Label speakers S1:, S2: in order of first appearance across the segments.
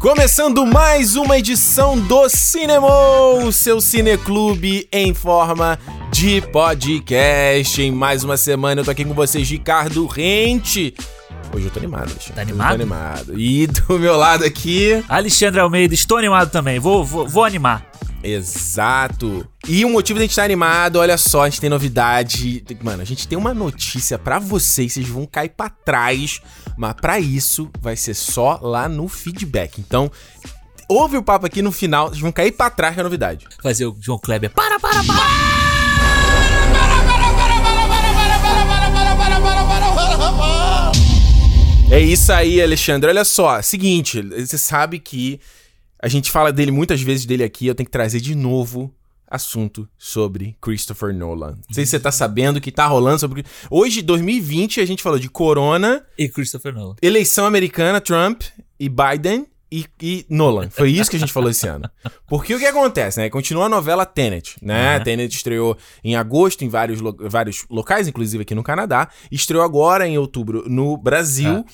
S1: Começando mais uma edição do Cinema, o seu cineclube em forma de podcast. Em mais uma semana eu tô aqui com vocês, Ricardo Rente. Hoje eu tô animado, Alexandre.
S2: Tá
S1: Hoje eu
S2: animado?
S1: Tô animado. E do meu lado aqui,
S2: Alexandre Almeida, estou animado também. Vou, vou, vou animar.
S1: Exato. E o motivo da gente estar animado, olha só, a gente tem novidade. Mano, a gente tem uma notícia pra vocês, vocês vão cair pra trás, mas pra isso vai ser só lá no feedback. Então, ouve o papo aqui no final, vocês vão cair pra trás com a novidade.
S2: Fazer o João Kleber. Para, para, para!
S1: É isso aí, Alexandre. Olha só, seguinte, você sabe que a gente fala dele muitas vezes dele aqui, eu tenho que trazer de novo assunto sobre Christopher Nolan. Não sei se você tá sabendo que tá rolando sobre hoje 2020 a gente falou de Corona,
S2: E Christopher Nolan.
S1: eleição americana, Trump e Biden e, e Nolan. Foi isso que a gente falou esse ano. Porque o que acontece, né? Continua a novela Tenet, né?
S2: Uhum.
S1: Tenet estreou em agosto em vários, lo- vários locais, inclusive aqui no Canadá. Estreou agora em outubro no Brasil.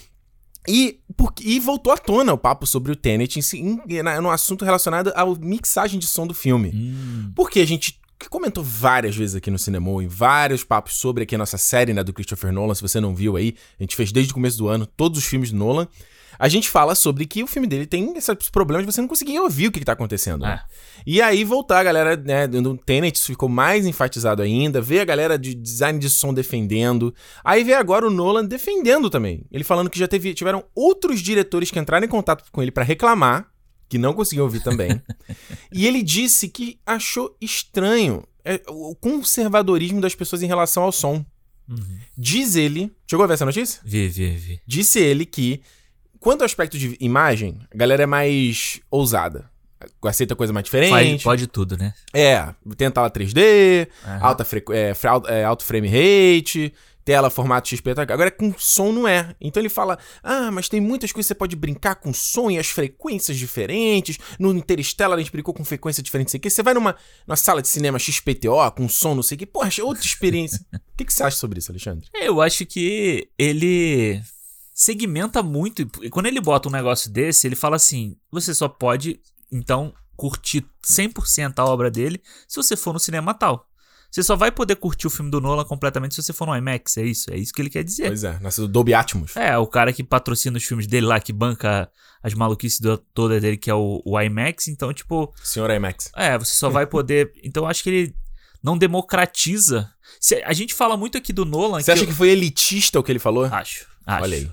S1: E, por- e voltou à tona o papo sobre o Tenet em, si- em, na- no assunto relacionado à mixagem de som do filme.
S2: Hum,
S1: Porque a gente que comentou várias vezes aqui no Cinema, em vários papos sobre aqui a nossa série, né, do Christopher Nolan, se você não viu aí, a gente fez desde o começo do ano todos os filmes do Nolan. A gente fala sobre que o filme dele tem esse problema de você não conseguir ouvir o que, que tá acontecendo. né?
S2: Ah.
S1: E aí voltar a galera, né, do Tenet isso ficou mais enfatizado ainda, ver a galera de design de som defendendo. Aí vê agora o Nolan defendendo também. Ele falando que já teve, tiveram outros diretores que entraram em contato com ele pra reclamar, que não conseguiu ouvir também. e ele disse que achou estranho é, o conservadorismo das pessoas em relação ao som.
S2: uhum.
S1: Diz ele, chegou a ver essa notícia?
S2: Vi, vi, vi.
S1: Disse ele que, quanto ao aspecto de imagem, a galera é mais ousada. Aceita coisa mais
S2: Faz,
S1: diferente.
S2: pode tudo, né?
S1: É, tenta lá 3D,
S2: Aham.
S1: alta frequ- é, fra- é, alto frame rate, tela formato XP. tá? Agora com som não é. Então ele fala: "Ah, mas tem muitas coisas que você pode brincar com som e as frequências diferentes. No Interstellar a gente brincou com frequência diferente, não sei o quê. Você vai numa, numa sala de cinema XPTO com som, não sei o quê. Porra, é outra experiência. O que, que você acha sobre isso, Alexandre?
S2: Eu acho que ele segmenta muito. E quando ele bota um negócio desse, ele fala assim: você só pode, então, curtir 100% a obra dele se você for no cinema tal. Você só vai poder curtir o filme do Nolan completamente se você for no IMAX, é isso? É isso que ele quer dizer.
S1: Pois é, nasceu do Dolby Atmos.
S2: É, o cara que patrocina os filmes dele lá, que banca as maluquices do- todas dele, que é o, o IMAX. Então, tipo,
S1: Senhor IMAX.
S2: é, você só vai poder. Então, eu acho que ele não democratiza. Se- a gente fala muito aqui do Nolan.
S1: Você acha
S2: eu- Ah.
S1: que foi elitista o que ele falou?
S2: Acho, acho.
S1: Olha aí.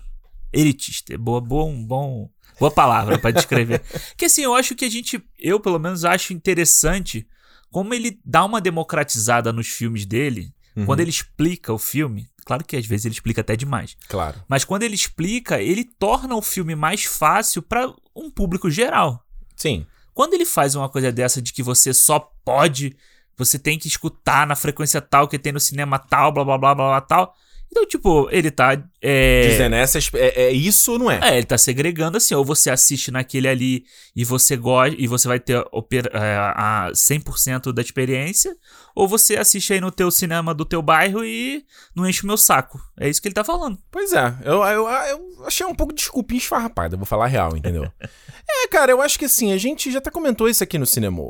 S2: Elitista. É Boa, boa, um bom. Boa palavra pra descrever. que assim, eu acho que a gente, eu pelo menos acho interessante como ele dá uma democratizada nos filmes dele,
S1: Uhum,
S2: quando ele explica o filme. Claro que às vezes ele explica até demais.
S1: Claro.
S2: Mas quando ele explica, ele torna o filme mais fácil pra um público geral.
S1: Sim.
S2: Quando ele faz uma coisa dessa de que você só pode, você tem que escutar na frequência tal que tem no cinema tal, blá blá blá blá, blá tal. Então, tipo, ele tá. É,
S1: Dizendo, essa, é, é isso ou não é?
S2: é, ele tá segregando assim, ou você assiste naquele ali e você gosta e você vai ter opera- é, a 100% da experiência, ou você assiste aí no teu cinema do teu bairro e não enche o meu saco. É isso que ele tá falando.
S1: Pois é, eu, eu, eu achei um pouco de desculpinha esfarrapada, eu vou falar a real, entendeu? é, cara, eu acho que assim, a gente já até comentou isso aqui no cinema.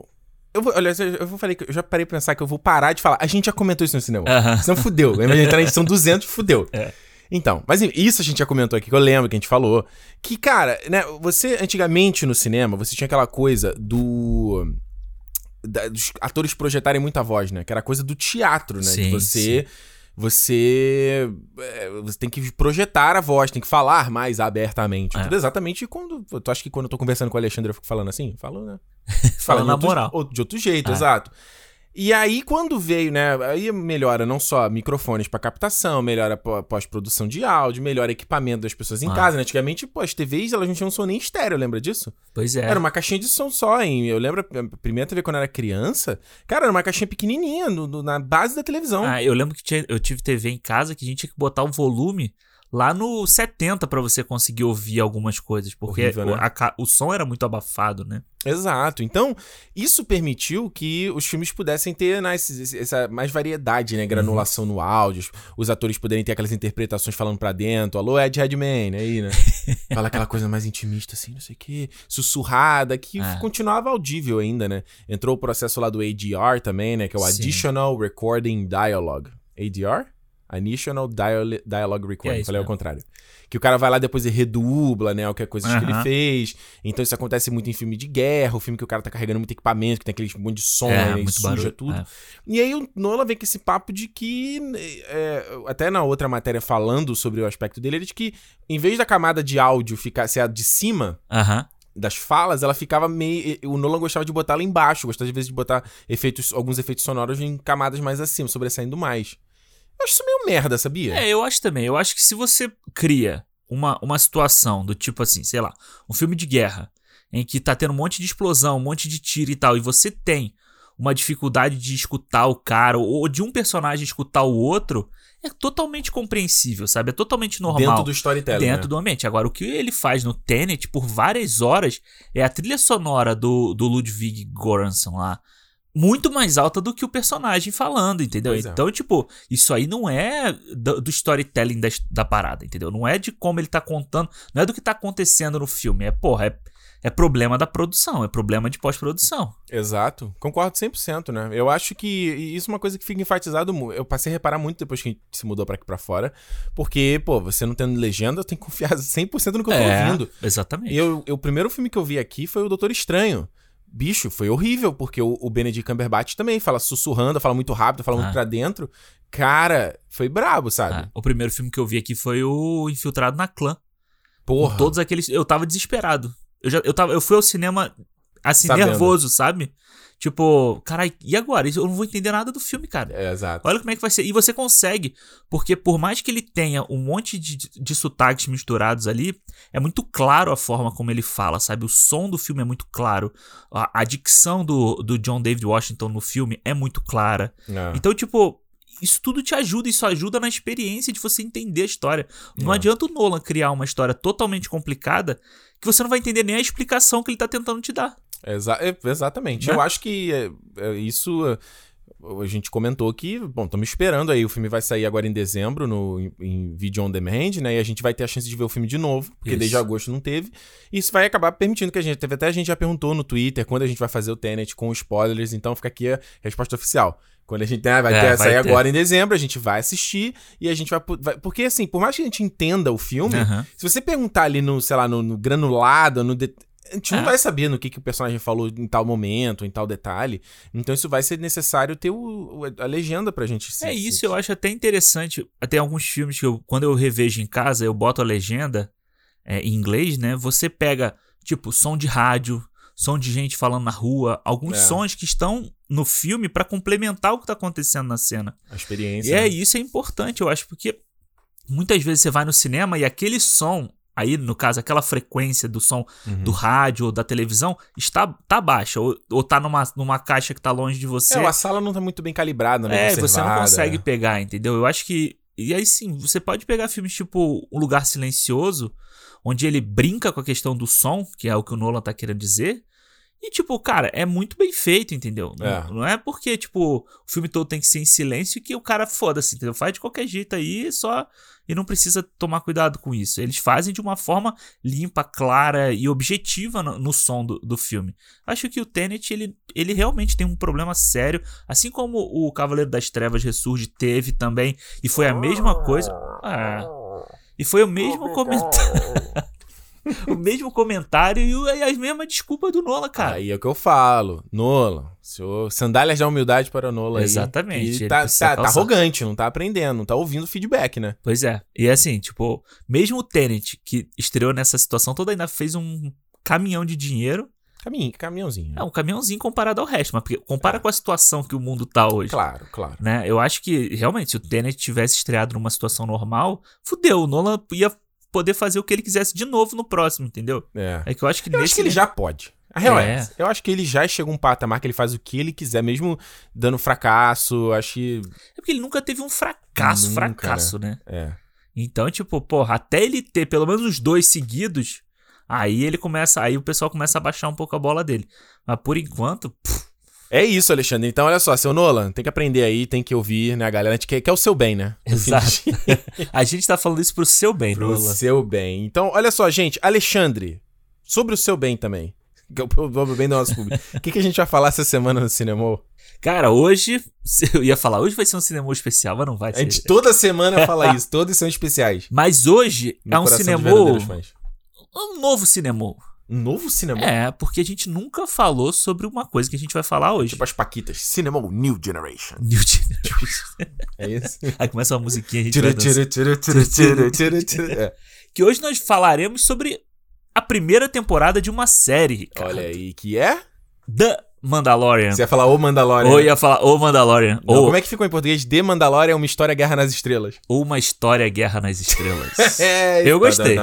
S1: Eu vou, olha, eu vou falei, que- eu já parei pra pensar que eu vou parar de falar. A gente já comentou isso no cinema.
S2: Aham. É.
S1: Senão fudeu. Lembra de entrar na edição 200, fudeu. Então, mas isso a gente já comentou aqui, que eu lembro que a gente falou. Que, cara, né, você, antigamente no cinema, você tinha aquela coisa do. da- dos atores projetarem muita voz, né? Que era coisa do teatro, né? De
S2: Sim,
S1: você. Você. é, você tem que projetar a voz, tem que falar mais abertamente.
S2: É.
S1: Tudo exatamente quando. Tu acha que quando eu tô conversando com o Alexandre eu fico falando assim? Falo, né?
S2: Falando
S1: de
S2: na
S1: outro-
S2: moral.
S1: ou- de outro jeito,
S2: É.
S1: exato. E aí, quando veio, né? Aí melhora não só microfones pra captação, melhora pó- pós-produção de áudio, melhora equipamento das pessoas em
S2: Ah.
S1: casa. Né? Antigamente, pô, as TVs elas não tinham som nem estéreo, lembra disso?
S2: Pois é.
S1: Era uma caixinha de som só, hein? Eu lembro a primeira TV quando eu era criança, cara, era uma caixinha pequenininha no- no- na base da televisão.
S2: Ah, eu lembro que tinha- eu tive TV em casa que a gente tinha que botar o volume lá no 70 pra você conseguir ouvir algumas coisas, porque
S1: Horrível, né?
S2: o, a ca- o som era muito abafado, né?
S1: Exato. Então, isso permitiu que os filmes pudessem ter né, esse- esse- essa mais variedade, né? Granulação
S2: Uhum.
S1: no áudio, os- os atores poderem ter aquelas interpretações falando pra dentro, alô, Ed Redman, aí, né? Fala aquela coisa mais intimista, assim, não sei o quê, sussurrada, que
S2: É.
S1: continuava audível ainda, né? Entrou o processo lá do ADR também, né? Que é o
S2: Sim.
S1: Additional Recording Dialogue. ADR? Additional Dial- Dialogue Recording.
S2: É isso
S1: Falei ao
S2: mesmo.
S1: contrário. Que o cara vai lá depois e redubla, né? O que é coisas que ele
S2: Aham.
S1: fez. Então isso acontece muito em filme de guerra, o filme que o cara tá carregando muito equipamento, que tem aquele monte de som, né? E suja tudo.
S2: é.
S1: E aí o Nolan vem com esse papo de que. é, até na outra matéria falando sobre o aspecto dele, ele de que em vez da camada de áudio ficar ser a de cima
S2: Aham.
S1: das falas, ela ficava meio. O Nolan gostava de botar ela embaixo, gostava de vezes de botar efeitos, alguns efeitos sonoros em camadas mais acima, sobressaindo mais. Eu acho isso meio merda, sabia?
S2: É, eu acho também. Eu acho que se você cria uma, uma situação do tipo assim, sei lá, um filme de guerra, em que tá tendo um monte de explosão, um monte de tiro e tal, e você tem uma dificuldade de escutar o cara, ou ou de um personagem escutar o outro, é totalmente compreensível, sabe? É totalmente normal.
S1: Dentro do storytelling.
S2: dentro
S1: né?
S2: do ambiente. Agora, o que ele faz no Tenet por várias horas é a trilha sonora do, do Ludwig Göransson lá muito mais alta do que o personagem falando, entendeu?
S1: Pois é.
S2: Então, tipo, isso aí não é do, do storytelling da, da parada, entendeu? Não é de como ele tá contando, não é do que tá acontecendo no filme. É, porra, é, é problema da produção, é problema de pós-produção.
S1: Exato, concordo 100%, né? Eu acho que isso é uma coisa que fica enfatizado, mu- eu passei a reparar muito depois que a gente se mudou pra aqui pra fora, porque, pô, você não tendo legenda, tem que confiar 100% no que eu tô
S2: É,
S1: ouvindo.
S2: Exatamente.
S1: Eu, eu- o primeiro filme que eu vi aqui foi o Doutor Estranho. Bicho, foi horrível, porque o, o Benedict Cumberbatch também fala sussurrando, fala muito rápido, fala muito
S2: Ah.
S1: pra dentro. Cara, foi brabo, sabe?
S2: Ah, o primeiro filme que eu vi aqui foi o Infiltrado na Clã. Com
S1: Porra.
S2: Todos aqueles. Eu tava desesperado. Eu, já, eu, tava, eu fui ao cinema, assim,
S1: Sabendo.
S2: nervoso, sabe? Tipo, carai, e agora? Isso- Eu não vou entender nada do filme, cara.
S1: É, exato.
S2: Olha como é que vai ser. E você consegue, porque por mais que ele tenha um monte de, de sotaques misturados ali, é muito claro a forma como ele fala, sabe? O som do filme é muito claro. A, a dicção do, do John David Washington no filme é muito clara.
S1: É.
S2: Então, tipo, isso tudo te ajuda, isso ajuda na experiência de você entender a história. Não
S1: É.
S2: adianta o Nolan criar uma história totalmente complicada que você não vai entender nem a explicação que ele tá tentando te dar.
S1: Exa- é, exatamente.
S2: Né?
S1: Eu acho que é, é, isso. é, A gente comentou que, bom, estamos esperando aí. O filme vai sair agora em dezembro no, em, em vídeo on demand, né? E a gente vai ter a chance de ver o filme de novo, porque
S2: Isso.
S1: desde agosto não teve. E isso vai acabar permitindo que a gente. Teve até a gente já perguntou no Twitter quando a gente vai fazer o Tenet com spoilers, então fica aqui a resposta oficial. Quando a gente ah, vai,
S2: É,
S1: ter,
S2: vai
S1: sair
S2: ter.
S1: agora em dezembro, a gente vai assistir e a gente vai, pu- vai- Porque, assim, por mais que a gente entenda o filme,
S2: Aham.
S1: se você perguntar ali no, sei lá, no, no granulado, no det- a gente não
S2: É.
S1: vai saber no que, que o personagem falou em tal momento, em tal detalhe. Então isso vai ser necessário ter o, o- a legenda pra gente se-
S2: É
S1: se-
S2: isso, eu acho até interessante. Tem alguns filmes que eu, quando eu revejo em casa, eu boto a legenda é, em inglês, né? Você pega, tipo, som de rádio, som de gente falando na rua, alguns
S1: É.
S2: sons que estão no filme pra complementar o que tá acontecendo na cena.
S1: A experiência.
S2: E é
S1: né?
S2: isso é importante, eu acho, porque muitas vezes você vai no cinema e aquele som, aí no caso aquela frequência do som
S1: Uhum.
S2: do rádio ou da televisão está tá baixa ou, ou tá numa, numa caixa que tá longe de você.
S1: É, a sala não tá muito bem calibrada, né?
S2: É, você não
S1: conservada.
S2: consegue pegar, entendeu? Eu acho que e aí sim, você pode pegar filmes tipo Um Lugar Silencioso, onde ele brinca com a questão do som, que é o que o Nolan tá querendo dizer. E, tipo, cara, é muito bem feito, entendeu?
S1: É.
S2: Não, não é porque, tipo, o filme todo tem que ser em silêncio que o cara foda-se, entendeu? Faz de qualquer jeito aí só. E não precisa tomar cuidado com isso. Eles fazem de uma forma limpa, clara e objetiva no, no som do, do filme. Acho que o Tenet, ele, ele realmente tem um problema sério. Assim como o Cavaleiro das Trevas Ressurge teve também. E foi a mesma coisa. Ah. E foi o mesmo comentário. o mesmo comentário e o- e a mesma desculpa do Nola, cara.
S1: Aí é o que eu falo. Nola, senhor, sandálias da humildade para o Nola aí.
S2: Exatamente,
S1: E
S2: ele
S1: tá,
S2: precisa
S1: tá- tá
S2: calçar.
S1: arrogante, não tá aprendendo, não tá ouvindo feedback, né?
S2: Pois é. E assim, tipo, mesmo o Tenet, que estreou nessa situação toda, ainda fez um caminhão de dinheiro.
S1: Caminho, caminhãozinho.
S2: É um caminhãozinho comparado ao resto, mas porque compara com a situação que o mundo tá hoje.
S1: Claro, claro.
S2: Né? Eu acho que, realmente, se o Tenet tivesse estreado numa situação normal, fudeu. O Nolan ia poder fazer o que ele quisesse de novo no próximo, entendeu?
S1: É.
S2: É que eu acho que
S1: Eu
S2: nesse
S1: acho que ele já pode. A real é.
S2: É.
S1: essa. Eu acho que ele já chega um patamar que ele faz o que ele quiser, mesmo dando fracasso. Acho que.
S2: É porque ele nunca teve um fracasso,
S1: Nunca,
S2: fracasso, né?
S1: É.
S2: Então, tipo, porra, até ele ter pelo menos os dois seguidos, Aí ele começa, aí o pessoal começa a baixar um pouco a bola dele. Mas por enquanto, pff,
S1: É isso, Alexandre. Então, olha só, seu Nolan, tem que aprender aí, tem que ouvir, né, galera? A gente quer, quer o seu bem, né? No fim do
S2: Exato. a gente tá falando isso pro seu bem, né?
S1: Pro
S2: Nolan.
S1: seu bem. Então, olha só, gente, Alexandre, sobre o seu bem também. Que é o pro- bem do nosso público. O que, que a gente vai falar essa semana no cinema?
S2: Cara, hoje se eu ia falar, hoje vai ser um cinema especial, mas não vai
S1: A gente
S2: ser.
S1: toda semana fala isso, todos são especiais.
S2: Mas hoje
S1: No
S2: é um
S1: coração dos
S2: cinema,
S1: verdadeiros fãs.
S2: um novo cinema.
S1: Um novo cinema?
S2: É, porque a gente nunca falou sobre uma coisa que a gente vai falar hoje.
S1: Tipo as Paquitas. Cinema New Generation.
S2: New Generation.
S1: É isso?
S2: Aí começa uma musiquinha, a gente vai
S1: Tira,
S2: dançar.
S1: tira, tira, tira, tira, tira, tira. É.
S2: Que hoje nós falaremos sobre a primeira temporada de uma série, Ricardo.
S1: Olha aí, que é?
S2: The Mandalorian.
S1: Você ia falar o Mandalorian.
S2: Ou
S1: né?
S2: ia falar O Mandalorian.
S1: Não,
S2: ou,
S1: Como é que ficou em português? The Mandalorian é uma história Guerra nas Estrelas.
S2: ou Uma História Guerra nas Estrelas.
S1: É,
S2: Eu gostei.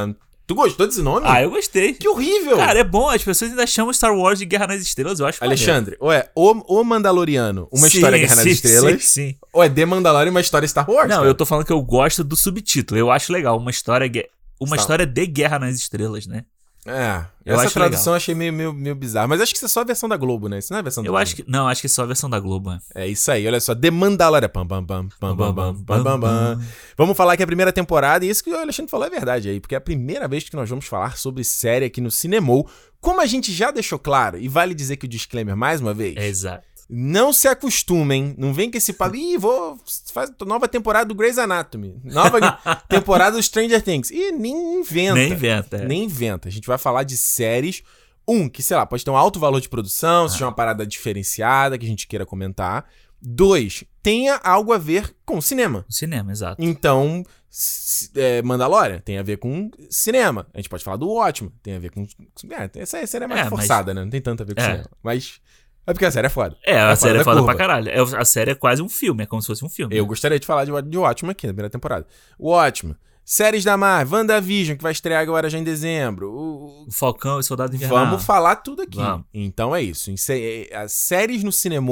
S1: Tu gostou desse nome?
S2: ah, eu gostei.
S1: Que horrível!
S2: Cara, é bom. As pessoas ainda chamam Star Wars de Guerra nas Estrelas, eu acho.
S1: Alexandre, ou é o, o Mandaloriano, uma
S2: Sim,
S1: história Guerra nas
S2: sim,
S1: Estrelas,
S2: Sim, sim.
S1: ou é The Mandalorian, uma história Star Wars?
S2: Não,
S1: cara?
S2: eu tô falando que eu gosto do subtítulo. Eu acho legal. Uma História, gue- uma
S1: Tá.
S2: história de Guerra nas Estrelas, né?
S1: É,
S2: Eu
S1: essa
S2: acho
S1: tradução eu achei meio, meio, meio bizarro, mas acho que isso é só a versão da Globo, né? Isso não é a versão da
S2: Eu
S1: Globo.
S2: acho que. Não, acho que é só a versão da Globo. né?
S1: É isso aí, olha só, The Mandalorian. Pam, pam, pam, pam, pam, pam, pam, pam, pam. Vamos falar que é a primeira temporada, e isso que o Alexandre falou é verdade aí, porque é a primeira vez que nós vamos falar sobre série aqui no Cinemou. Como a gente já deixou claro, e vale dizer que o disclaimer mais uma vez,
S2: É, exato.
S1: Não se acostumem, não vem com esse papo. Ih, vou. Faz nova temporada do Grey's Anatomy. Nova temporada do Stranger Things. E nem inventa.
S2: Nem inventa. é.
S1: Nem inventa. A gente vai falar de séries. Um, que, sei lá, pode ter um alto valor de produção,
S2: Ah.
S1: seja uma parada diferenciada que a gente queira comentar. Dois, tenha algo a ver com cinema.
S2: No cinema, exato.
S1: Então, s- é, Mandalorian tem a ver com cinema. A gente pode falar do ótimo, tem a ver com. É, essa série é mais
S2: É, mas-
S1: forçada, né? Não tem tanto a ver com
S2: É.
S1: cinema. Mas. É porque a série é foda.
S2: É, a
S1: fora
S2: série
S1: da
S2: é foda
S1: curva.
S2: pra caralho. É, a série é quase um filme, é como se fosse um filme.
S1: Eu gostaria de falar de, de Watchmen aqui, na primeira temporada. O Watchmen. Séries da Marvel, WandaVision, que vai estrear agora já em dezembro. O- o-
S2: O Falcão e o Soldado Invernal.
S1: Vamos falar tudo aqui.
S2: Vamos.
S1: Então é isso. Em sé- é- As séries no cinema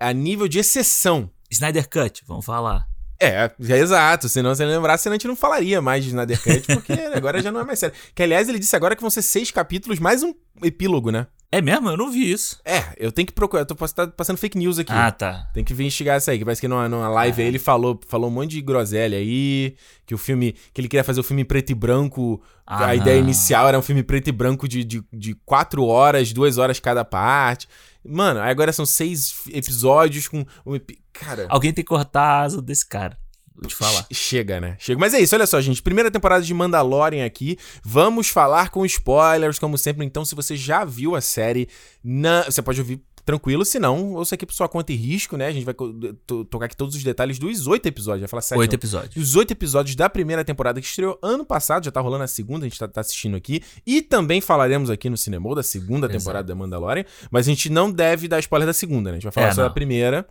S1: a nível de exceção.
S2: Snyder Cut, vamos falar.
S1: É, é exato. Se não se lembrar, senão a gente não falaria mais de Snyder Cut, porque agora já não é mais sério. Que, aliás, ele disse agora que vão ser seis capítulos, mais um epílogo, né?
S2: É mesmo? Eu não vi isso.
S1: É, eu tenho que procurar. Eu tô pass- tá passando fake news aqui.
S2: Ah, tá.
S1: Tem que investigar isso aí, que parece que numa, numa live aí ele falou, falou um monte de groselha aí, que o filme, que ele queria fazer o filme em preto e branco, a
S2: Ah.
S1: ideia inicial era um filme preto e branco de, de, de quatro horas, duas horas cada parte. Mano, aí agora são seis f- episódios com... um epi- Cara,
S2: Alguém tem que cortar a asa desse cara. Vou te falar.
S1: che- chega, né? Chega. Mas é isso, olha só, gente, primeira temporada de Mandalorian aqui, vamos falar com spoilers, como sempre, então se você já viu a série, na... você pode ouvir tranquilo, se não, ouça aqui por sua conta e risco, né? A gente vai co- to- tocar aqui todos os detalhes dos oito episódios, vai falar sete, um.
S2: Oito
S1: não.
S2: episódios.
S1: Os oito episódios da primeira temporada que estreou ano passado, já tá rolando a segunda, a gente tá, tá assistindo aqui. E também falaremos aqui no cinema da segunda
S2: Exato.
S1: temporada da Mandalorian, mas a gente não deve dar spoiler da segunda, né? A gente vai falar
S2: É,
S1: só da
S2: não.
S1: primeira.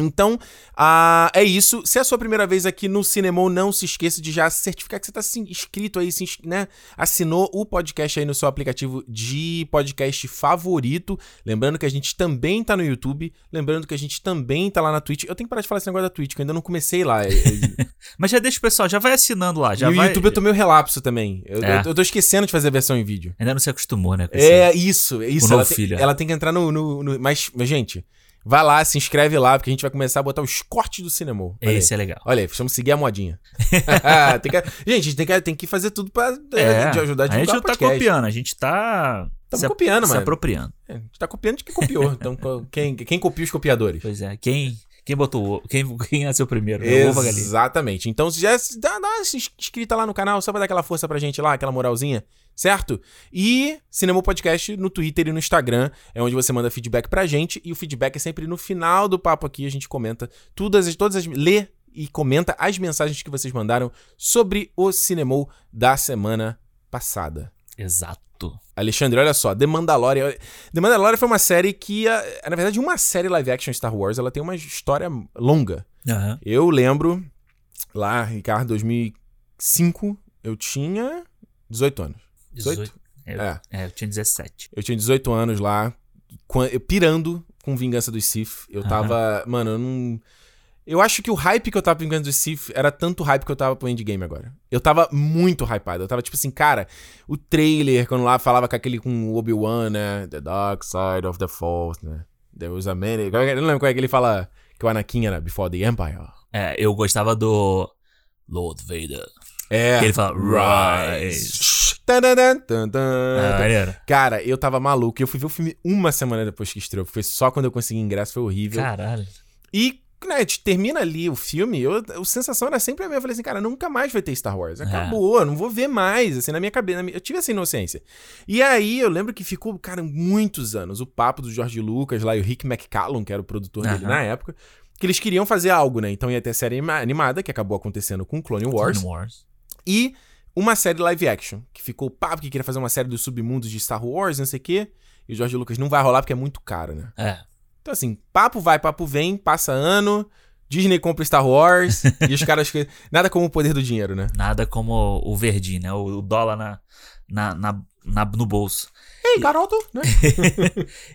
S1: Então, ah, é isso. Se é a sua primeira vez aqui no Cinemon, não se esqueça de já certificar que você tá se inscrito aí, se, ins- né? assinou o podcast aí no seu aplicativo de podcast favorito. Lembrando que a gente também tá no YouTube. Lembrando que a gente também tá lá na Twitch. Eu tenho que parar de falar esse negócio da Twitch, que eu ainda não comecei lá. É- é-
S2: Mas já deixa o pessoal, já vai assinando lá. Já
S1: e o
S2: vai...
S1: YouTube eu tô meio relapso também. Eu,
S2: É.
S1: eu tô- eu tô esquecendo de fazer a versão em vídeo.
S2: Ainda não se acostumou, né? com isso.
S1: É isso, é isso.
S2: novo
S1: Ela tem,
S2: filho, é.
S1: ela tem que entrar no. no- no- mas, mas, gente, vai lá, se inscreve lá, porque a gente vai começar a botar os cortes do cinema. Olha aí.
S2: Esse é legal.
S1: Olha aí, precisamos seguir a modinha. Ah, Tem que- gente, a gente tem que, tem que fazer tudo pra eh, de ajudar a
S2: É. a
S1: divulgar
S2: gente não
S1: o
S2: tá
S1: podcast.
S2: copiando, a gente tá
S1: Tamo
S2: se, ap-
S1: copiando,
S2: se
S1: mano.
S2: apropriando.
S1: É, A gente tá copiando de quem copiou. Então, co- quem, quem copia os copiadores?
S2: Pois é, quem, quem botou o ovo? Quem, quem nasceu primeiro? né? O ovo ou a galinha?
S1: Exatamente. Então, se já se- dá, dá uma se inscrita lá no canal, só pra dar aquela força pra gente lá, aquela moralzinha, certo? E Cinema Podcast no Twitter e no Instagram, é onde você manda feedback pra gente. E o feedback é sempre no final do papo aqui, a gente comenta todas as. Todas as lê e comenta as mensagens que vocês mandaram sobre o Cinemou da semana passada.
S2: Exato.
S1: Alexandre, olha só, The Mandalorian. olha- The Mandalorian foi uma série que, ah, na verdade, uma série live action Star Wars, ela tem uma história longa.
S2: Aham.
S1: Eu lembro lá, Ricardo, 2005, eu tinha 18 anos. 18?
S2: 18. Eu-
S1: É,
S2: É, eu tinha 17.
S1: eu tinha 18 anos lá, quan- eu pirando com Vingança dos Sith. Eu
S2: Aham.
S1: tava, mano, eu não Eu acho que o hype que eu tava pro Guns Thief era tanto hype que eu tava pro Endgame agora. Eu tava muito hypado. Eu tava tipo assim, cara, o trailer, quando lá falava com aquele com o Obi-Wan, né? The Dark Side of the Force, né? There was a many. Eu não lembro como é que ele fala que o Anakin era Before the Empire.
S2: É, eu gostava do Lord Vader.
S1: É.
S2: Que ele fala, Rise.
S1: Rise. Tadadã, tan,
S2: Ah,
S1: tan.
S2: maneiro.
S1: Cara, eu tava maluco. Eu fui ver o filme uma semana depois que estreou. Foi só quando eu consegui ingresso, foi horrível.
S2: Caralho.
S1: E, né, te- termina ali o filme, eu, a sensação era sempre a minha. Eu falei assim, cara, nunca mais vai ter Star Wars. Acabou, não vou ver mais. Assim, na minha cabeça, na minha- eu tive essa inocência. E aí, eu lembro que ficou, cara, muitos anos o papo do George Lucas lá e o Rick McCallum, que era o produtor dele
S2: Aham.
S1: na época, que eles queriam fazer algo, né? Então ia ter a série anima- animada, que acabou acontecendo com Clone Wars,
S2: Clone Wars.
S1: e uma série live action, que ficou o papo que queria fazer uma série dos submundos de Star Wars, não sei o quê. E o George Lucas não vai rolar porque é muito caro, né?
S2: É.
S1: Então, assim, papo vai, papo vem, passa ano, Disney compra Star Wars, e os caras. que- Nada como o poder do dinheiro, né?
S2: Nada como o Verdinho, né? O, o dólar na, na, na- na- no bolso.
S1: Ei, garoto, né?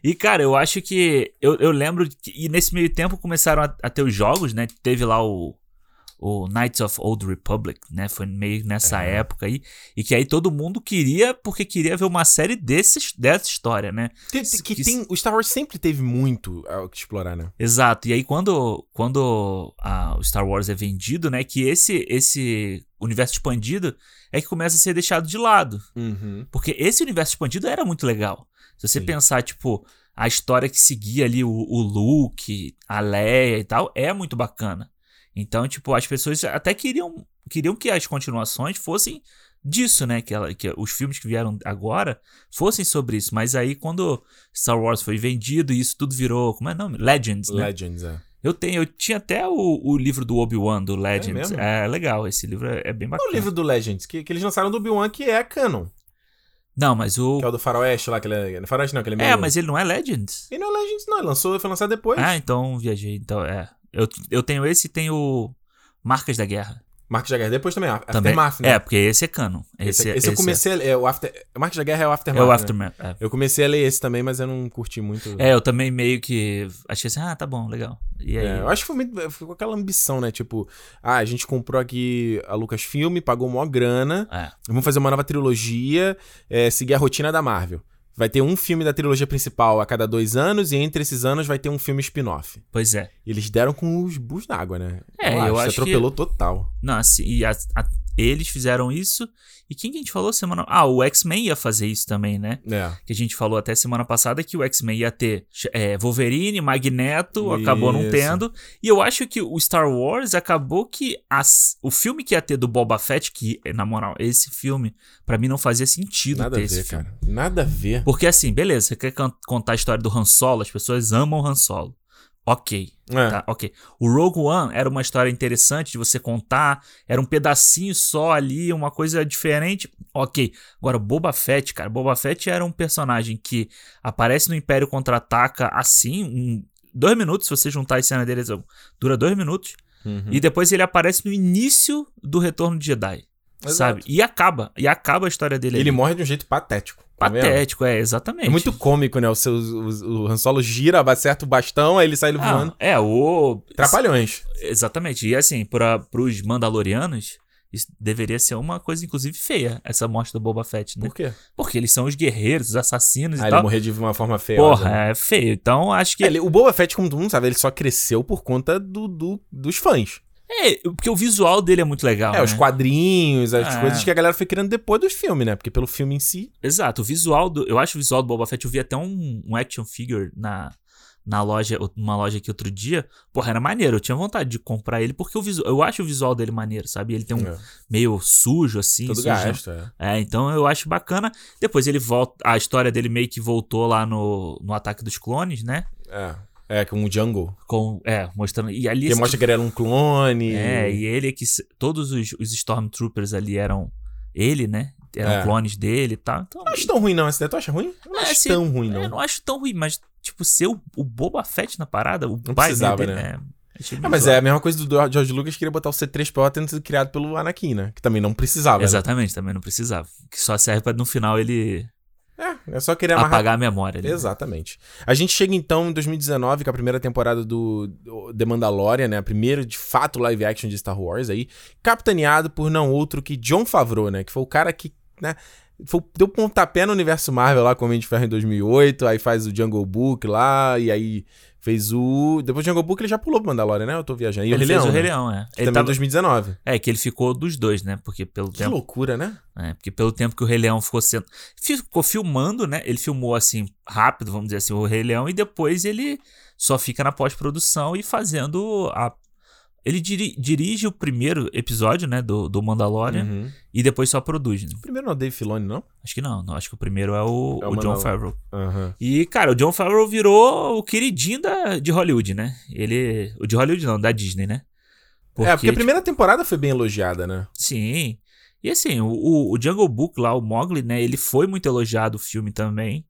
S2: E, cara, eu acho que. Eu, eu lembro. Que, e nesse meio tempo começaram a, a ter os jogos, né? Teve lá o. O Knights of Old Republic, né? Foi meio nessa época aí. E que aí todo mundo queria, porque queria ver uma série desses, dessa história, né?
S1: Que, que tem, o Star Wars sempre teve muito o que explorar, né?
S2: Exato. E aí quando, quando ah, o Star Wars é vendido, né, que esse esse universo expandido é que começa a ser deixado de lado,
S1: Uhum.
S2: porque esse universo expandido era muito legal. Se você
S1: Sim.
S2: pensar tipo a história que seguia ali o, o Luke, a Leia e tal, é muito bacana. Então, tipo, as pessoas até queriam queriam que as continuações fossem disso, né, que, ela, que os filmes que vieram agora fossem sobre isso. Mas aí quando Star Wars foi vendido e isso tudo virou, como é o nome? Legends, né?
S1: Legends, é.
S2: Eu tenho, eu tinha até o, o livro do Obi-Wan, do Legends.
S1: mesmo?
S2: É, legal, esse livro é, é bem bacana.
S1: Qual é o livro do Legends? Que, que eles lançaram do Obi-Wan, que é canon.
S2: Não, mas o.
S1: Que é o do Faroeste lá, que ele é. no Faroeste não, que ele é meio.
S2: É, mas ele não é Legends.
S1: Ele não é Legends, não. Ele lançou, foi lançado depois.
S2: Ah, então viajei. Então, é. Eu, eu tenho esse e tenho o Marcas da Guerra.
S1: Marcos da Guerra depois também. Aftermath,
S2: Também.
S1: né?
S2: É, porque esse é canon. Esse,
S1: Esse,
S2: é-
S1: esse eu
S2: esse
S1: comecei a ler. É, o After... Marcos da Guerra é o
S2: É,
S1: Aftermath.
S2: é o
S1: né?
S2: Aftermath. É.
S1: Eu comecei a ler esse também, mas eu não curti muito.
S2: É, eu também meio que. Achei assim, ah, tá bom, legal. E aí.
S1: É, eu acho que foi muito, foi com aquela ambição, né? Tipo, ah, a gente comprou aqui a Lucasfilm, pagou maior grana,
S2: É.
S1: vamos fazer uma nova trilogia, é, seguir a rotina da Marvel. Vai ter um filme da trilogia principal a cada dois anos, e entre esses anos vai ter um filme spin-off.
S2: Pois é.
S1: E Eles deram com os bus na água, né?
S2: É, eu acho que-
S1: atropelou total.
S2: Não, assim, e a- a- eles fizeram isso. E quem que a gente falou semana. Ah, o X-Men ia fazer isso também, né?
S1: É.
S2: que a gente falou até semana passada que o X-Men ia ter é, Wolverine, Magneto, acabou não
S1: Isso.
S2: tendo. E eu acho que o Star Wars acabou que as- o filme que ia ter do Boba Fett, que na moral, esse filme pra mim não fazia sentido
S1: Nada a
S2: ter
S1: ver,
S2: esse filme.
S1: cara. Nada a ver.
S2: Porque assim, beleza, você quer can- contar a história do Han Solo, as pessoas amam o Han Solo. OK,
S1: É.
S2: Tá, ok. O Rogue One era uma história interessante de você contar, era um pedacinho só ali, uma coisa diferente. Ok. Agora, Boba Fett, cara, Boba Fett era um personagem que aparece no Império Contra-Ataca assim, um- dois minutos, se você juntar as cenas dele, dura dois minutos.
S1: Uhum.
S2: E depois ele aparece no início do Retorno de Jedi,
S1: Exato.
S2: sabe? E acaba, e acaba a história dele.
S1: Ele
S2: ali.
S1: morre de um jeito patético. tá vendo?
S2: Patético, é, exatamente.
S1: É muito cômico, né? O, seu, o, o Han Solo gira, acerta o bastão, aí ele sai voando.
S2: ah, É, o...
S1: Trapalhões.
S2: Exatamente. E assim, para pros Mandalorianos, isso deveria ser uma coisa, inclusive, feia, essa morte do Boba Fett, né?
S1: Por quê?
S2: Porque eles são os guerreiros, os assassinos
S1: Aí
S2: e
S1: ele
S2: tal.
S1: morrer de uma forma né? feia.
S2: Porra, é feio. Então, acho que.
S1: Ele- o Boba Fett, como todo mundo sabe, ele só cresceu por conta do, do- dos fãs.
S2: É, porque o visual dele é muito legal.
S1: é, os
S2: né?
S1: quadrinhos, as
S2: É.
S1: coisas que a galera foi criando depois dos filmes, né? Porque pelo filme em si.
S2: Exato, o visual do. Eu acho o visual do Boba Fett. Eu vi até um, um action figure na, na loja, uma loja aqui outro dia. Porra, era maneiro. Eu tinha vontade de comprar ele, porque o visual, eu acho o visual dele maneiro, sabe? Ele tem um
S1: é,
S2: meio sujo, assim.
S1: todo
S2: sujo,
S1: gasto, é.
S2: É, então eu acho bacana. Depois ele volta. A história dele meio que voltou lá no, no Ataque dos Clones, né?
S1: É, é com o Jungle.
S2: Com. É, mostrando. E ali.
S1: Que mostra que ele era um clone.
S2: É, e ele que. se- Todos os, os Stormtroopers ali eram ele, né? Eram
S1: É.
S2: clones dele e tal. Então,
S1: Não acho tão ruim, não. Essa ideia tu acha ruim? Eu Não
S2: É,
S1: acho
S2: assim,
S1: tão ruim,
S2: eu
S1: não.
S2: não acho tão ruim, mas, tipo, ser o, o Boba Fett na parada, o pai
S1: precisava,
S2: dele,
S1: né?
S2: né? Achei
S1: É,
S2: meio
S1: mas
S2: zoado.
S1: é a mesma coisa do George Lucas queria botar o C3PO tendo sido criado pelo Anakin, né? Que também não precisava. né?
S2: Exatamente, também não precisava. Que só serve pra no final ele.
S1: É, é só querer amarrar
S2: apagar a memória. ali, né?
S1: Exatamente. A gente chega então em 2019 com a primeira temporada do do The Mandalorian, né? A primeira, de fato, live action de Star Wars aí, capitaneado por não outro que John Favreau, né? Que foi o cara que, né? Foi, deu pontapé no universo Marvel lá com o Homem de Ferro em 2008, aí faz o Jungle Book lá, e aí fez o... Depois do Jungle Book ele já pulou pro Mandalorian, né? Eu tô viajando. E
S2: Ele
S1: o Rei
S2: fez
S1: Leão,
S2: o Rei
S1: né?
S2: Leão, é.
S1: Que
S2: Ele
S1: também é
S2: tava-
S1: 2019.
S2: É, que ele ficou dos dois, né? Porque pelo
S1: Que
S2: tempo.
S1: loucura, né?
S2: é, porque pelo tempo que o Rei Leão ficou sendo. Ficou filmando, né? Ele filmou assim, rápido, vamos dizer assim, o Rei Leão, e depois ele só fica na pós-produção e fazendo a. Ele diri- dirige o primeiro episódio, né? Do, do Mandalorian,
S1: Uhum.
S2: e depois só produz. né?
S1: Primeiro não é o Dave Filoni, não?
S2: Acho que não, não. Acho que o primeiro é o,
S1: É o
S2: o John
S1: Mandalorian.
S2: Favreau.
S1: Aham.
S2: E, cara, o John Favreau virou o queridinho da, de Hollywood, né? Ele. O de Hollywood não, da Disney, né?
S1: é, porque a primeira temporada foi bem elogiada, né?
S2: Sim. E assim, o- o, o Jungle Book lá, o Mogli, né? Ele foi muito elogiado o filme também.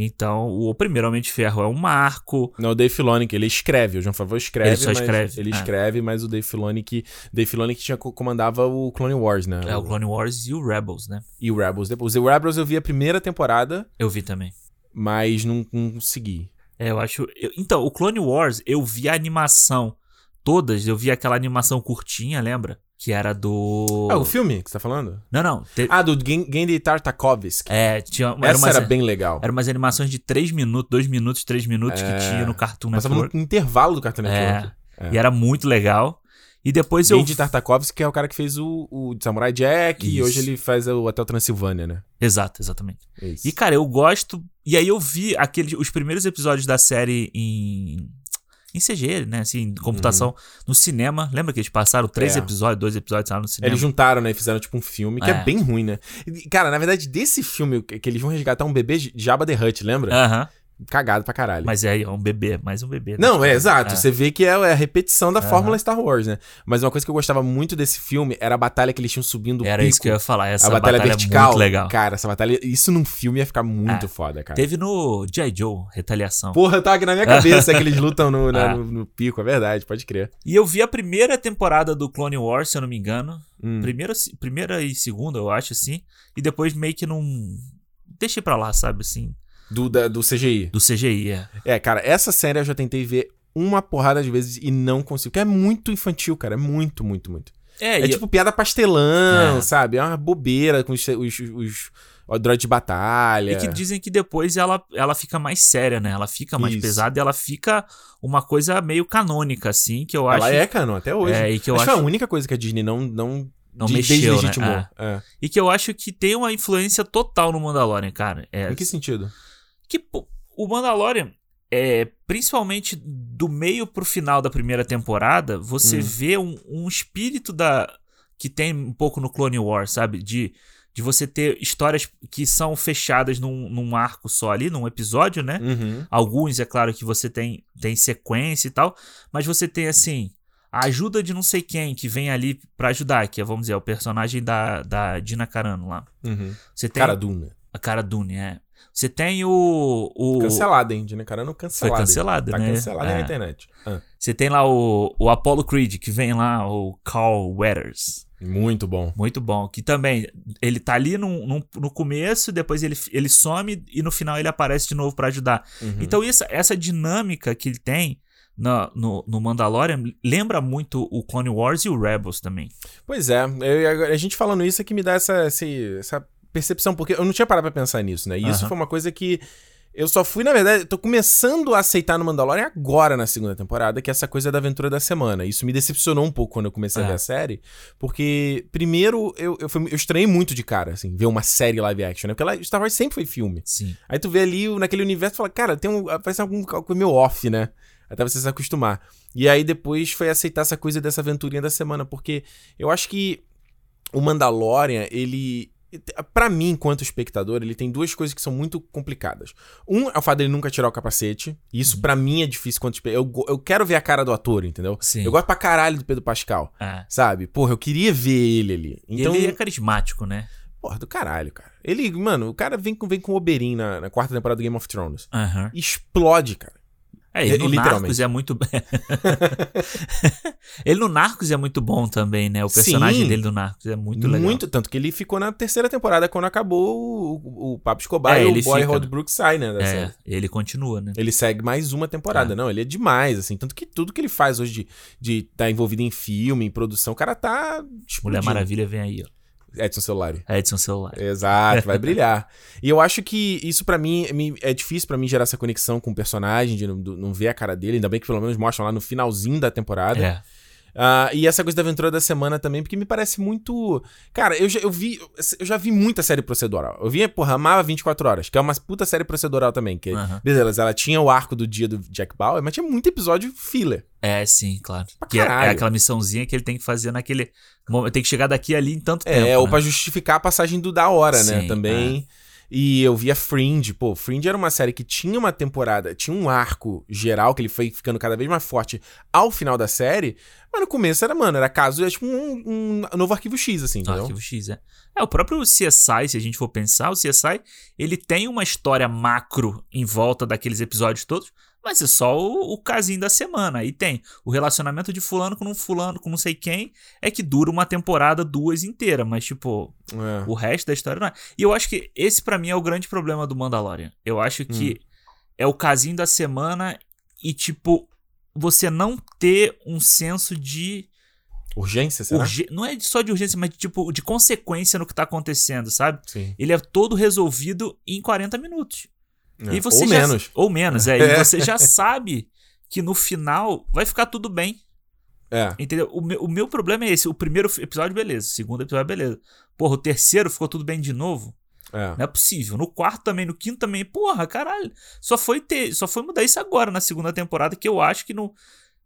S2: Então, o primeiro Homem de Ferro é um marco.
S1: Não, o Dave Filoni, que ele escreve. O João Favreau escreve.
S2: Ele só
S1: mas-
S2: escreve,
S1: Ele
S2: é.
S1: escreve, mas o Dave Filoni que... Dave Filoni que tinha, co- comandava o Clone Wars, né?
S2: É o Clone Wars e o Rebels, né?
S1: E o Rebels. Depois, o Rebels eu vi a primeira temporada,
S2: Eu vi também.
S1: mas não não consegui.
S2: É, eu acho. eu- então, o Clone Wars, eu vi a animação. Todas, eu vi aquela animação curtinha, lembra? Que era do.
S1: Ah, o filme que você tá falando?
S2: Não, não. te-
S1: Ah, do Gen- Genndy Tartakovsky.
S2: É, tinha. Era
S1: Essa
S2: umas,
S1: era bem legal.
S2: eram umas animações de 3 minutos, 2 minutos, 3 minutos que tinha no Cartoon
S1: É, Passava no
S2: Network.
S1: intervalo do Cartoon Network.
S2: É,
S1: É.
S2: E era muito legal. E depois eu.
S1: Genndy Tartakovsky, que é o cara que fez o, o Samurai Jack, e
S2: Isso.
S1: hoje ele faz o Hotel Transilvânia, né? É
S2: Exato, exatamente.
S1: Isso.
S2: E, cara, eu gosto. E aí eu vi aquele, os primeiros episódios da série em. Em CG, né? Assim, em computação no cinema. Lembra que eles passaram três
S1: Uhum. É.
S2: episódios, dois episódios lá no cinema?
S1: Eles juntaram, né? E fizeram tipo um filme, que é,
S2: É.
S1: bem ruim, né? E, cara, na verdade, desse filme que que eles vão resgatar um bebê de Jabba the Hutt, lembra?
S2: Aham.
S1: Cagado pra caralho.
S2: É. Mas é aí, é um bebê, mais um bebê. né?
S1: Não, é exato.
S2: É.
S1: Você vê que é é a repetição da
S2: Aham.
S1: fórmula Star Wars, né? Mas uma coisa que eu gostava muito desse filme era a batalha que eles tinham subindo o
S2: Era
S1: pico.
S2: isso que eu ia falar. Essa
S1: a batalha, vertical.
S2: é muito legal.
S1: Cara, essa batalha. Isso num filme ia ficar muito
S2: É.
S1: foda, cara.
S2: Teve no G.I. Joe, Retaliação.
S1: Porra, tá aqui na minha cabeça que eles lutam no, né,
S2: É.
S1: no, no pico, é verdade, pode crer.
S2: E eu vi a primeira temporada do Clone Wars, se eu não me engano.
S1: Hum.
S2: Primeira, primeira e segunda, eu acho, assim. E depois meio que não. Deixei pra lá, sabe, assim.
S1: Do, da- do CGI.
S2: Do CGI, é.
S1: É, cara, essa série eu já tentei ver uma porrada de vezes e não consigo. Porque é muito infantil, cara. É muito, muito, muito.
S2: É,
S1: É,
S2: e-
S1: tipo piada pastelão,
S2: É.
S1: sabe? É uma bobeira com os, os, os, os droids de batalha.
S2: E que dizem que depois ela, ela fica mais séria, né? Ela fica mais
S1: Isso.
S2: pesada e ela fica uma coisa meio canônica, assim, que eu acho.
S1: Ela é, canon, até hoje.
S2: É, e que eu
S1: acho que um.
S2: acho,
S1: foi a única coisa que a Disney não, não,
S2: não
S1: de-
S2: mexeu, né?
S1: deslegitimou.
S2: É.
S1: É.
S2: E que eu acho que tem uma influência total no Mandalorian, cara. É,
S1: Em que sentido?
S2: que, pô, o Mandalorian, é, principalmente do meio pro final da primeira temporada, você
S1: Hum.
S2: vê um, um espírito da que tem um pouco no Clone Wars, sabe? De, de você ter histórias que são fechadas num, num arco só ali, num episódio, né?
S1: Uhum.
S2: Alguns, é claro, que você tem, tem sequência e tal, mas você tem, assim, a ajuda de não sei quem que vem ali pra ajudar, que é, vamos dizer, o personagem da, da Dina Carano lá.
S1: Uhum.
S2: Você tem
S1: Cara, Duna.
S2: a cara Dune, é. Você tem o... o
S1: Cancelada, hein? Dina Carano
S2: Foi
S1: cancelada.
S2: cancelado,
S1: Tá
S2: né?
S1: cancelada na
S2: É.
S1: internet. Ah,
S2: Você tem lá o, o Apollo Creed, que vem lá, o Carl Weathers.
S1: muito bom.
S2: Muito bom. Que também, ele tá ali num- num- no começo, depois ele, ele some e no final ele aparece de novo pra ajudar.
S1: Uhum.
S2: Então, isso, essa dinâmica que ele tem na- no, no Mandalorian lembra muito o Clone Wars e o Rebels também.
S1: Pois é, eu- e agora- a gente falando isso é que me dá essa, esse- essa percepção, porque eu não tinha parado pra pensar nisso, né? E isso
S2: Aham.
S1: foi uma coisa que eu só fui, na verdade, tô começando a aceitar no Mandalorian agora na segunda temporada, que é essa coisa da aventura da semana. Isso me decepcionou um pouco quando eu comecei a
S2: É.
S1: ver a série, porque primeiro eu, eu, fui- eu estranhei muito de cara, assim, ver uma série live action, né? Porque ela, Star Wars sempre foi filme.
S2: Sim.
S1: Aí tu vê ali o- naquele universo e fala, cara, tem um, parece algum cálculo meio off, né? Até você se acostumar. E aí depois foi aceitar essa coisa dessa aventurinha da semana, porque eu acho que o Mandalorian, ele. Pra mim, enquanto espectador, ele tem duas coisas que são muito complicadas. Um é o fato dele nunca tirar o capacete. E
S2: Uhum.
S1: isso, pra mim, é difícil quanto espectador. Eu, go- eu quero ver a cara do ator, entendeu?
S2: Sim.
S1: Eu gosto pra caralho do Pedro Pascal,
S2: É.
S1: sabe? Porra, eu queria ver ele ali.
S2: E
S1: Então,
S2: ele é carismático, né?
S1: porra, do caralho, cara. Ele, mano, o cara vem com, vem com o Oberyn na, na quarta temporada do Game of Thrones
S2: Aham.
S1: explode, cara.
S2: É, ele
S1: É,
S2: no
S1: literalmente.
S2: Narcos é muito. ele no Narcos é muito bom também, né? O personagem
S1: Sim.
S2: dele do Narcos é muito legal.
S1: tanto que ele ficou na terceira temporada quando acabou o, o Papo Escobar
S2: É,
S1: e
S2: ele
S1: o Boy
S2: fica, né?
S1: Rodbrook sai, né, da série.
S2: É, ele continua, né?
S1: Ele segue mais uma temporada.
S2: É.
S1: Não, ele é demais, assim. Tanto que tudo que ele faz hoje de de estar envolvido em filme, em produção, o cara tá.
S2: Mulher
S1: explodindo.
S2: Maravilha vem aí, ó.
S1: Edson Celular.
S2: A Edson Celular.
S1: Exato, vai brilhar. E eu acho que isso pra mim me- é difícil pra mim gerar essa conexão com o personagem, de não, do- não ver a cara dele, ainda bem que pelo menos mostram lá no finalzinho da temporada.
S2: É.
S1: Ah, e essa coisa da aventura da semana também, porque me parece muito. Cara, eu já, eu vi, eu já vi muita série procedural. Eu via, porra, amava 24 horas, que é uma puta série procedural também. Que,
S2: Aham.
S1: Beleza, ela tinha o arco do dia do Jack Bauer, mas tinha muito episódio filler.
S2: É, sim, claro.
S1: Pra
S2: Que é, é
S1: caralho.
S2: aquela missãozinha que ele tem que fazer naquele momento. Tem que chegar daqui e ali em tanto
S1: É,
S2: tempo.
S1: ou
S2: né?
S1: pra justificar a passagem do da hora, né?
S2: Sim, é.
S1: Também. E eu via Fringe, pô, Fringe era uma série que tinha uma temporada, tinha um arco geral, que ele foi ficando cada vez mais forte ao final da série, mas no começo era, mano, era caso, era tipo um, um novo arquivo X, assim,
S2: Ah,
S1: entendeu?
S2: Arquivo X, é. É, o próprio CSI, se a gente for pensar, o CSI, ele tem uma história macro em volta daqueles episódios todos, mas é só o, o casinho da semana. Aí tem o relacionamento de fulano com um fulano com não sei quem, é que dura uma temporada, duas inteira, mas tipo,
S1: É.
S2: o resto da história não é. E eu acho que esse pra mim é o grande problema do Mandalorian. Eu acho que é o casinho da semana e tipo, você não ter um senso de
S1: Urgência, será?
S2: urge- Não é de- só de urgência, mas de, tipo, de consequência no que tá acontecendo, sabe?
S1: Sim.
S2: Ele é todo resolvido em 40 minutos.
S1: É.
S2: E você
S1: Ou
S2: já-
S1: menos.
S2: Ou menos, é.
S1: É.
S2: E você já sabe que no final vai ficar tudo bem.
S1: É.
S2: Entendeu? O meu, o meu problema é esse. O primeiro episódio, beleza. O segundo episódio, beleza. Porra, o terceiro ficou tudo bem de novo?
S1: É.
S2: Não é possível. No quarto também, no quinto também. Porra, caralho. Só foi ter, só foi mudar isso agora na segunda temporada que eu acho que não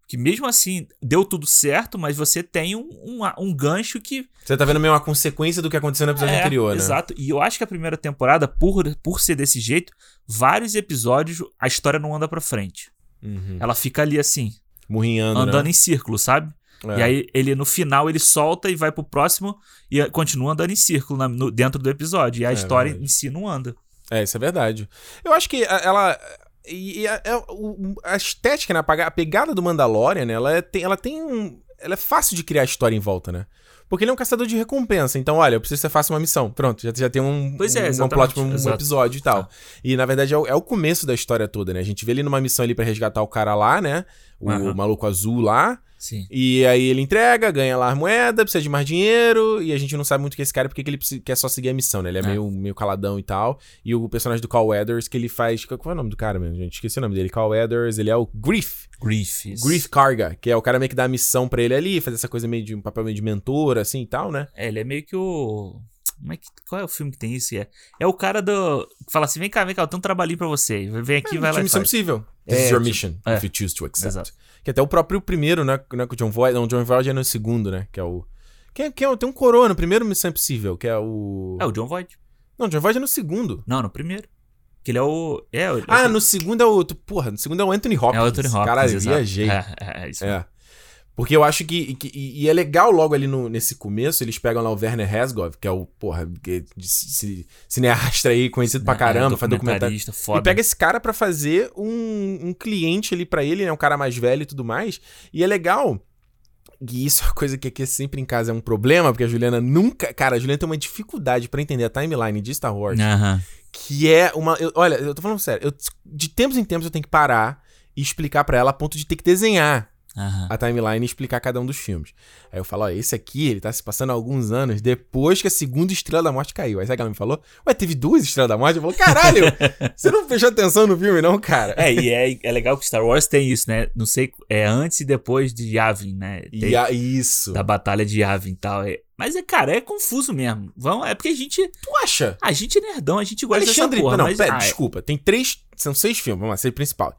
S2: que mesmo assim deu tudo certo, mas você tem um, um, um gancho que
S1: Você tá vendo meio uma consequência do que aconteceu no episódio anterior, né?
S2: É, Exato. E eu acho que a primeira temporada, por, por ser desse jeito, vários episódios a história não anda pra frente.
S1: Uhum.
S2: Ela fica ali assim,
S1: Murrinhando,
S2: andando
S1: né?
S2: em círculo, sabe?
S1: É.
S2: E aí ele no final ele solta e vai pro próximo e eh, continua andando em círculo na- no- dentro do episódio. E a
S1: É,
S2: história
S1: verdade.
S2: em si não anda.
S1: É, isso é verdade. Eu acho que a- ela. E e a, é o- a estética, né? a paga- a pegada do Mandalorian, né? Ela é- tem, ela tem um. Ela é fácil de criar história em volta, né? Porque ele é um caçador de recompensa. Então, olha, eu preciso que você faça uma missão. Pronto, já, já tem um,
S2: Pois é,
S1: um, um
S2: exatamente,
S1: plot pra um
S2: exato. Tá.
S1: episódio e tal. E, na verdade, é o, é o começo da história toda, né? A gente vê ele numa missão ali pra resgatar o cara lá, né? O
S2: Aham.
S1: maluco azul lá.
S2: Sim.
S1: E aí ele entrega, ganha lá a moeda, precisa de mais dinheiro, e a gente não sabe muito o que é esse cara, porque que ele precisa- quer só seguir a missão, né? Ele é,
S2: É.
S1: Meio, meio caladão e tal. E o personagem do Carl Weathers, que ele faz. Qual é o nome do cara mesmo, gente? Esqueci o nome dele. Carl Weathers, ele é o Griff.
S2: Griffiths.
S1: Griff Karga, que é o cara meio que dá a missão pra ele ali, fazer essa coisa meio de um papel meio de mentor, assim e tal, né?
S2: É, ele é meio que o. Como é que, qual é o filme que tem isso? É, é o cara do. que Fala assim: vem cá, vem cá, eu tenho um trabalhinho pra você. Vem aqui,
S1: É,
S2: vai
S1: de
S2: lá. e
S1: Missão
S2: faz.
S1: Impossível. This
S2: É,
S1: is your
S2: tipo,
S1: mission,
S2: é.
S1: if you choose to accept.
S2: Exato.
S1: Que até o próprio primeiro, né? né com o John Voight. Não, o John Voight é no segundo, né? Que é o. Que é, que é o- tem um coroa no primeiro Missão Impossível, que é o.
S2: É o John Voight.
S1: Não, o John Voight é no segundo.
S2: Não, no primeiro. Que ele é o. É, o-
S1: Ah, no segundo é o. tu- Porra, no segundo é o Anthony Hopkins.
S2: É o Anthony Hopkins.
S1: Caralho,
S2: exato.
S1: viajei. É.
S2: É, é, é isso.
S1: Porque eu acho que. e que- E, e é legal logo ali no- nesse começo, eles pegam lá o Werner Herzog, que é o, porra, que- de- ci- cineasta aí, conhecido pra
S2: É,
S1: caramba, faz documentário.
S2: documentarista, Foda.
S1: E pega esse cara pra fazer um, um cliente ali pra ele, né? Um cara mais velho e tudo mais. E é legal. E isso é uma coisa que aqui sempre em casa é um problema, porque a Juliana nunca. Cara, a Juliana tem uma dificuldade pra entender a timeline de Star Wars.
S2: Aham.
S1: Que é uma. eu- olha, eu tô falando sério. eu- de tempos em tempos eu tenho que parar e explicar pra ela a ponto de ter que desenhar
S2: aham.
S1: a timeline e explicar cada um dos filmes. Aí eu falo, ó, esse aqui, ele tá se passando há alguns anos depois que a segunda Estrela da Morte caiu. Aí sabe o que ela me falou? Ué, teve duas Estrelas da Morte? Eu falo, caralho, você não prestou atenção no filme não, cara?
S2: É, e é, é legal que Star Wars tem isso, né? Não sei, é antes e depois de Yavin, né? Tem-
S1: E a, isso.
S2: Da batalha de Yavin e tal. é. Mas, é, cara, é confuso mesmo. Vamos, é porque a gente,
S1: Tu acha?
S2: a gente é nerdão, a gente gosta
S1: Alexandre,
S2: dessa porra.
S1: não,
S2: mas,
S1: pera,
S2: ah, é-
S1: desculpa. Tem três, são seis filmes, vamos lá, seis principais.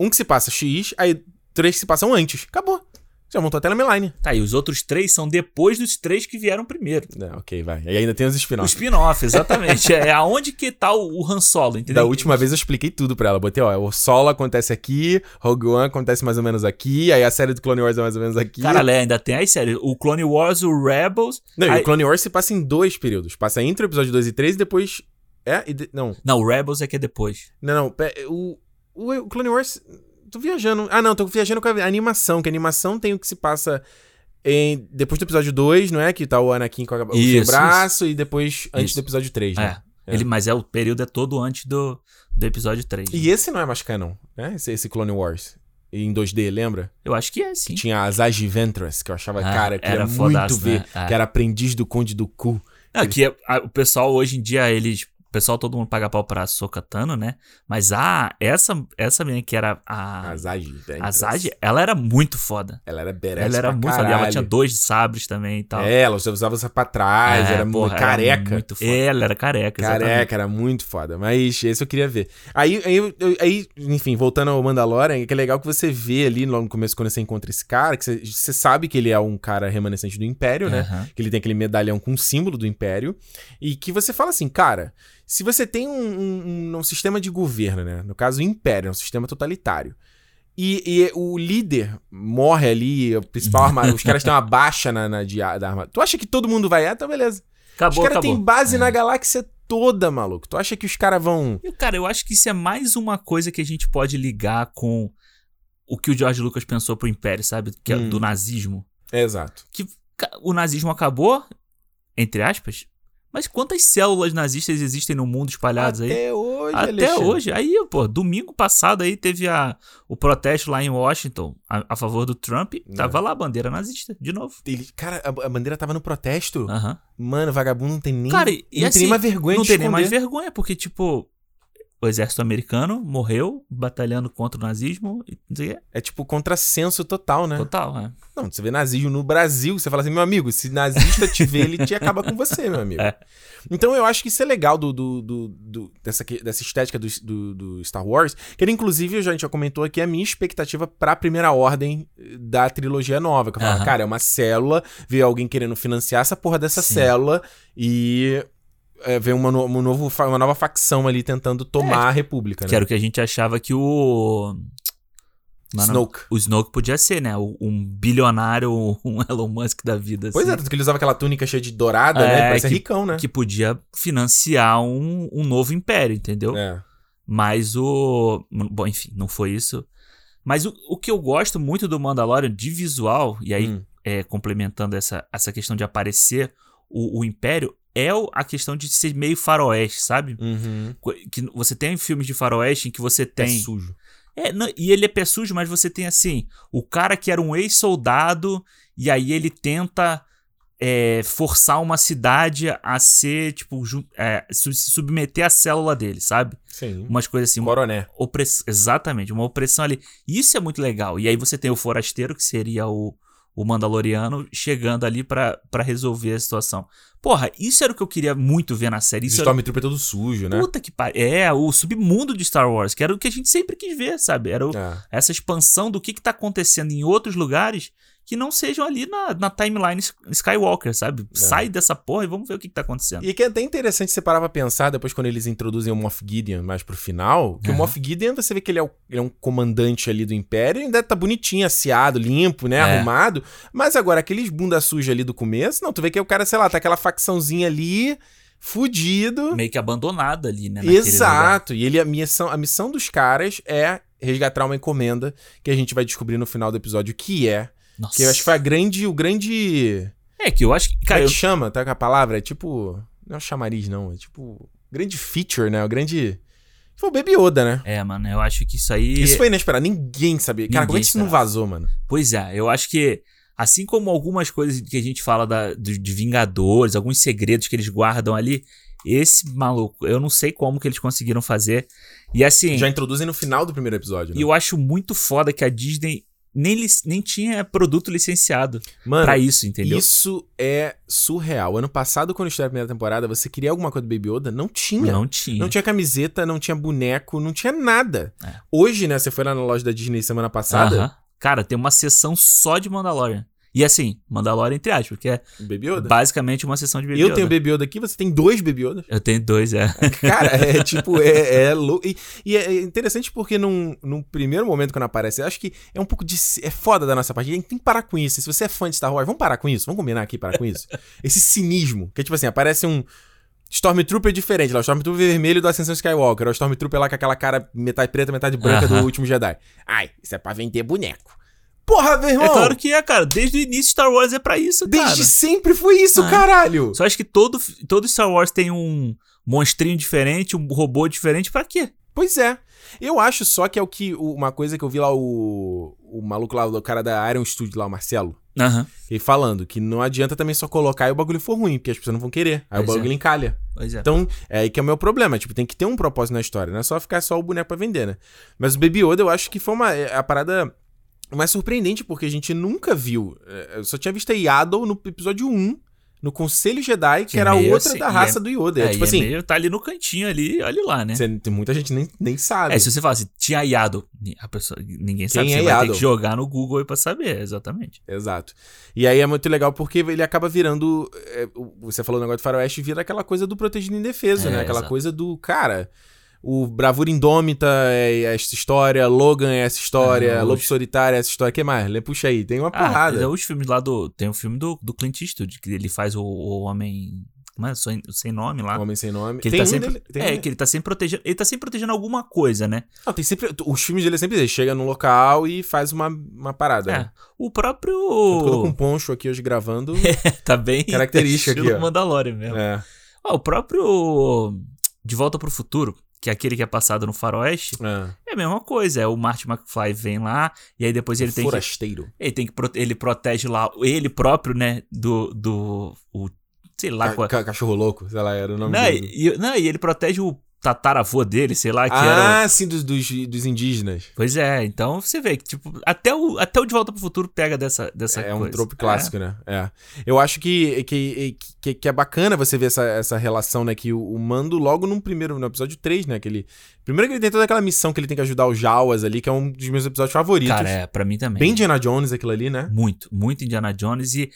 S1: Um que se passa X, aí três que se passam antes. Acabou. Já montou a timeline.
S2: Tá, e os outros três são depois dos três que vieram primeiro.
S1: Não, É, ok, vai. E ainda tem os
S2: O
S1: spin-offs.
S2: spin-off, exatamente. é aonde que tá o, o Han Solo, entendeu?
S1: Da última vez eu expliquei tudo pra ela. Botei, ó, o solo acontece aqui, Rogue One acontece mais ou menos aqui, aí a série do Clone Wars é mais ou menos aqui.
S2: Caralho, é, ainda tem aí, sério. O Clone Wars, o Rebels.
S1: não, e
S2: aí-
S1: o Clone Wars se passa em dois períodos. Passa entre o episódio 2 e 3 e depois. É? E de- Não,
S2: Não, o Rebels é que é depois.
S1: não, não. pe- O, o, o Clone Wars. Tô viajando. Ah, não, tô viajando com a animação, que a animação tem o que se passa em- depois do episódio 2, não é? Que tá o Anakin com a, o
S2: Isso,
S1: seu braço e depois antes
S2: Isso.
S1: do episódio 3, né?
S2: É. Ele, mas é o período é todo antes do, do episódio 3. né?
S1: E esse não é mais canon, né? Esse, esse Clone Wars. Em 2D, lembra?
S2: Eu acho que é, sim.
S1: Tinha as Agi Ventress, que eu achava,
S2: Ah,
S1: tipo, cara, que era,
S2: era
S1: muito
S2: fodaço,
S1: ver.
S2: né? Ah.
S1: Que era aprendiz do Conde do Cu.
S2: Não, que é- a- o pessoal hoje em dia, eles. O pessoal, todo mundo paga pau pra Sokatano, né? Mas a. Essa, essa menina que era a.
S1: As Agi
S2: A
S1: Ventress.
S2: Zaj, ela era muito foda.
S1: Ela era badass
S2: ela era
S1: pra
S2: muito foda. E Ela
S1: caralho.
S2: tinha dois sabres também e tal.
S1: É, ela usava essa pra trás,
S2: É,
S1: era
S2: porra,
S1: muito careca. É,
S2: muito foda. Ela era careca, exatamente.
S1: Careca, era muito foda. Mas esse eu queria ver. Aí, aí, eu- eu- aí, enfim, voltando ao Mandalorian, que é legal que você vê ali logo no começo, quando você encontra esse cara, que você, você sabe que ele é um cara remanescente do Império, né?
S2: Aham.
S1: Que ele tem aquele medalhão com o símbolo do Império. E que você fala assim, cara, se você tem um, um- um- um sistema de governo, né? No caso, o Império, é um sistema totalitário. E, e o líder morre ali, o principal armadura. os caras têm uma baixa na, na de, da armadura. Tu acha que todo mundo vai? Ah, então beleza.
S2: Acabou,
S1: os caras
S2: acabou. É.
S1: têm base na galáxia toda, maluco. Tu acha que os caras vão.
S2: E, cara, eu acho que isso é mais uma coisa que a gente pode ligar com o que o George Lucas pensou pro Império, sabe? Que é
S1: Hum.
S2: do nazismo.
S1: Exato.
S2: Ca- O nazismo acabou, entre aspas, mas quantas células nazistas existem no mundo espalhadas aí?
S1: Até hoje,
S2: Até
S1: Alexandre.
S2: hoje. Aí, pô, domingo passado aí teve a, o protesto lá em Washington a, a favor do Trump.
S1: É.
S2: Tava lá a bandeira nazista, de novo.
S1: Ele- cara, a, a bandeira tava no protesto.
S2: Aham.
S1: Mano, vagabundo não tem nem.
S2: Ah. Cara, e
S1: não
S2: assim,
S1: tem nenhuma vergonha
S2: Não
S1: de
S2: tem nem mais
S1: esconder.
S2: vergonha, porque, tipo, o exército americano morreu batalhando contra o nazismo. E, não sei o quê.
S1: É tipo contrassenso total, né?
S2: total, né?
S1: Não, você vê nazismo no Brasil, você fala assim, meu amigo, se nazista te vê, ele te acaba com você, meu amigo.
S2: É.
S1: Então eu acho que isso é legal do, do- do- do- dessa, que- dessa estética do, do- do Star Wars, que ele, inclusive, já- a gente já comentou aqui, é a minha expectativa pra primeira ordem eh, da trilogia nova. Que eu falo,
S2: Aham.
S1: cara, é uma célula, ver alguém querendo financiar essa porra dessa
S2: Sim.
S1: célula e eh, ver uma, no- um novo fa- uma nova facção ali tentando tomar
S2: É, tipo,
S1: a república, né?
S2: Que era o que a gente achava que o. Mano,
S1: Snoke.
S2: O Snoke podia ser, né? O- Um bilionário, um Elon Musk da vida.
S1: Pois é,
S2: assim,
S1: tanto que ele usava aquela túnica cheia de dourada,
S2: É,
S1: né? Parece
S2: que-
S1: ricão, né?
S2: Que podia financiar um, um novo império, entendeu?
S1: É.
S2: Mas o. Bom, enfim, não foi isso. Mas o, o que eu gosto muito do Mandalorian de visual, e aí
S1: Hum.
S2: é, complementando essa, essa questão de aparecer o, o Império, é o- a questão de ser meio faroeste, sabe?
S1: Uhum.
S2: Co- Que você tem filmes de faroeste em que você
S1: É
S2: tem.
S1: sujo.
S2: É, não, e ele é pé sujo, mas você tem assim, o cara que era um ex-soldado, e aí ele tenta é, forçar uma cidade a ser, tipo, ju- é, su- se submeter à célula dele, sabe?
S1: Sim.
S2: Umas coisas assim, uma
S1: Coroné.
S2: opress... exatamente, uma opressão ali. Isso é muito legal. E aí você tem o forasteiro, que seria o, o Mandaloriano, chegando ali pra pra resolver a situação. Porra, isso era o que eu queria muito ver na série. Isso é era...
S1: Stormtrooper todo sujo, né?
S2: Puta que pariu. É, o submundo de Star Wars, que era o que a gente sempre quis ver, sabe? Era o-
S1: É.
S2: essa expansão do que, que tá acontecendo em outros lugares que não sejam ali na, na timeline S- Skywalker, sabe?
S1: É.
S2: Sai dessa porra e vamos ver o que, que tá acontecendo.
S1: E que é até interessante você parar pra pensar, depois quando eles introduzem o Moff Gideon mais pro final, que o
S2: Aham.
S1: Moff Gideon, você vê que ele é, o- ele é um comandante ali do Império, ainda tá bonitinho, asseado, limpo, né,
S2: É.
S1: arrumado, mas agora aqueles bunda suja ali do começo, não, tu vê que é o cara, sei lá, tá aquela facçãozinha ali, fudido,
S2: Meio que abandonada ali, né? naquele lugar.
S1: Exato. E ele a missão, a missão dos caras é resgatar uma encomenda que a gente vai descobrir no final do episódio que é.
S2: Nossa.
S1: Que eu acho que foi a grande, o grande.
S2: É que eu acho que.
S1: Cara,
S2: Cara,
S1: como é
S2: eu-
S1: que chama? Tá com a palavra? É tipo. Não é um chamariz, não. É tipo. Grande feature, né? O grande. Foi o Baby Yoda, né?
S2: É, mano, eu acho que isso aí.
S1: Isso foi inesperado. Ninguém sabia. Cara, como é que isso não
S2: esperava.
S1: vazou, mano?
S2: Pois é, eu acho que. Assim como algumas coisas que a gente fala da, do- de Vingadores, alguns segredos que eles guardam ali, esse maluco, eu não sei como que eles conseguiram fazer. E assim.
S1: Já introduzem no final do primeiro episódio.
S2: E
S1: Né?
S2: eu acho muito foda que a Disney nem, lic- nem tinha produto licenciado
S1: Mano,
S2: pra isso, entendeu?
S1: isso é surreal. Ano passado, quando estreou a primeira temporada, você queria alguma coisa do Baby Yoda? Não tinha.
S2: Não tinha.
S1: Não tinha camiseta, não tinha boneco, não tinha nada.
S2: É.
S1: Hoje, né, você foi lá na loja da Disney semana passada,
S2: Aham. Cara, tem uma sessão só de Mandalorian. E assim, Mandalorian entre aspas, porque é
S1: Baby Yoda.
S2: basicamente uma sessão de Baby
S1: Eu
S2: Yoda.
S1: tenho Baby Yoda aqui, você tem dois Baby Yodas.
S2: Eu tenho dois, é.
S1: Cara, é tipo, é, é louco. E, e é interessante porque num, num primeiro momento quando aparece, eu acho que é um pouco de. ci- É foda da nossa parte. A gente tem que parar com isso. Se você é fã de Star Wars, vamos parar com isso. Vamos combinar aqui, parar com isso. Esse cinismo. Que é tipo assim, aparece um. Stormtrooper é diferente lá. O Stormtrooper vermelho do Ascensão Skywalker. É o Stormtrooper lá com aquela cara metade preta, metade branca
S2: Aham.
S1: do último Jedi. Ai, isso é pra vender boneco. Porra, meu irmão!
S2: É claro que é, cara. Desde o início, Star Wars é pra isso,
S1: Desde
S2: cara.
S1: sempre foi isso,
S2: Ah.
S1: caralho!
S2: Só acho que todo, todo Star Wars tem um monstrinho diferente, um robô diferente. Pra quê?
S1: Pois é. Eu acho só que é o que. o- Uma coisa que eu vi lá, o. O maluco lá, o cara da Iron Studio lá, o Marcelo.
S2: Aham.
S1: Ele falando que não adianta também só colocar e o bagulho for ruim, porque as pessoas não vão querer. Aí
S2: Pois
S1: o bagulho encalha.
S2: Pois é.
S1: Então, é aí que é o meu problema. Tipo, tem que ter um propósito na história. Não é só ficar só o boneco pra vender, né? Mas o Baby Yoda, eu acho que foi uma, é a parada mais surpreendente, porque a gente nunca viu. É, Eu só tinha visto a Yaddle no episódio 1, no Conselho Jedi, que,
S2: Que é
S1: era
S2: meio
S1: outra
S2: assim,
S1: da
S2: e
S1: raça do Yoda. É,
S2: É,
S1: tipo
S2: e é
S1: assim,
S2: meio- tá ali no cantinho ali, olha lá, né?
S1: cê- tem muita gente nem, nem sabe.
S2: É, se você fala assim, tinha Yado, a pessoa, ninguém sabe,
S1: Quem
S2: você
S1: é
S2: vai ter
S1: Yado?
S2: que jogar no Google aí pra saber, exatamente.
S1: Exato. E aí é muito legal porque ele acaba virando. é, o- você falou o negócio do Faroeste, vira aquela coisa do protegido indefeso,
S2: É,
S1: né? Aquela
S2: exato.
S1: coisa do. Cara, o Bravura Indômita é essa história, Logan é essa história,
S2: Ah,
S1: Lobo
S2: os-
S1: Solitário é essa história. que mais? Lê, Puxa aí, tem uma
S2: Ah,
S1: porrada.
S2: é os filmes lá do, tem o filme do, do Clint Eastwood, que ele faz o, o homem, como é, sem, sem nome lá.
S1: Homem Sem Nome.
S2: Que ele
S1: tem
S2: tá
S1: um
S2: sempre,
S1: dele- tem um
S2: é,
S1: dele-
S2: que ele tá sempre protegendo, ele tá sempre protegendo alguma coisa, né?
S1: Não, tem sempre. Os filmes dele é sempre ele chega num local e faz uma, uma parada.
S2: É.
S1: né?
S2: O
S1: Eu tô com um
S2: próprio
S1: poncho aqui hoje gravando.
S2: tá bem
S1: Característica aqui,
S2: estilo
S1: ó.
S2: Mandalorian mesmo.
S1: é.
S2: Ah, o próprio De Volta pro Futuro, que é aquele que é passado no faroeste,
S1: é.
S2: é a mesma coisa, é o Marty McFly vem lá e aí depois ele tem que
S1: Forasteiro.
S2: Ele tem que prote- ele protege lá ele próprio, né, do do o, sei lá
S1: Ca-
S2: qual. é.
S1: ca- cachorro louco, sei lá, era o nome
S2: Não,
S1: dele.
S2: e, e- não, e ele protege o tataravô dele, sei lá, que era. um o-
S1: Ah, sim, dos, dos, dos indígenas.
S2: Pois é, então você vê que tipo até o até o de volta pro futuro pega dessa dessa
S1: é
S2: coisa.
S1: um trope clássico, né? É. Eu acho que, que, que, que é bacana você ver essa, essa relação, né? Que o, o Mando, logo no primeiro, no episódio 3, né? Que ele, primeiro que ele tem toda aquela missão que ele tem que ajudar os Jawas ali, que é um dos meus episódios
S2: É.
S1: favoritos.
S2: Cara, é, pra mim também.
S1: Bem Indiana Jones aquilo ali, né?
S2: Muito, muito Indiana Jones e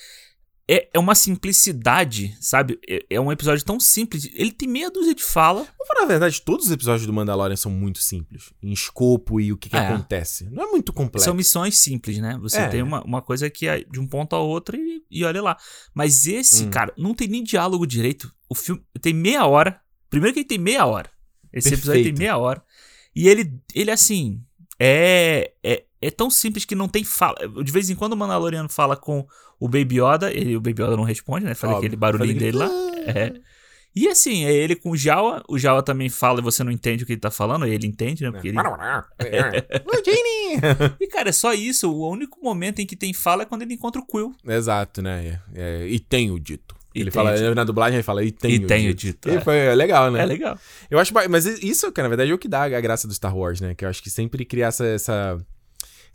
S2: é, é uma simplicidade, sabe? É, é um episódio tão simples. Ele tem meia dúzia de fala.
S1: Vou falar a verdade, todos os episódios do Mandalorian são muito simples. Em escopo e o que, que
S2: É.
S1: acontece. Não é muito complexo.
S2: São missões simples, né? Você
S1: É.
S2: tem uma, uma coisa que é de um ponto a outro e, e olha lá. Mas esse,
S1: Hum.
S2: cara, não tem nem diálogo direito. O filme tem meia hora. Primeiro que ele tem meia hora. Esse episódio tem
S1: Perfeito.
S2: meia hora. E ele, ele assim, é, é, é tão simples que não tem fala. De vez em quando o Mandaloriano fala com o Baby Yoda, ele, o Baby Yoda não responde, né? Faz
S1: Óbvio,
S2: aquele barulhinho
S1: faz
S2: dele
S1: aquele-
S2: lá. É. E assim, é ele com o Jawa, o Jawa também fala e você não entende o que ele tá falando, ele entende, né? Porque ele
S1: Ah, é.
S2: e, cara, é só isso. O único momento em que tem fala é quando ele encontra o Quill.
S1: Exato, né? É, é, e tenho dito.
S2: E
S1: ele
S2: tenho
S1: fala, na dublagem ele fala, e tenho
S2: e tem o
S1: dito.
S2: dito.
S1: E
S2: É.
S1: foi é legal, né?
S2: É legal.
S1: Eu acho, ba- mas isso, cara, na verdade é o que dá a graça do Star Wars, né? Que eu acho que sempre cria essa, essa-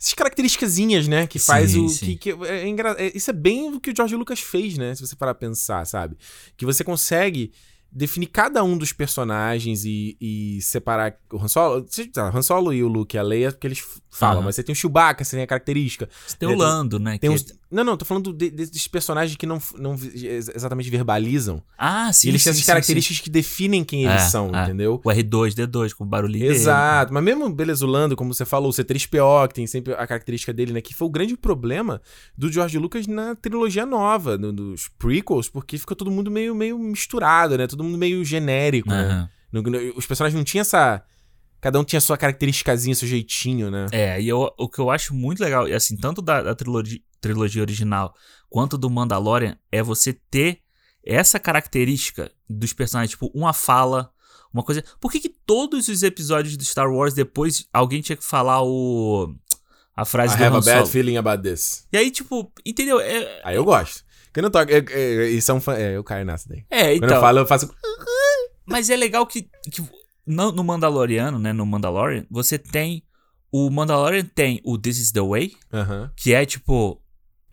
S1: essas característicazinhas, né? Que faz
S2: Sim,
S1: o
S2: sim.
S1: que, que é engra- é- isso é bem o que o George Lucas fez, né? Se você parar pra pensar, sabe? Que você consegue definir cada um dos personagens e, e separar o Han Solo, sei lá, Han Solo e o Luke, e a Leia, porque eles f- falam,
S2: Aham.
S1: mas você tem o Chewbacca, você tem a característica,
S2: Tem o
S1: É, Tem- um-
S2: Lando, né?
S1: tem
S2: que-
S1: uns... Não, não, tô falando de- desses personagens que não, f- não vi- ex- exatamente verbalizam.
S2: Ah, sim.
S1: eles
S2: sim,
S1: têm essas
S2: sim,
S1: características que definem quem
S2: É,
S1: eles são,
S2: é.
S1: entendeu?
S2: sim. O R2, D2, com o barulhinho dele.
S1: Exato, mas mesmo beleza, o Lando, como você falou, o C3PO, que tem sempre a característica dele, né? Que foi o grande problema do George Lucas na trilogia nova, no- dos prequels, porque ficou todo mundo meio, meio misturado, né? Todo mundo meio genérico, né?
S2: Aham.
S1: No- no- os personagens não tinham essa. Cada um tinha sua característicazinha, seu jeitinho, né?
S2: É, e eu- o que eu acho muito legal, e assim, tanto da, da trilogi- trilogia original quanto do Mandalorian, é você ter essa característica dos personagens, tipo, uma fala, uma coisa. Por que, que todos os episódios do Star Wars depois alguém tinha que falar o. A frase
S1: I
S2: do
S1: have
S2: Han
S1: a
S2: Solo?
S1: bad feeling about this.
S2: E aí, tipo, entendeu? É,
S1: Aí eu gosto. Quem não toca. é- é- isso é um fã. É, eu caio nessa daí.
S2: é,
S1: Quando eu
S2: então.
S1: falo, eu faço.
S2: Mas é legal que, que no, no Mandaloriano, né? No Mandalorian, você tem. O Mandalorian tem o This Is the Way,
S1: Aham.
S2: que é tipo.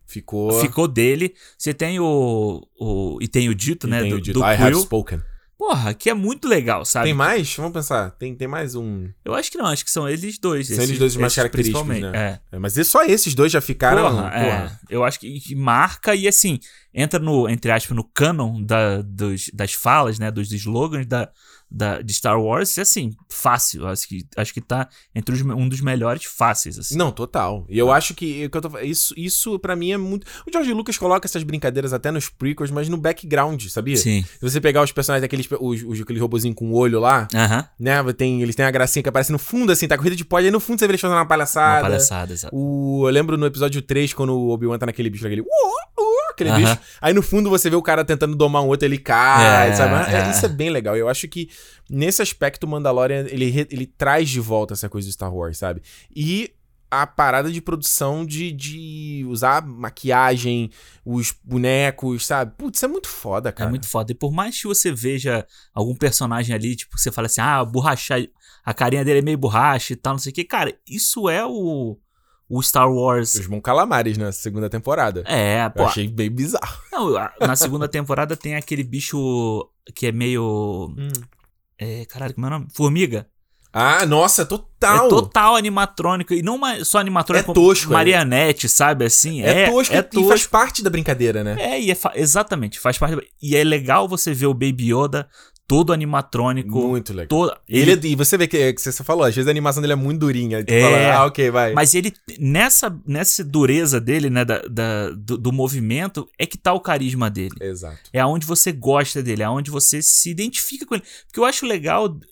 S1: Ficou.
S2: Ficou dele. Você tem o. o e tem o dito,
S1: e
S2: né?
S1: tem
S2: do
S1: o dito,
S2: do
S1: I have
S2: Quill.
S1: spoken.
S2: Porra, que é muito legal, sabe?
S1: Tem mais? Vamos pensar. Tem, tem mais um.
S2: Eu acho que não, acho que são eles dois.
S1: São eles dois os mais
S2: esses
S1: característicos,
S2: principalmente, É.
S1: É, Mas e só esses dois já ficaram.
S2: porra, É. Eu acho que, que marca e assim, entra no, entre aspas, no canon da, dos- das falas, né? Dos slogans da, da, de Star Wars, e assim, fácil. Eu Acho que, acho que tá entre os me- um dos melhores fáceis, assim.
S1: Não, total. E eu acho que, o que eu tô fa- isso, isso para mim é muito. O George Lucas coloca essas brincadeiras até nos prequels, mas no background, sabia?
S2: Sim.
S1: Se você pegar os personagens daquele aqueles, os, os, aqueles robozinhos com olho lá,
S2: Aham.
S1: né? Tem, eles têm a gracinha que aparece no fundo, assim, tá corrida de pó, e aí no fundo você vê eles fazendo uma palhaçada.
S2: Uma palhaçada, exato.
S1: O, eu lembro no episódio 3, quando o Obi-Wan tá naquele bicho, lá, aquele... Uh, uh, aquele
S2: Aham.
S1: bicho. Aí no fundo você vê o cara tentando domar um outro, ele cai,
S2: É,
S1: sabe? É,
S2: é.
S1: Isso é bem legal. Eu acho que nesse aspecto o Mandalorian, ele, re- ele traz de volta essa coisa do Star Wars, sabe? E a parada de produção de, de usar maquiagem, os bonecos, sabe? Putz, isso é muito foda,
S2: É
S1: cara.
S2: muito foda. E por mais que você veja algum personagem ali, tipo, que você fala assim, ah, borracha, a carinha dele é meio borracha e tal, não sei o que. Cara, isso é o, o Star Wars.
S1: Os Mon Calamares na segunda temporada.
S2: É,
S1: Eu
S2: pô.
S1: achei bem bizarro.
S2: Não, a- na segunda temporada tem aquele bicho que é meio. É, caralho, como é o nome? Formiga.
S1: Ah, nossa, total.
S2: É total animatrônico. E não ma- só
S1: É
S2: animatrônico, como
S1: tosco. é
S2: marionete, sabe? Assim.
S1: É, tosco
S2: É
S1: e
S2: tosco.
S1: faz parte da brincadeira, né?
S2: É, e é fa- exatamente, faz parte. do- E é legal você ver o Baby Yoda todo animatrônico.
S1: Muito legal.
S2: Todo,
S1: Ele, é
S2: ele,
S1: e você vê que, que você falou, às vezes a animação dele é muito durinha. aí Tu
S2: É.
S1: fala, ah, ok, vai.
S2: Mas ele, nessa, nessa dureza dele, né, da, da- do, do movimento, é que tá o carisma dele.
S1: Exato.
S2: É aonde você gosta dele, é aonde você se identifica com ele. Porque eu acho legal d-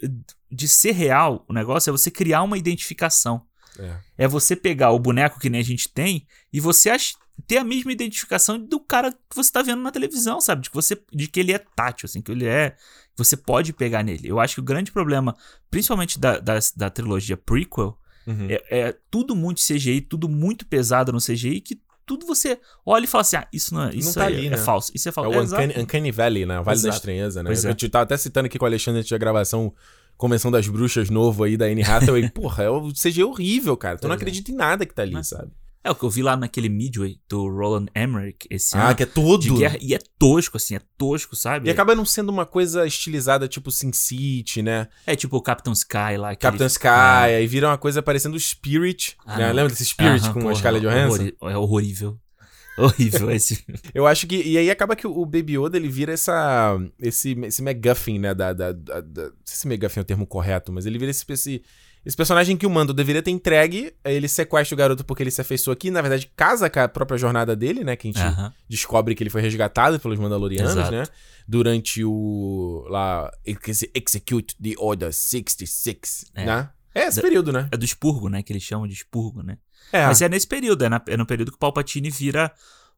S2: de ser real o negócio é você criar uma identificação.
S1: É.
S2: É você pegar o boneco que nem a gente tem e você ach- ter a mesma identificação do cara que você tá vendo na televisão, sabe? De que, você, de que ele é tátil, assim, que ele é. Você pode pegar nele. Eu acho que o grande problema, principalmente da, da, da trilogia prequel,
S1: Uhum.
S2: é, é tudo muito CGI, tudo muito pesado no CGI, que tudo você olha e fala assim: ah, isso não é, isso
S1: tá
S2: é,
S1: ali,
S2: é
S1: né?
S2: falso. Isso é
S1: É
S2: falso.
S1: o
S2: exato.
S1: Uncanny, Uncanny Valley, né? O Vale da
S2: Exato.
S1: Estranheza, né?
S2: Pois
S1: A
S2: é.
S1: gente tava até citando aqui com o Alexandre antes da gravação, Convenção das Bruxas novo aí da Anne Hathaway. Porra, é o CG horrível, cara. Tu não
S2: Pois é.
S1: acredita em nada que tá ali,
S2: Mas-
S1: sabe?
S2: É o que eu vi lá naquele Midway do Roland Emmerich esse
S1: Ah,
S2: ano.
S1: que é todo.
S2: de guerra, e é tosco, assim, é tosco, sabe?
S1: E acaba não sendo uma coisa estilizada tipo Sin City, né?
S2: É tipo o Captain Sky lá. aquele-
S1: Captain Sky,
S2: Ah,
S1: aí vira uma coisa parecendo o Spirit.
S2: Ah,
S1: né?
S2: não.
S1: Lembra desse Spirit
S2: aham,
S1: com a
S2: porra,
S1: escala de Johansson?
S2: horrori- É horrível. Horrível esse.
S1: Eu acho que. E aí acaba que o Baby Yoda ele vira essa. Esse, esse McGuffin, né? Da, da, da- da- não sei se McGuffin é o termo correto, mas ele vira esse, esse, esse personagem que o Mando deveria ter entregue. aí Ele sequestra o garoto porque ele se afeiçoou aqui. Na verdade, casa com a própria jornada dele, né? Que a gente
S2: Aham.
S1: descobre que ele foi resgatado pelos Mandalorianos,
S2: É. Exato.
S1: né? Durante o. lá. esse Execute the Order 66,
S2: É.
S1: né? É esse
S2: Da-
S1: período, né?
S2: É do expurgo, né? Que eles chamam de expurgo, né?
S1: É.
S2: Mas é nesse período, é, na- é no período que o Palpatine vira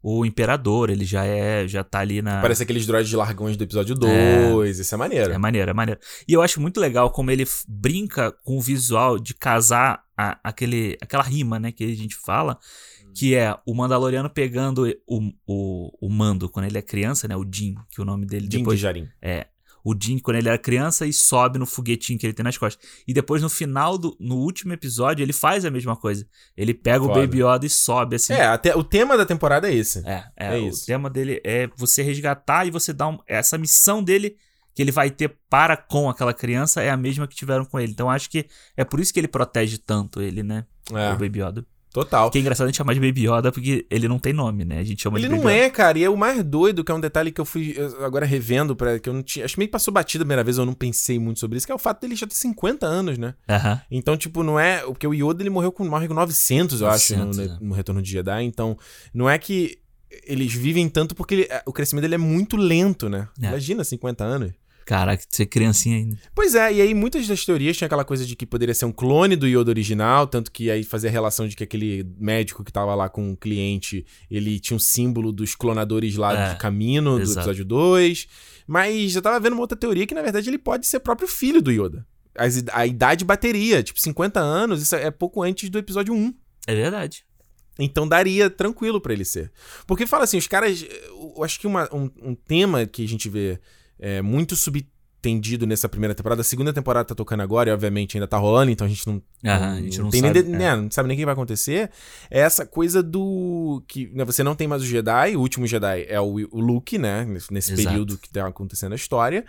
S2: o imperador, ele já é, já tá ali na.
S1: Parece aqueles droids de largões do episódio 2. Isso é maneiro.
S2: É maneiro, é maneiro. E eu acho muito legal como ele f- brinca com o visual de casar a- aquele, aquela rima, né, que a gente fala, que é o Mandaloriano pegando o, o, o Mando quando ele é criança, né, o Din, que o nome dele
S1: Din
S2: depois...
S1: Djarin.
S2: É, o Din quando ele era criança e sobe no foguetinho que ele tem nas costas. E depois no final, do, no último episódio, ele faz a mesma coisa. Ele pega
S1: Foda.
S2: o Baby Yoda e sobe assim.
S1: É, até, o tema da temporada é esse.
S2: É,
S1: É
S2: é, o
S1: isso.
S2: tema dele é você resgatar e você dar um- essa missão dele que ele vai ter para com aquela criança é a mesma que tiveram com ele. Então acho que é por isso que ele protege tanto ele, né?
S1: É,
S2: O Baby Yoda.
S1: total.
S2: Que é engraçado a gente chamar de Baby Yoda porque ele não tem nome, né? A gente chama
S1: Ele
S2: de Baby
S1: não
S2: Yoda.
S1: é, cara, e é o mais doido, que é um detalhe que eu fui eu agora revendo, pra, que eu não tinha. Acho que meio que passou batido a primeira vez, eu não pensei muito sobre isso, que é o fato dele já ter 50 anos, né?
S2: Aham.
S1: Então, tipo, não é. Porque o Yoda ele morreu com morre com 900, eu acho, no-
S2: 900,
S1: no, no Retorno de Jedi. Então, não é que eles vivem tanto porque ele- o crescimento dele é muito lento, né?
S2: É.
S1: Imagina 50 anos.
S2: Caraca, você é criancinha ainda.
S1: Pois é, e aí muitas das teorias tinha aquela coisa de que poderia ser um clone do Yoda original, tanto que aí fazia a relação de que aquele médico que tava lá com o cliente, ele tinha um símbolo dos clonadores lá
S2: É,
S1: de Camino, do
S2: exato.
S1: episódio 2. Mas eu tava vendo uma outra teoria que, na verdade, ele pode ser próprio filho do Yoda. As id- a idade bateria, tipo 50 anos, isso é pouco antes do episódio 1.
S2: É verdade.
S1: Então daria tranquilo pra ele ser. Porque fala assim, os caras. Eu acho que uma- um, um tema que a gente vê é, muito subtendido nessa primeira temporada, a segunda temporada tá tocando agora, e obviamente ainda tá rolando, então a gente não,
S2: Aham, a gente não,
S1: tem
S2: sabe.
S1: nem, de-
S2: é.
S1: né, não sabe nem o que vai acontecer. É essa coisa do. que né, Você não tem mais o Jedi, o último Jedi é o, o Luke, né? Nesse, nesse
S2: Exato.
S1: período que tá acontecendo a história.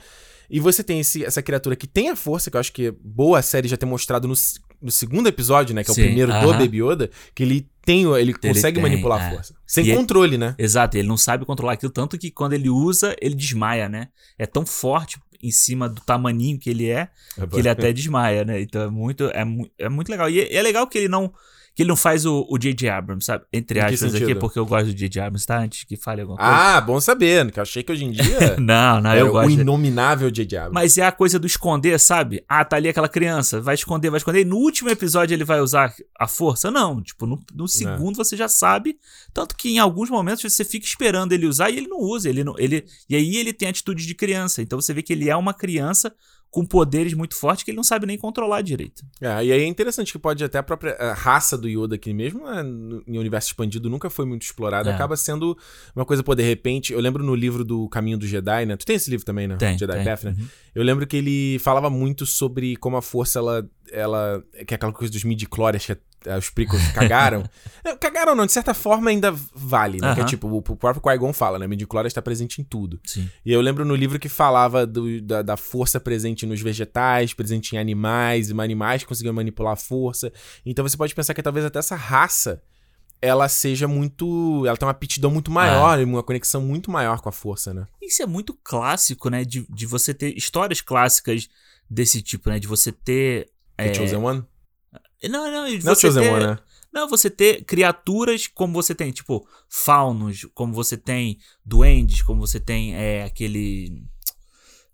S1: E você tem esse- essa criatura que tem a força, que eu acho que é boa a série já ter mostrado no, se- no segundo episódio, né? Que é o
S2: Sim,
S1: primeiro do
S2: aham.
S1: Baby Yoda, que ele tem, o- ele consegue
S2: tem,
S1: manipular a
S2: é.
S1: força. Sem
S2: E ele-
S1: controle, né?
S2: Exato, ele não sabe controlar aquilo, tanto que quando ele usa, ele desmaia, né? É tão forte em cima do tamaninho que ele é, que ele até desmaia, né? Então é muito, é, mu- é muito legal. E é, é legal que ele não. Que ele não faz o o J.J. Abrams, sabe? Entre
S1: Em que
S2: aspas aqui,
S1: sentido?
S2: porque eu gosto do J.J. Abrams, tá? Antes que fale alguma coisa.
S1: Ah, bom saber, que eu achei que hoje em dia
S2: não, não,
S1: é
S2: Ah, eu
S1: o
S2: gosto.
S1: inominável J.J. Abrams.
S2: Mas é a coisa do esconder, sabe? Ah, tá ali aquela criança, vai esconder, vai esconder. E no último episódio ele vai usar a força? Não, tipo, no, no segundo você já sabe. Tanto que em alguns momentos você fica esperando ele usar e ele não usa. Ele não, ele, e aí ele tem atitude de criança. Então você vê que ele é uma criança com poderes muito fortes que ele não sabe nem controlar direito.
S1: É, e aí é interessante que pode até a própria a raça do Yoda aqui mesmo, né, no- em universo expandido, nunca foi muito explorada.
S2: É.
S1: Acaba sendo uma coisa, pô, de repente. Eu lembro no livro do Caminho do Jedi, né? Tu tem esse livro também, né?
S2: Tem,
S1: Jedi
S2: tem.
S1: Path, né?
S2: Uhum.
S1: Eu lembro que ele falava muito sobre como a força, ela. ela que é aquela coisa dos midi-clórias que é, os prequels cagaram. Não, cagaram não, de certa forma ainda vale, né? Que é
S2: Aham.
S1: tipo, o o próprio Qui-Gon fala, né? Midi-clórias tá presente em tudo.
S2: Sim.
S1: E eu lembro no livro que falava do- da, da força presente nos vegetais, presente em animais, e animais conseguiam manipular a força. Então você pode pensar que talvez até essa raça ela seja muito. Ela tem uma aptidão muito
S2: É.
S1: maior, e uma conexão muito maior com a força, né?
S2: Isso é muito clássico, né? De, de você ter histórias clássicas desse tipo, né? De você ter.
S1: The
S2: é,
S1: Chosen One?
S2: Não, não, e
S1: Não é o
S2: você
S1: Chosen
S2: ter,
S1: One, né?
S2: Não, você ter criaturas como você tem, tipo, faunos, como você tem duendes, como você tem é, aquele.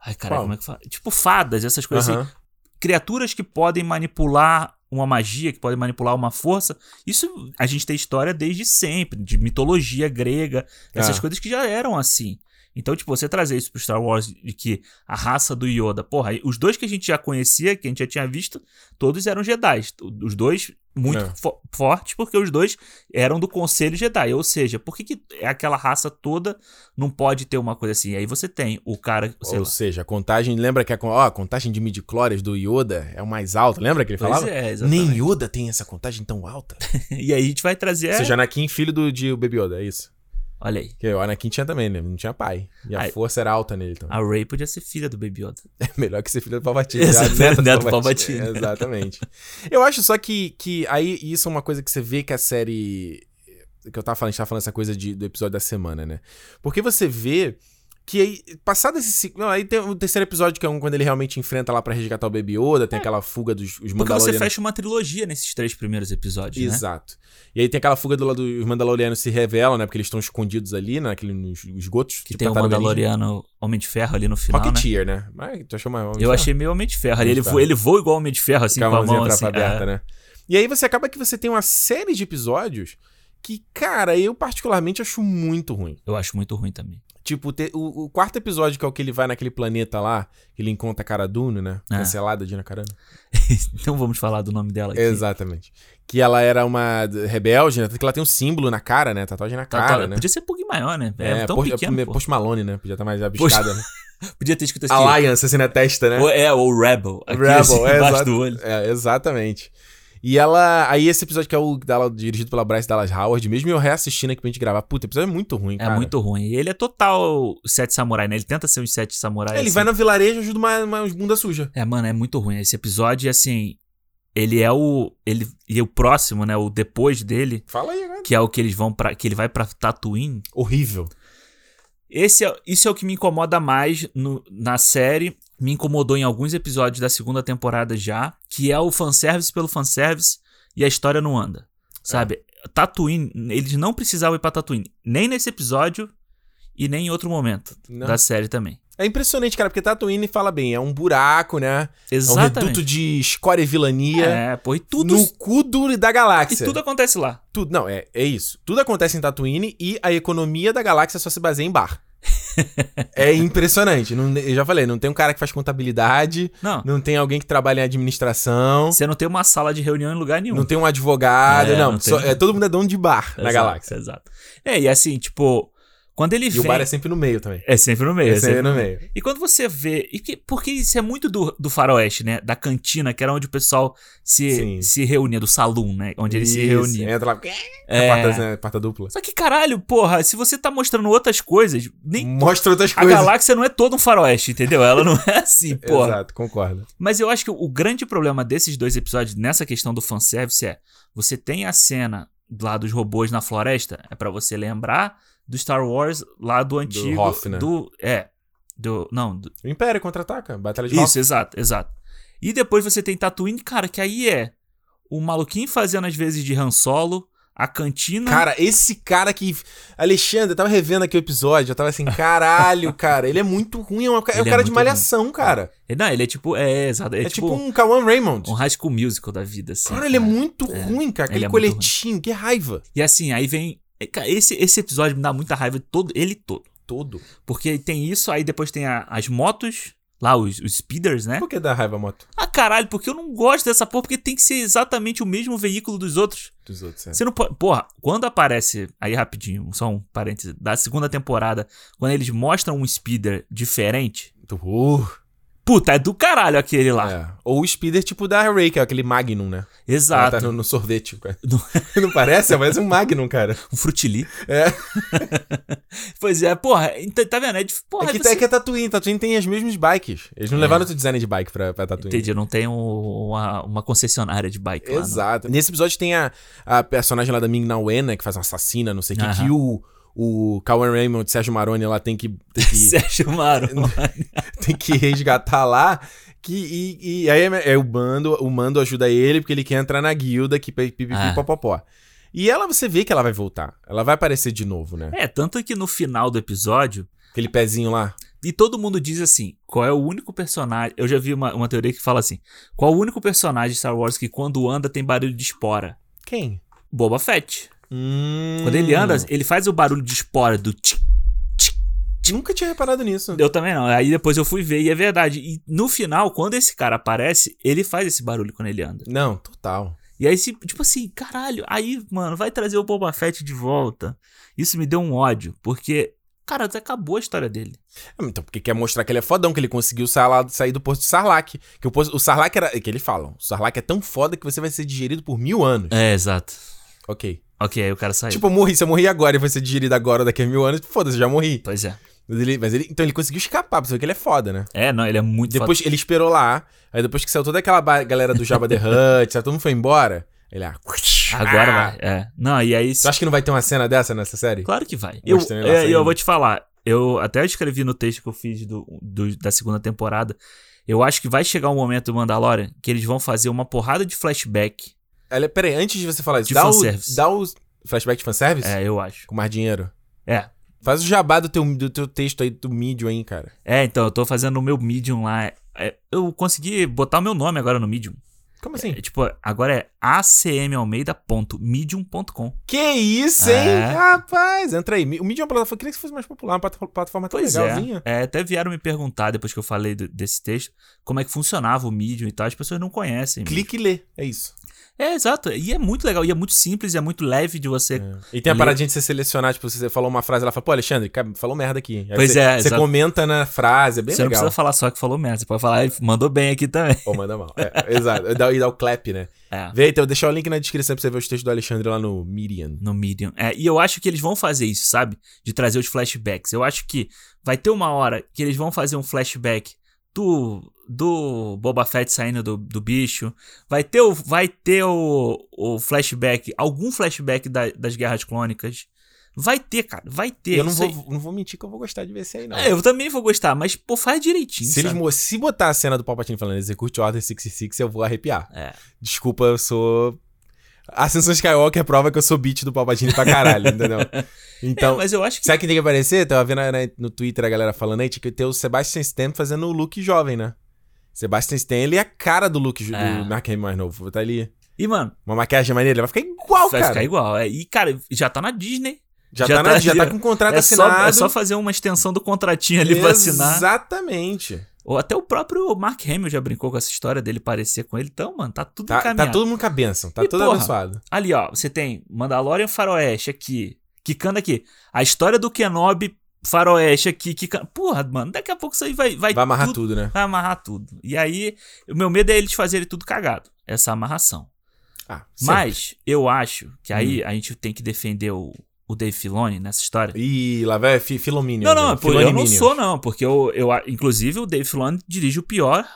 S2: Ai, caralho,
S1: Qual?
S2: como é que fala? Tipo, fadas, essas coisas assim.
S1: Aham.
S2: Criaturas que podem manipular uma magia, que podem manipular uma força. Isso a gente tem história desde sempre, de mitologia grega, essas
S1: É.
S2: coisas que já eram assim. Então, tipo, você trazer isso pro Star Wars de que a raça do Yoda, porra, os dois que a gente já conhecia, que a gente já tinha visto, todos eram Jedi. Os dois muito
S1: É.
S2: fo- fortes, porque os dois eram do Conselho Jedi. Ou seja, por que, que aquela raça toda não pode ter uma coisa assim? E aí você tem o cara, sei
S1: Ou
S2: lá.
S1: seja, a contagem. Lembra que a, con- ó, a contagem de midi-clórias do Yoda é o mais alta? Lembra que ele
S2: Pois
S1: falava?
S2: é, exatamente. É.
S1: Nem Yoda tem essa contagem tão alta.
S2: E aí a gente vai trazer.
S1: Ou seja, Anakin, filho do, de Baby Yoda, é isso.
S2: Olha aí.
S1: Porque o Anakin tinha também, né? Não tinha pai. E a
S2: Ai.
S1: força era alta nele também.
S2: A Ray podia ser filha do Baby Yoda.
S1: Melhor que ser filho do Palpatine.
S2: Exato,
S1: já neta do
S2: é neto do Palpatine.
S1: Exatamente. Eu acho só que, que aí isso é uma coisa que você vê que a série... Que eu tava falando, a gente tava falando essa coisa de- do episódio da semana, né? Porque você vê que aí, passado esse ciclo... não, Aí tem o terceiro episódio, que é um quando ele realmente enfrenta lá pra resgatar o Baby Yoda, tem aquela fuga dos os
S2: É. Porque você
S1: Mandalorianos.
S2: fecha uma trilogia nesses três primeiros episódios, né?
S1: Exato. E aí tem aquela fuga do lado, os Mandalorianos se revelam, né? Porque eles estão escondidos ali, né? naquele, nos esgotos.
S2: Que
S1: tipo
S2: tem o
S1: tartaruga ninja.
S2: Mandaloriano Homem de Ferro ali no final, né?
S1: Rocketeer, né? Mas tu achou mais...
S2: Eu achei meio Homem de Ferro. ali.
S1: Homem de
S2: Ele,
S1: Ferro.
S2: voa, ele voa igual Homem de Ferro, assim,
S1: com a
S2: com a
S1: mãozinha
S2: mão
S1: pra-
S2: assim.
S1: pra aberta,
S2: é.
S1: né? E aí você acaba que você tem uma série de episódios que, cara, eu particularmente acho muito ruim.
S2: Ah, Eu acho muito ruim também.
S1: Tipo, te- o, o quarto episódio, que é o que ele vai naquele planeta lá, que ele encontra a Cara Dune, né?
S2: É.
S1: Cancelada, Dina Carano.
S2: então vamos falar do nome dela aqui.
S1: Exatamente. Que ela era uma d- rebelde, né? Tanto que ela tem um símbolo na cara, né? Tatuagem na
S2: Tá-
S1: cara,
S2: tá-
S1: né?
S2: Podia ser um pouquinho maior, né? É, tão
S1: Post,
S2: pequeno.
S1: é,
S2: pô.
S1: Post Malone, né? Podia estar mais abiscada, né?
S2: Podia ter escrito assim.
S1: Alliance, assim, na testa, né?
S2: ou, é, ou Rebel. Aqui,
S1: Rebel,
S2: assim,
S1: é,
S2: embaixo
S1: exato.
S2: do olho.
S1: É, exatamente. E ela. Aí esse episódio que é o dela, dirigido pela Bryce Dallas Howard, mesmo eu reassistindo aqui pra gente gravar. Puta, o episódio é muito ruim,
S2: É
S1: cara.
S2: muito ruim. E ele é total Sete Samurai, né? Ele tenta ser uns Sete Samurai.
S1: Ele
S2: assim.
S1: vai no vilarejo e ajuda uma, uma bunda suja.
S2: É, mano, é muito ruim. Esse episódio, assim, ele é o. Ele, e o próximo, né? O depois dele,
S1: Fala aí né? agora.
S2: que é o que eles vão para que ele vai pra Tatooine.
S1: Horrível.
S2: Esse é, isso é o que me incomoda mais no- na série. Me incomodou em alguns episódios da segunda temporada já, que é o fanservice pelo fanservice e a história não anda. Sabe?
S1: É.
S2: Tatooine, eles não precisavam ir pra Tatooine. Nem nesse episódio e nem em outro momento
S1: Não.
S2: da série também.
S1: É impressionante, cara, porque Tatooine fala bem, é um buraco, né? É um
S2: Exatamente.
S1: reduto de escória e vilania.
S2: É, pô, e tudo,
S1: No cu do, da
S2: e
S1: galáxia.
S2: tudo acontece lá.
S1: Tudo- não, é, é isso. Tudo acontece em Tatooine e a economia da galáxia só se baseia em bar. é impressionante. Não- eu já falei, não tem um cara que faz contabilidade,
S2: Não.
S1: Não tem alguém que trabalha em administração.
S2: Você não tem uma sala de reunião em lugar nenhum.
S1: Não tem um advogado.
S2: É,
S1: não,
S2: não
S1: só-
S2: tem.
S1: é, todo mundo é dono de bar na
S2: Exato,
S1: galáxia.
S2: Exato. É, e assim, tipo, quando ele
S1: E
S2: vem.
S1: o bar é sempre no meio também.
S2: é sempre no meio.
S1: É
S2: é
S1: sempre
S2: sempre-
S1: no meio.
S2: E quando você vê. E que, porque isso é muito do, do faroeste, né? Da cantina, que era onde o pessoal
S1: Sim.
S2: se, se reunia, do salão, né? Onde eles se
S1: Isso,
S2: reuniam.
S1: Entra lá.
S2: É.
S1: Porta, né, porta dupla.
S2: Só que caralho, porra, se você tá mostrando outras coisas, nem.
S1: Mostra outras
S2: A
S1: coisas.
S2: galáxia não é todo um faroeste, entendeu? Ela não é assim, porra.
S1: Exato, concordo.
S2: Mas eu acho que o grande problema desses dois episódios nessa questão do fanservice é: você tem a cena lá dos robôs na floresta, é pra você lembrar do Star Wars lá do antigo.
S1: Hoth, né?
S2: do- é. Do, não, do-
S1: O Império contra-ataca. Batalha de
S2: isso, exato, exato. E depois você tem Tatooine, cara, que aí é o maluquinho fazendo às vezes de Han Solo, a cantina.
S1: Cara, esse cara que. Alexandre, eu tava revendo aqui o episódio, eu tava assim, caralho, cara, ele é muito ruim, é, uma- é um
S2: Ele é
S1: cara de
S2: muito
S1: malhação, cara.
S2: Ele- Não, ele é tipo. É, exato.
S1: É, tipo, um Kawan Raymond.
S2: um high school musical da vida, assim.
S1: Cara, ele é muito ruim, cara. Aquele
S2: Ele é muito ruim.
S1: coletinho, que raiva.
S2: E assim, aí vem. é, cara, Esse, esse episódio me dá muita raiva, todo, ele todo.
S1: Todo.
S2: Porque tem isso, aí depois tem a- as motos, lá os, os speeders, né?
S1: Por que dá raiva a moto
S2: Ah, caralho, porque eu não gosto dessa porra, porque tem que ser exatamente o mesmo veículo dos outros.
S1: dos outros? É.
S2: Você não pode. Porra, quando aparece. Aí rapidinho, só um parênteses. Da segunda temporada, quando eles mostram um speeder diferente.
S1: Uh,
S2: Puta, é do caralho aquele lá.
S1: é. Ou o speeder tipo da Ray, que é aquele Magnum, né? Ela
S2: Exato.
S1: Tá no, no sorvete, cara.
S2: Do-
S1: Não parece? É, Parece um Magnum, cara.
S2: Um frutili.
S1: É.
S2: pois é, porra, então, tá vendo? É de, porra,
S1: é, que,
S2: você-
S1: é que é Tatooine. Tatooine tem as mesmas bikes. Eles não
S2: É.
S1: levaram outro design de bike pra, pra Tatooine.
S2: Entendi, não tem um- uma, uma concessionária de bike lá. não.
S1: Exato. Nesse episódio tem a, a personagem lá da Ming Na Wen, né? Que faz uma assassina, não sei o que.
S2: Aham.
S1: Que o, o Cowan Raymond, Sérgio Maroni lá tem que, tem que,
S2: Sérgio Maro.
S1: tem que resgatar lá. Que, e, e aí é, é o Mando, o Mando ajuda ele porque ele quer entrar na guilda que
S2: Ah.
S1: pipipipopopó. E ela, você vê que ela vai voltar. Ela vai aparecer de novo, né?
S2: É, tanto que no final do episódio.
S1: Aquele pezinho lá.
S2: E todo mundo diz assim: qual é o único personagem. Eu já vi uma, uma teoria que fala assim: qual é o único personagem de Star Wars que quando anda tem barulho de espora?
S1: Quem?
S2: Boba Fett.
S1: Hum.
S2: Quando ele anda, ele faz o barulho de espora do tch. tipo,
S1: Nunca tinha reparado nisso.
S2: Eu também não. Aí depois eu fui ver e é verdade. E no final, quando esse cara aparece, ele faz esse barulho quando ele anda.
S1: Não, total.
S2: E aí, se- tipo assim, caralho, aí, mano, vai trazer o Boba Fett de volta. Isso me deu um ódio, porque, cara, acabou a história dele.
S1: Então, porque quer mostrar que ele é fodão, que ele conseguiu sair, lá- sair do posto de Sarlacc. Que o, posto, o Sarlacc era. Que eles falam. O Sarlacc é tão foda que você vai ser digerido por mil anos.
S2: É, exato.
S1: Ok.
S2: Ok, aí o cara saiu.
S1: Tipo, eu morri. Se eu morri agora e vou ser digerido agora ou daqui a mil anos, foda-se, já morri.
S2: Pois é.
S1: Mas ele, mas ele- então ele conseguiu escapar, pra você ver que ele é foda, né?
S2: É, não, ele é muito
S1: Depois ele esperou lá. Aí depois que saiu toda aquela ba- galera do Jabba the Hutt, sabe, todo mundo foi embora. Ele, ah,
S2: foda. Agora
S1: ah.
S2: vai. É. Não, e aí.
S1: Tu acha que não vai ter uma cena dessa nessa série?
S2: Claro que vai. Eu,
S1: Mostrando ela
S2: é, eu
S1: saindo.
S2: vou te falar. Eu até escrevi no texto que eu fiz do, do- da segunda temporada. Eu acho que vai chegar um momento do Mandalorian que eles vão fazer uma porrada de flashback.
S1: Ela, peraí, antes de você falar isso,
S2: De
S1: dá o,
S2: fanservice.
S1: dá o flashback de fanservice?
S2: É, eu acho.
S1: Com mais dinheiro.
S2: É.
S1: Faz o jabá do teu, do teu texto aí, do mídia aí, cara.
S2: É, então, eu tô fazendo o meu Medium lá. É, eu consegui botar o meu nome agora no Medium.
S1: Como assim?
S2: É, tipo, agora é acmalmeida.medium.com.
S1: Que isso, hein?
S2: É.
S1: Rapaz, entra aí. O mídia é uma plataforma. Eu queria que fosse mais popular, uma plata- plataforma tão
S2: Pois
S1: legalzinha.
S2: é. é. Até vieram me perguntar, depois que eu falei do- desse texto, como é que funcionava o Medium e tal. As pessoas não conhecem.
S1: Clique e lê. É isso.
S2: É, exato. E é muito legal. E é muito simples, e é muito leve de você.
S1: E tem a
S2: Lê.
S1: paradinha de você selecionar, tipo, você falou uma frase, ela fala, pô, Alexandre, cara, falou merda aqui. Aí
S2: Pois
S1: você,
S2: é,
S1: Você
S2: exato.
S1: comenta na frase, é bem
S2: você não
S1: legal.
S2: precisa falar só que falou merda. Você pode falar, "Ele mandou bem aqui também.
S1: Pô, manda mal. É, exato. E dá, e dá o clap, né?
S2: É.
S1: Vê aí, então, eu vou deixar o link na descrição pra você ver os textos do Alexandre lá no Miriam.
S2: No Medium. É, e eu acho que eles vão fazer isso, sabe? De trazer os flashbacks. Eu acho que vai ter uma hora que eles vão fazer um flashback do, do Boba Fett saindo do, do bicho. Vai ter, o, vai ter o, o flashback, algum flashback da- das guerras clônicas. Vai ter, cara. Vai ter.
S1: eu não
S2: é Isso
S1: vou,
S2: aí-
S1: não vou mentir que eu vou gostar de ver esse aí, não.
S2: É, eu também vou gostar, mas, pô, faz direitinho.
S1: Se, eles,
S2: sabe?
S1: mo- se botar a cena do Palpatine falando você curte Order 66, eu vou arrepiar.
S2: É.
S1: Desculpa, eu sou. Ascensão Skywalker é prova que eu sou beat do Palpatine pra caralho, entendeu? Então.
S2: É, mas eu acho que.
S1: Sabe quem tem que aparecer? Tava vendo né, no Twitter a galera falando aí, tinha que ter o Sebastian Stan fazendo o Luke jovem, né? Sebastian Stan, ele é a cara do Luke jo-
S2: É.
S1: do Mark Hamill mais novo. Tá ali.
S2: E, mano,
S1: Uma maquiagem maneira, ele vai ficar igual,
S2: vai
S1: cara.
S2: ficar igual. É, e, cara, já tá na Disney.
S1: Já,
S2: já
S1: tá, na-
S2: tá-
S1: já tá com o contrato
S2: É só,
S1: assinado.
S2: é só fazer uma extensão do contratinho ali pra assinar.
S1: Exatamente.
S2: Ou até o próprio Mark Hamill já brincou com essa história dele parecer com ele. Então, mano, tá tudo
S1: Tá, tá
S2: encaminhado.
S1: todo mundo com a benção, tá
S2: E,
S1: todo
S2: porra,
S1: abençoado.
S2: Ali, ó, você tem Mandalorian Faroeste aqui, quicando aqui. A história do Kenobi Faroeste aqui, quicando. Porra, mano, daqui a pouco isso aí vai... Vai,
S1: Vai amarrar tudo, né?
S2: Vai amarrar tudo. E aí, o meu medo é eles fazerem tudo cagado. Essa amarração.
S1: Ah,
S2: Mas eu acho que
S1: Hum.
S2: aí a gente tem que defender o, o Dave Filoni nessa história.
S1: Ih, lá vai fi, Filomínio.
S2: Não, não, pô,
S1: Filoni
S2: eu não
S1: Minion.
S2: sou, não, porque eu, eu a- inclusive o Dave Filoni dirige o pior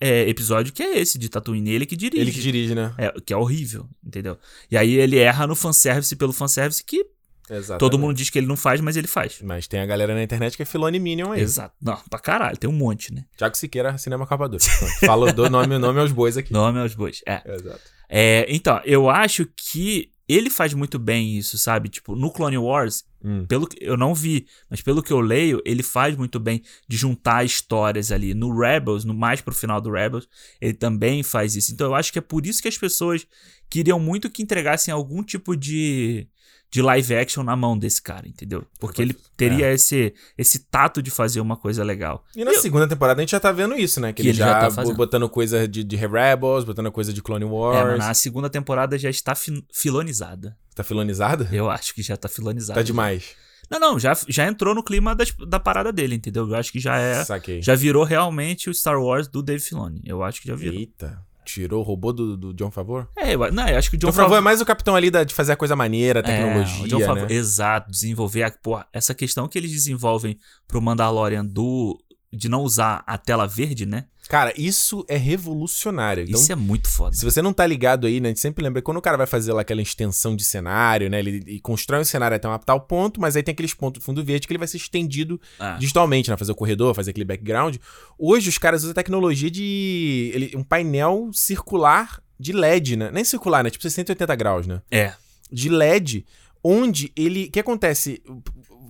S2: é, episódio que é esse de Tatooine, ele que dirige.
S1: Ele que dirige, né?
S2: É, que é horrível, entendeu? E aí ele erra no fanservice pelo fanservice que,
S1: Exato.
S2: Todo mundo diz que ele não faz, mas ele faz.
S1: Mas tem a galera na internet que é Filone Minion aí.
S2: Exato. Não, pra caralho, tem um monte, né?
S1: Tiago Siqueira, Cinema Capa 2. Falou do nome, o nome aos bois aqui.
S2: Nome aos bois. É.
S1: Exato.
S2: É, então, eu acho que ele faz muito bem isso, sabe? Tipo, no Clone Wars,
S1: Hum.
S2: pelo que eu não vi, mas pelo que eu leio, ele faz muito bem de juntar histórias ali. No Rebels, no mais pro final do Rebels, ele também faz isso. Então eu acho que é por isso que as pessoas queriam muito que entregassem algum tipo de de live action na mão desse cara, entendeu? Porque ele teria
S1: é.
S2: esse esse tato de fazer uma coisa legal.
S1: E na segunda temporada a gente já tá vendo isso, né? Que, ele, já, tá
S2: fazendo.
S1: botando coisa de, de Rebels, botando coisa de Clone
S2: É,
S1: Wars.
S2: mas na segunda temporada já está fi- filonizada.
S1: Tá filonizada?
S2: Eu acho que já tá filonizada.
S1: Tá demais.
S2: Não, não, já, já entrou no clima das- da parada dele, entendeu? Eu acho que já é.
S1: Saquei.
S2: Já virou realmente o Star Wars do Dave Filoni. Eu acho que já virou.
S1: Eita. Tirou o robô do, do John Favor?
S2: É, eu, não, eu acho que o John
S1: John Favor é mais o capitão ali da- de fazer a coisa maneira, a tecnologia,
S2: É, o John Favreau-
S1: né?
S2: Exato, desenvolver a, porra, essa questão que eles desenvolvem pro Mandalorian do de não usar a tela verde, né?
S1: Cara, isso é revolucionário. Então,
S2: Isso é muito foda.
S1: Se você não tá ligado aí, né? A gente sempre lembra que quando o cara vai fazer lá aquela extensão de cenário, né? Ele, ele constrói um cenário até um tal ponto, mas aí tem aqueles pontos do fundo verde que ele vai ser estendido
S2: Ah,
S1: digitalmente, né? Fazer o corredor, fazer aquele background. Hoje os caras usam a tecnologia de. ele- um painel circular de LED, né? Nem circular, né? Tipo 180 graus, né?
S2: É.
S1: de LED, onde ele. O que acontece?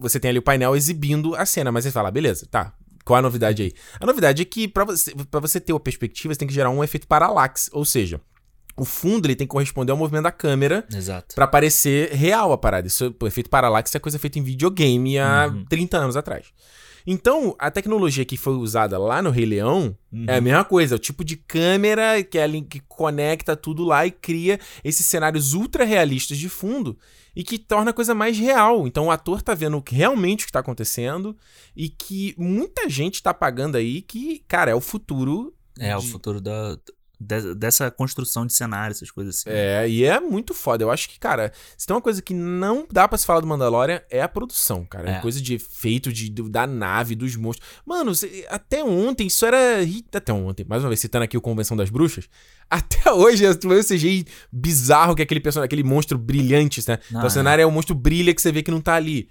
S1: Você tem ali o painel exibindo a cena, mas você fala, beleza, tá. Qual a novidade aí? A novidade é que, pra você, pra você ter uma perspectiva, você tem que gerar um efeito paralaxe, ou seja, o fundo ele tem que corresponder ao movimento da câmera
S2: Exato.
S1: pra parecer real a parada. Isso, o efeito paralaxe é coisa feita em videogame há
S2: Uhum.
S1: 30 anos atrás. Então, a tecnologia que foi usada lá no Rei Leão
S2: Uhum.
S1: é a mesma coisa, é o tipo de câmera que é ali que conecta tudo lá e cria esses cenários ultra realistas de fundo e que torna a coisa mais real. Então o ator tá vendo realmente o que tá acontecendo e que muita gente tá pagando aí que, cara, é o futuro.
S2: É, o
S1: de-
S2: futuro da, de- dessa construção de cenário, essas coisas assim.
S1: É, e é muito foda. Eu acho que, cara, se tem uma coisa que não dá pra se falar do Mandalorian é a produção, cara.
S2: É.
S1: Coisa de efeito de, do- da nave, dos monstros. Mano, cê- até ontem isso era. ri- Até ontem, mais uma vez, citando aqui o Convenção das Bruxas. Até hoje foi o CGI bizarro que é aquele personagem, aquele monstro brilhante, né?
S2: Não,
S1: então, o
S2: é.
S1: cenário é o monstro brilha que você vê que não tá ali.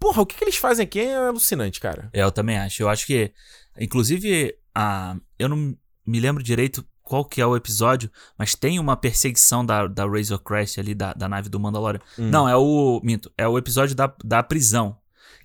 S1: Porra, o que, que eles fazem aqui é alucinante, cara.
S2: É, Eu também acho. Eu acho que, inclusive, a, eu não me lembro direito qual que é o episódio, mas tem uma perseguição da, da Razor Crest ali, da, da nave do Mandalorian.
S1: Hum.
S2: Não, é o. Minto, é o episódio da, da prisão.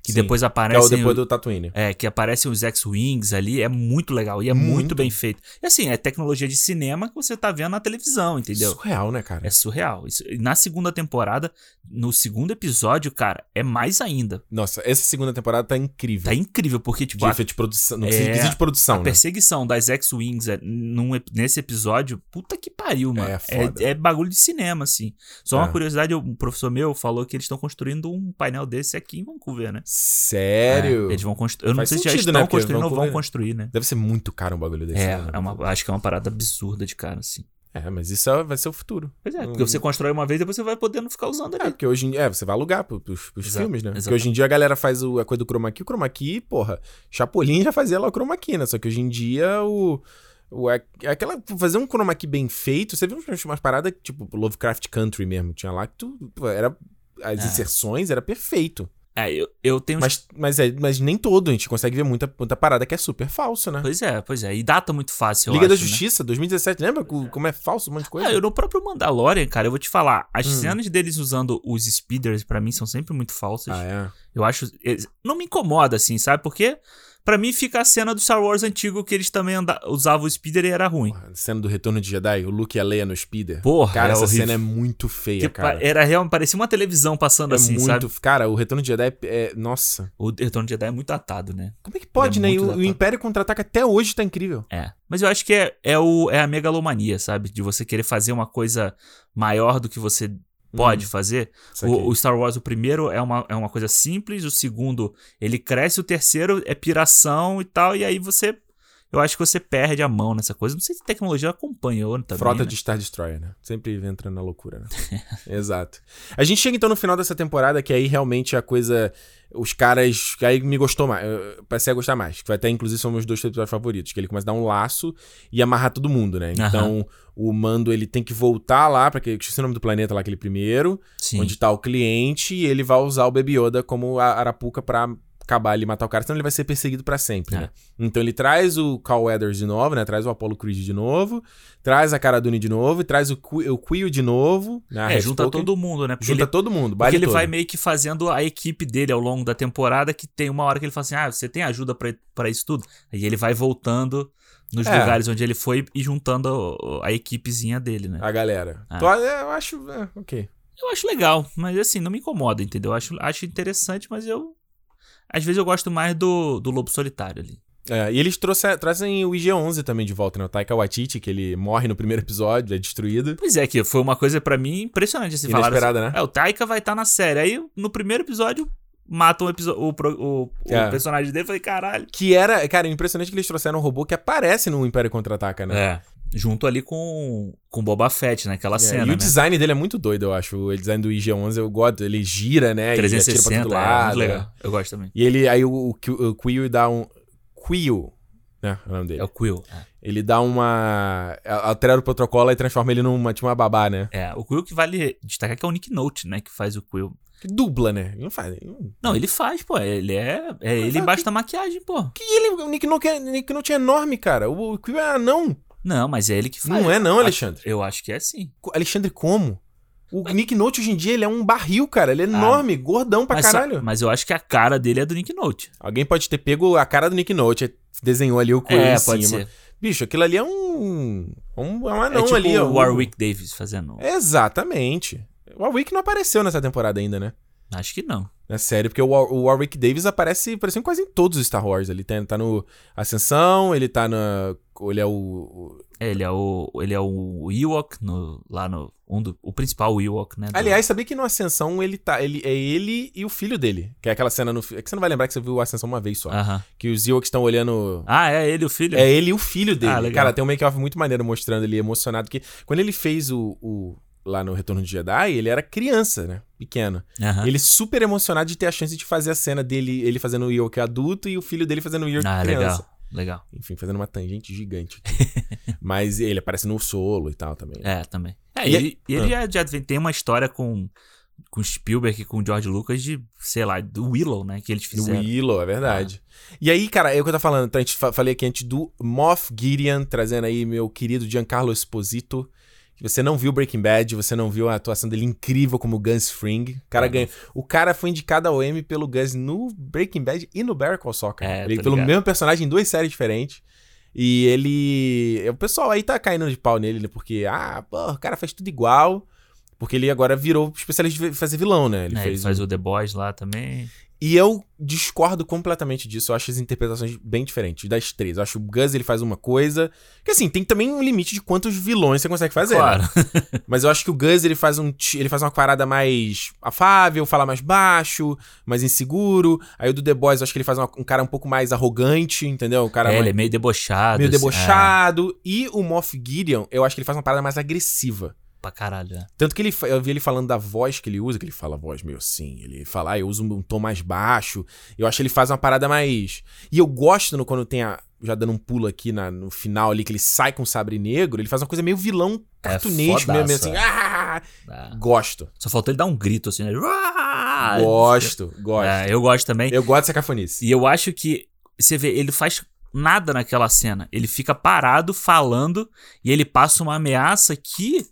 S2: Que
S1: Sim,
S2: depois
S1: Que é o
S2: aparece.
S1: depois do Tatooine.
S2: É, que aparecem os X-Wings ali, é muito legal e é muito.
S1: Muito.
S2: bem feito. E assim, é tecnologia de cinema que você tá vendo na televisão, entendeu?
S1: Surreal, né, cara?
S2: É surreal. Isso- e na segunda temporada, no segundo episódio, cara, é mais ainda.
S1: Nossa, essa segunda temporada tá incrível.
S2: Tá incrível, porque, tipo,
S1: de
S2: a
S1: efeito de produção. Não
S2: É,
S1: precisa precisa de
S2: A
S1: produção, né?
S2: perseguição das X-Wings é, num ep- nesse episódio, puta que pariu, mano.
S1: É, foda.
S2: é bagulho de cinema, assim. Só
S1: É.
S2: uma curiosidade, um professor meu falou que eles estão construindo um painel desse aqui em Vancouver, né?
S1: Sério?
S2: É, eles vão construir. Eu não
S1: Faz
S2: sei se já
S1: sentido,
S2: estão
S1: né? Porque
S2: construindo ou vão
S1: Vancouver-
S2: construir, né?
S1: Deve ser muito caro um bagulho desse.
S2: É,
S1: né?
S2: é uma, acho que é uma parada absurda de cara, assim.
S1: É, mas isso é- vai ser o futuro.
S2: Pois é,
S1: Hum.
S2: porque você constrói uma vez, depois você vai podendo ficar usando
S1: É,
S2: ali.
S1: porque hoje em dia. É, você vai alugar pro- pros, pros
S2: Exato,
S1: filmes, né? Porque
S2: exatamente.
S1: hoje em dia a galera faz o- a coisa do chroma key. O chroma key, porra, Chapolin já fazia lá o chroma key, né? Só que hoje em dia o. o é- é aquela, fazer um chroma key bem feito, você viu umas- umas paradas tipo Lovecraft Country mesmo, tinha lá que tu. pô, Era, as
S2: É.
S1: inserções era perfeito.
S2: É, eu, eu tenho.
S1: Mas, mas, é- mas nem todo, a gente consegue ver muita, muita parada que é super falso, né?
S2: Pois é, pois é. E data muito fácil, eu
S1: Liga da
S2: acho, né?
S1: Justiça, 2017, lembra co- como é falso um monte de coisa?
S2: Ah, eu no próprio Mandalorian, cara, eu vou te falar. As
S1: Hum.
S2: cenas deles usando os speeders, pra mim, são sempre muito falsas.
S1: Ah, é.
S2: Eu acho. eles- Não me incomoda, assim, sabe? Porque, pra mim, fica a cena do Star Wars antigo que eles também anda- usavam o speeder e era ruim.
S1: Porra, cena do Retorno de Jedi, o Luke e a Leia no Speeder.
S2: Porra,
S1: cara,
S2: é
S1: essa
S2: horrível.
S1: cena é muito feia,
S2: Que pa-
S1: cara.
S2: Era realmente, parecia uma televisão passando
S1: É
S2: assim,
S1: muito.
S2: sabe?
S1: Cara, o Retorno de Jedi é. é- Nossa.
S2: O Retorno de Jedi é muito atado, né?
S1: Como é que pode,
S2: É
S1: né? E
S2: muito
S1: O, o
S2: datado.
S1: Império Contra-Ataca até hoje tá incrível.
S2: É. Mas eu acho que é, é, o, é a megalomania, sabe? De você querer fazer uma coisa maior do que você
S1: Hum,
S2: pode
S1: Uhum.
S2: fazer.
S1: Isso aqui.
S2: O, o Star Wars, o primeiro, é uma, é uma coisa simples, o segundo, ele cresce, o terceiro é piração e tal, e aí você. eu acho que você perde a mão nessa coisa. Não sei se a tecnologia acompanhou também.
S1: Frota
S2: né?
S1: de Star Destroyer, né? Sempre entrando na loucura, né? Exato. A gente chega então no final dessa temporada, que aí realmente a coisa. Os caras. que Aí me gostou mais. Eu passei a gostar mais. Que até inclusive são meus dois episódios favoritos. Que ele começa a dar um laço e amarrar todo mundo, né?
S2: Aham.
S1: Então o mando ele tem que voltar lá, pra que. Esqueci o nome do planeta lá, aquele primeiro.
S2: Sim.
S1: Onde tá o cliente e ele vai usar o Baby Yoda como a arapuca pra acabar ali e matar o cara, senão ele vai ser perseguido pra sempre,
S2: É.
S1: né? Então ele traz o Carl Weathers de novo, né? Traz o Apollo Creed de novo, traz a Cara Dune de novo e traz o, Qui- o Quill de novo. Né? A
S2: é,
S1: Red
S2: junta
S1: Spoken.
S2: todo mundo, né? Porque
S1: Junta
S2: ele,
S1: todo mundo,
S2: porque
S1: baile
S2: ele
S1: todo.
S2: vai meio que fazendo a equipe dele ao longo da temporada, que tem uma hora que ele fala assim: ah, você tem ajuda pra, pra isso tudo? Aí ele vai voltando nos
S1: É.
S2: lugares onde ele foi e juntando a, a equipezinha dele, né?
S1: A galera.
S2: Ah.
S1: Então, é, eu acho... é, ok.
S2: Eu acho legal, mas assim, não me incomoda, entendeu? Eu acho, acho interessante, mas eu. Às vezes eu gosto mais do, do Lobo Solitário ali.
S1: É, e eles trouxe, trazem o IG-11 também de volta, né? O Taika Waititi, que ele morre no primeiro episódio, é destruído.
S2: Pois é, que foi uma coisa pra mim impressionante. Assim, falaram assim,
S1: Inesperada, né?
S2: É, o Taika vai estar na série. Aí, no primeiro episódio, matam o, episo- o, pro- o- o
S1: É.
S2: personagem dele. Eu Falei, caralho.
S1: Que era... Cara, impressionante que eles trouxeram um robô que aparece no Império Contra-Ataca, né?
S2: É. Junto ali com com Boba Fett, naquela
S1: É,
S2: cena,
S1: e
S2: né?
S1: o design dele é muito doido, eu acho. O design do IG-11, eu gosto. Ele gira, né? e atira pra
S2: 360,
S1: todo
S2: é, muito
S1: lado.
S2: legal. Eu gosto também.
S1: E ele, aí o, o, Q- o Quill dá um... Quill, né? É o nome dele.
S2: É o Quill. É.
S1: Ele dá uma... Altera o protocolo e transforma ele numa, tipo, uma babá, né?
S2: É, o Quill que vale destacar que é o Nick Note, né? Que faz o Quill.
S1: Que dubla, né? Ele não faz... ele não-
S2: Não, ele faz, pô. Ele é. É ele
S1: é
S2: embaixo da maquiagem, pô.
S1: Que ele... O Nick Note é, Nick Note é enorme, cara. O, o Quill é anão.
S2: Não, mas é ele que faz.
S1: Não é não, Alexandre.
S2: Eu acho que é sim.
S1: Co- Alexandre, como? O Nick Note hoje em dia, ele é um barril, cara. Ele é enorme, gordão pra
S2: Ah. mas, só-
S1: caralho.
S2: mas eu acho que a cara dele é do Nick Note.
S1: Alguém pode ter pego a cara do Nick Note, desenhou ali o Quill
S2: é,
S1: em
S2: pode
S1: cima.
S2: ser.
S1: Bicho, aquilo ali é um. um é um
S2: é
S1: anão
S2: tipo
S1: ali, ó. É.
S2: o Warwick Davis fazendo.
S1: Exatamente. O Warwick não apareceu nessa temporada ainda, né?
S2: Acho que não.
S1: É sério, porque o War- o Warwick Davis aparece, apareceu em quase em todos os Star Wars. Ele tem- tá no Ascensão, ele tá na. Ele é o. o-
S2: É, ele é o, ele é o Ewok no, lá no. Um do, o principal Ewok, né? do-
S1: Aliás, sabia que no Ascensão ele tá. Ele, é ele e o filho dele. Que é aquela cena no. fi- É que você não vai lembrar que você viu o Ascensão uma vez só.
S2: Aham.
S1: Que os Ewoks estão olhando
S2: Ah, é ele, o filho?
S1: É ele e o filho dele.
S2: Ah, legal.
S1: Cara, tem um make-off muito maneiro mostrando ele emocionado. Que quando ele fez o, o- lá no Retorno de Jedi, ele era criança, né? Pequeno.
S2: Aham.
S1: Ele super emocionado de ter a chance de fazer a cena dele, ele fazendo o Yoke adulto e o filho dele fazendo o Yoke
S2: Ah,
S1: criança.
S2: legal. Legal.
S1: Enfim, fazendo uma tangente gigante. aqui. Mas ele aparece no solo e tal também. né?
S2: É, também. É,
S1: E- Ah.
S2: e, e ele já, já vem- tem uma história com, com Spielberg e com George Lucas de, sei lá, do Willow, né? Que eles
S1: No
S2: fizeram.
S1: Willow, é verdade. E aí, cara, é o que eu tô falando. tá? A gente fa- falei aqui antes do Moff Gideon, trazendo aí meu querido Giancarlo Esposito. Que Você não viu Breaking Bad, você não viu a atuação dele incrível como Gus Fring. O cara,
S2: Ah,
S1: ganha... o cara foi indicado ao Emmy pelo Gus no Breaking Bad e no Better Call Saul, cara.
S2: É,
S1: ele
S2: tô
S1: pelo
S2: ligado.
S1: mesmo personagem em duas séries diferentes. E ele... O pessoal aí tá caindo de pau nele, né? Porque, ah, pô, o cara faz tudo igual. Porque ele agora virou especialista em fazer vilão, né? Ele
S2: né,
S1: fez o
S2: faz o The Boys lá também.
S1: e eu discordo completamente disso. Eu acho as interpretações bem diferentes das três. Eu acho que o Gus ele faz uma coisa. Que assim, tem também um limite de quantos vilões você consegue fazer. né?
S2: claro.
S1: Mas eu acho que o Gus ele faz um. ti- Ele faz uma parada mais afável, fala mais baixo, mais inseguro. Aí o do The Boys eu acho que ele faz uma- um cara um pouco mais arrogante, entendeu? O cara
S2: é,
S1: mais-
S2: ele é meio debochado.
S1: meio
S2: assim,
S1: debochado. E o Moff Gideon, eu acho que ele faz uma parada mais agressiva.
S2: É, pra caralho, né?
S1: Tanto que ele, fa- eu vi ele falando da voz que ele usa, que ele fala a voz meio assim. Ele fala, ah, eu uso um tom mais baixo. Eu acho que ele faz uma parada mais. E eu gosto no, quando tem a. Já dando um pulo aqui na- no final ali, que ele sai com o sabre negro, ele faz uma coisa meio vilão
S2: É
S1: cartunesco, mesmo, meio
S2: fodaço,
S1: assim.
S2: é.
S1: "Ah!"
S2: Ah.
S1: Gosto.
S2: Só faltou ele dar um grito assim, né? Ah!
S1: gosto, gosto.
S2: É, eu gosto também.
S1: Eu gosto dessa cafonice.
S2: E eu acho que você vê, ele faz nada naquela cena. Ele fica parado falando e ele passa uma ameaça que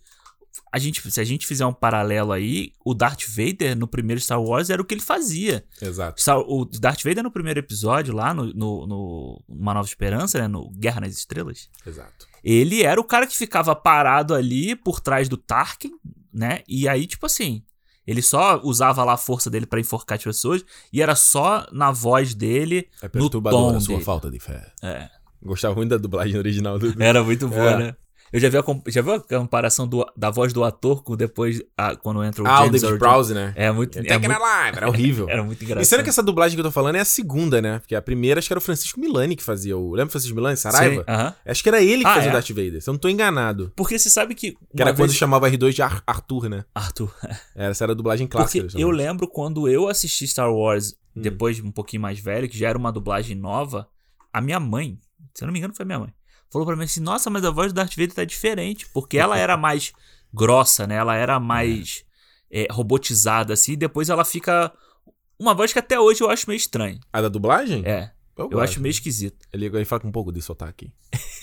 S2: a gente, se a gente fizer um paralelo aí, o Darth Vader no primeiro Star Wars era o que ele fazia.
S1: Exato.
S2: Star- o Darth Vader no primeiro episódio lá no, no, no Uma Nova Esperança, né, no Guerra nas Estrelas,
S1: Exato.
S2: ele era o cara que ficava parado ali por trás do Tarkin, né? E aí, tipo assim, ele só usava lá a força dele pra enforcar as pessoas e era só na voz dele.
S1: É
S2: No tom
S1: perturbador a sua
S2: dele.
S1: falta de fé.
S2: É.
S1: Gostava muito da dublagem original do.
S2: Era muito boa,
S1: É.
S2: né? Eu já vi a, com- já viu a comparação do- da voz do ator com depois a- quando entra o
S1: Ah, o
S2: James
S1: David
S2: Earl
S1: Browse, né?
S2: Jones. É muito, é
S1: Até que
S2: muito,
S1: era live, era horrível.
S2: era muito engraçado.
S1: E sendo que essa dublagem que eu tô falando é a segunda, né? Porque a primeira acho que era o Francisco Milani que fazia. O... Lembra o Francisco Milani, Saraiva?
S2: Sim, aham.
S1: Acho que era ele que
S2: Ah,
S1: fazia
S2: é?
S1: o Darth Vader, se eu não tô enganado.
S2: Porque você sabe que.
S1: Que era
S2: uma
S1: quando
S2: vez-
S1: chamava R2 de Ar- Arthur, né?
S2: Arthur.
S1: Era- Essa era a dublagem clássica.
S2: Porque
S1: eles
S2: eu
S1: chamavam.
S2: lembro quando eu assisti Star Wars,
S1: Hum.
S2: depois de um pouquinho mais velho, que já era uma dublagem nova, a minha mãe, se eu não me engano foi minha mãe, falou pra mim assim, nossa, mas a voz do Darth Vader tá diferente, porque ela era mais grossa, né? Ela era mais eh, robotizada, assim, e depois ela fica... Uma voz que até hoje eu acho meio estranha.
S1: A da dublagem?
S2: É, eu
S1: gosto.
S2: acho meio esquisito.
S1: Ele, ele fala com um pouco de sotaque.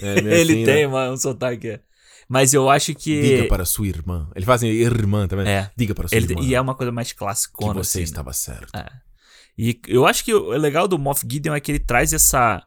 S1: É, meio
S2: Ele
S1: assim, né?
S2: tem uma- um sotaque, é. Mas eu acho
S1: Diga
S2: que...
S1: para sua irmã. Ele faz assim, irmã também.
S2: É,
S1: Diga para sua
S2: ele,
S1: irmã
S2: e é uma coisa mais
S1: que
S2: classicona,
S1: você
S2: assim, né?
S1: estava certo.
S2: E eu acho que o legal do Moff Gideon é que ele traz essa,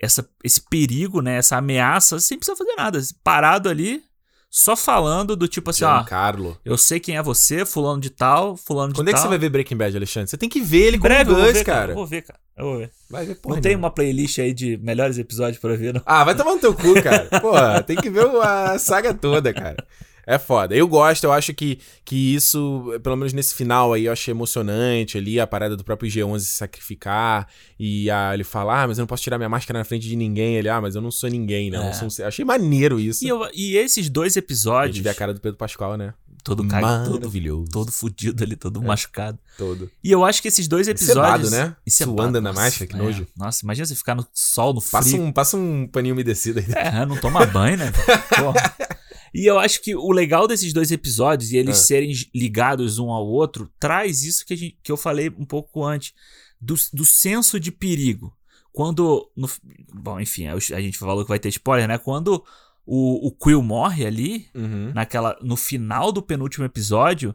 S2: essa esse perigo, né? Essa ameaça, sem precisar fazer nada. Parado ali, só falando do tipo assim, ó.
S1: Carlo.
S2: Eu sei quem é você, fulano de tal, fulano de
S1: Quando é
S2: tal.
S1: que você vai ver Breaking Bad, Alexandre? Você tem que ver ele
S2: Em
S1: com o
S2: tá? breve, eu vou
S1: Gus,
S2: ver, cara.
S1: cara.
S2: Eu vou ver, cara. Eu vou ver.
S1: Vai ver
S2: não
S1: porra
S2: tem
S1: nenhuma.
S2: uma playlist aí de melhores episódios pra ver, não.
S1: Ah, vai tomar no teu cu, cara. Porra, tem que ver o- a saga toda, cara. É foda. Eu gosto, eu acho que, que isso, pelo menos nesse final aí, eu achei emocionante ali, a parada do próprio G11 se sacrificar e a, ele falar, ah, mas eu não posso tirar minha máscara na frente de ninguém. Ele, ah, mas eu não sou ninguém, né? Eu não
S2: É.
S1: sou um ser." achei maneiro isso.
S2: E, eu- e esses
S1: A
S2: dois
S1: gente
S2: episódios,
S1: vê a cara do Pedro Pascoal, né?
S2: todo cagado, todo,
S1: Maravilhoso.
S2: todo fudido ali, todo machucado.
S1: Todo.
S2: E eu acho que esses dois episódios.
S1: É. Encebado, né?
S2: Encebado,
S1: Suando na
S2: nossa,
S1: máscara, que
S2: é.
S1: nojo.
S2: Nossa, imagina você ficar no sol, no frio.
S1: Passa um, passa um paninho umedecido aí.
S2: É, não toma banho, né? Porra. E eu acho que o legal desses dois episódios e eles
S1: É.
S2: serem ligados um ao outro traz isso que, a gente- que eu falei um pouco antes, do, do senso de perigo. Quando. no- bom, enfim, é a gente falou que vai ter spoiler, né? Quando o, o Quill morre ali,
S1: Uhum.
S2: naquela no final do penúltimo episódio,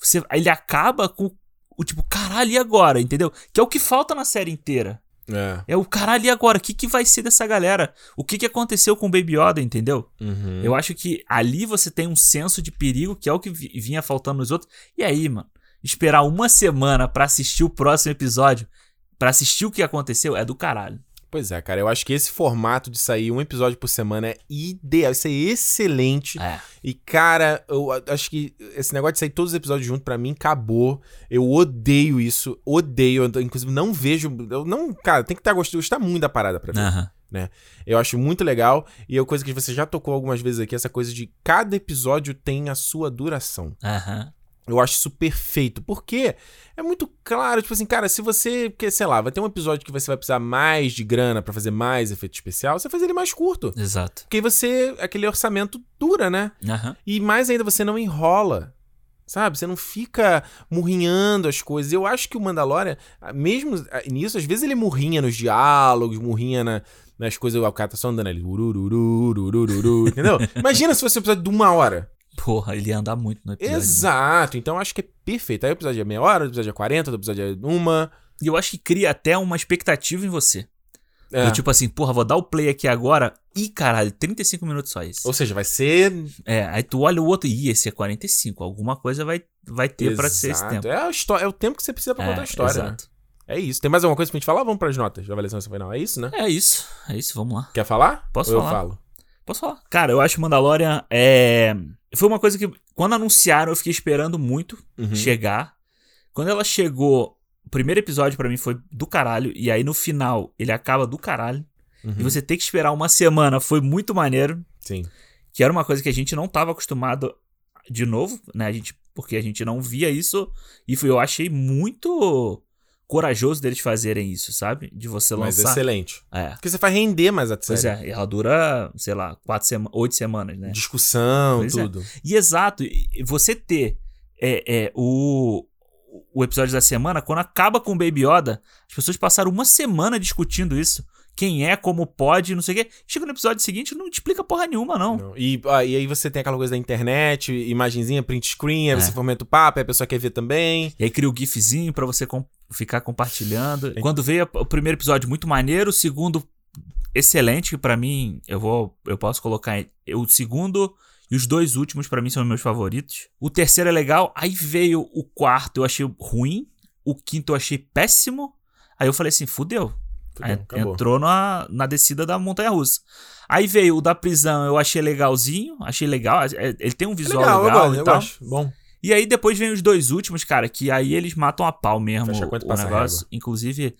S2: você, ele acaba com o tipo, caralho, e agora? Entendeu? Que é o que falta na série inteira.
S1: É.
S2: É o caralho, e agora? O que, que vai ser dessa galera? O que, que aconteceu com o Baby Yoda, entendeu?
S1: Uhum.
S2: Eu acho que ali você tem um senso de perigo, que é o que vi- vinha faltando nos outros. E aí, mano, esperar uma semana pra assistir o próximo episódio, pra assistir o que aconteceu, é do caralho.
S1: Pois é, cara. Eu acho que esse formato de sair um episódio por semana é ideal. Isso é excelente.
S2: É.
S1: E, cara, eu a- acho que esse negócio de sair todos os episódios junto, pra mim, acabou. Eu odeio isso. Odeio. Eu, inclusive, não vejo. Eu não. Cara, tem que estar gostando. Gostar muito da parada pra mim.
S2: Aham.
S1: Eu acho muito legal. E é uma coisa que você já tocou algumas vezes aqui, essa coisa de cada episódio tem a sua duração.
S2: Aham.
S1: Eu acho isso perfeito, porque é muito claro, tipo assim, cara, se você, porque, sei lá, vai ter um episódio que você vai precisar mais de grana pra fazer mais efeito especial, você faz ele mais curto.
S2: Exato.
S1: Porque aí você, aquele orçamento dura, né?
S2: Aham.
S1: E mais ainda, você não enrola, sabe? Você não fica murrinhando as coisas. Eu acho que o Mandalorian, ah, mesmo ah, nisso, às vezes ele murrinha nos diálogos, murrinha na- nas coisas, o cara tá só andando ali, urururu, urururu, entendeu? Imagina se fosse um episódio de uma hora.
S2: Porra, ele ia andar muito no episódio. né?
S1: Exato, então acho que é perfeito. Aí o episódio é meia hora, o episódio é 40, o episódio é uma.
S2: E eu acho que cria até uma expectativa em você.
S1: É.
S2: Do tipo assim, porra, vou dar o play aqui agora. Ih, caralho, 35 minutos só isso.
S1: Ou seja, vai ser.
S2: É, aí tu olha o outro, ih, esse é 45. Alguma coisa vai, vai ter pra ser esse
S1: Exato.
S2: tempo.
S1: É, a histó- é o tempo que você precisa pra contar a história. né?
S2: exato.
S1: É isso. Tem mais alguma coisa pra gente falar? Vamos pras notas de avaliação final. É isso, né?
S2: É isso, é isso, vamos lá.
S1: Quer falar?
S2: Posso
S1: Ou
S2: falar.
S1: eu falo?
S2: Posso falar? Cara, eu acho Mandalorian é... Foi uma coisa que, quando anunciaram, eu fiquei esperando muito
S1: Uhum.
S2: chegar. Quando ela chegou, o primeiro episódio pra mim foi do caralho. E aí, no final, ele acaba do caralho.
S1: Uhum.
S2: E você ter que esperar uma semana foi muito maneiro.
S1: Sim.
S2: que era uma coisa que a gente não estava acostumado de novo, né? A gente, porque a gente não via isso e foi, eu achei muito corajoso deles fazerem isso, sabe? De você
S1: Mas
S2: lançar.
S1: excelente.
S2: É.
S1: Porque você vai render mais a
S2: Pois
S1: série.
S2: é, e ela dura, sei lá, quatro sema... oito semanas, né?
S1: Discussão,
S2: Pois é.
S1: tudo.
S2: E exato, e- e você ter é, é, o, o episódio da semana, quando acaba com o Baby Yoda, as pessoas passaram uma semana discutindo isso. Quem é, como pode, não sei o quê. Chega no episódio seguinte não te explica porra nenhuma, não.
S1: Não. E, ah, e aí você tem aquela coisa da internet, imagenzinha, print screen, aí
S2: É.
S1: você fomenta o papo, aí a pessoa quer ver também.
S2: E aí cria o gifzinho pra você com- ficar compartilhando. Quando veio a- o primeiro episódio muito maneiro, o segundo excelente que pra mim, eu vou eu posso colocar em- o segundo e os dois últimos pra mim são meus favoritos. O terceiro é legal, aí veio o quarto, eu achei ruim, o quinto eu achei péssimo. Aí eu falei assim, fudeu.
S1: Fudeu,
S2: En-
S1: acabou.
S2: Entrou na, na descida da montanha russa. Aí veio o da prisão, eu achei legalzinho, achei legal. é- Ele tem um
S1: É
S2: visual
S1: legal, eu
S2: legal
S1: gosto,
S2: e
S1: eu
S2: tal.
S1: gosto. Bom.
S2: E aí depois vem os dois últimos, cara, que aí eles matam a pau mesmo
S1: Fecha a conta e
S2: o
S1: passa a
S2: negócio. Inclusive,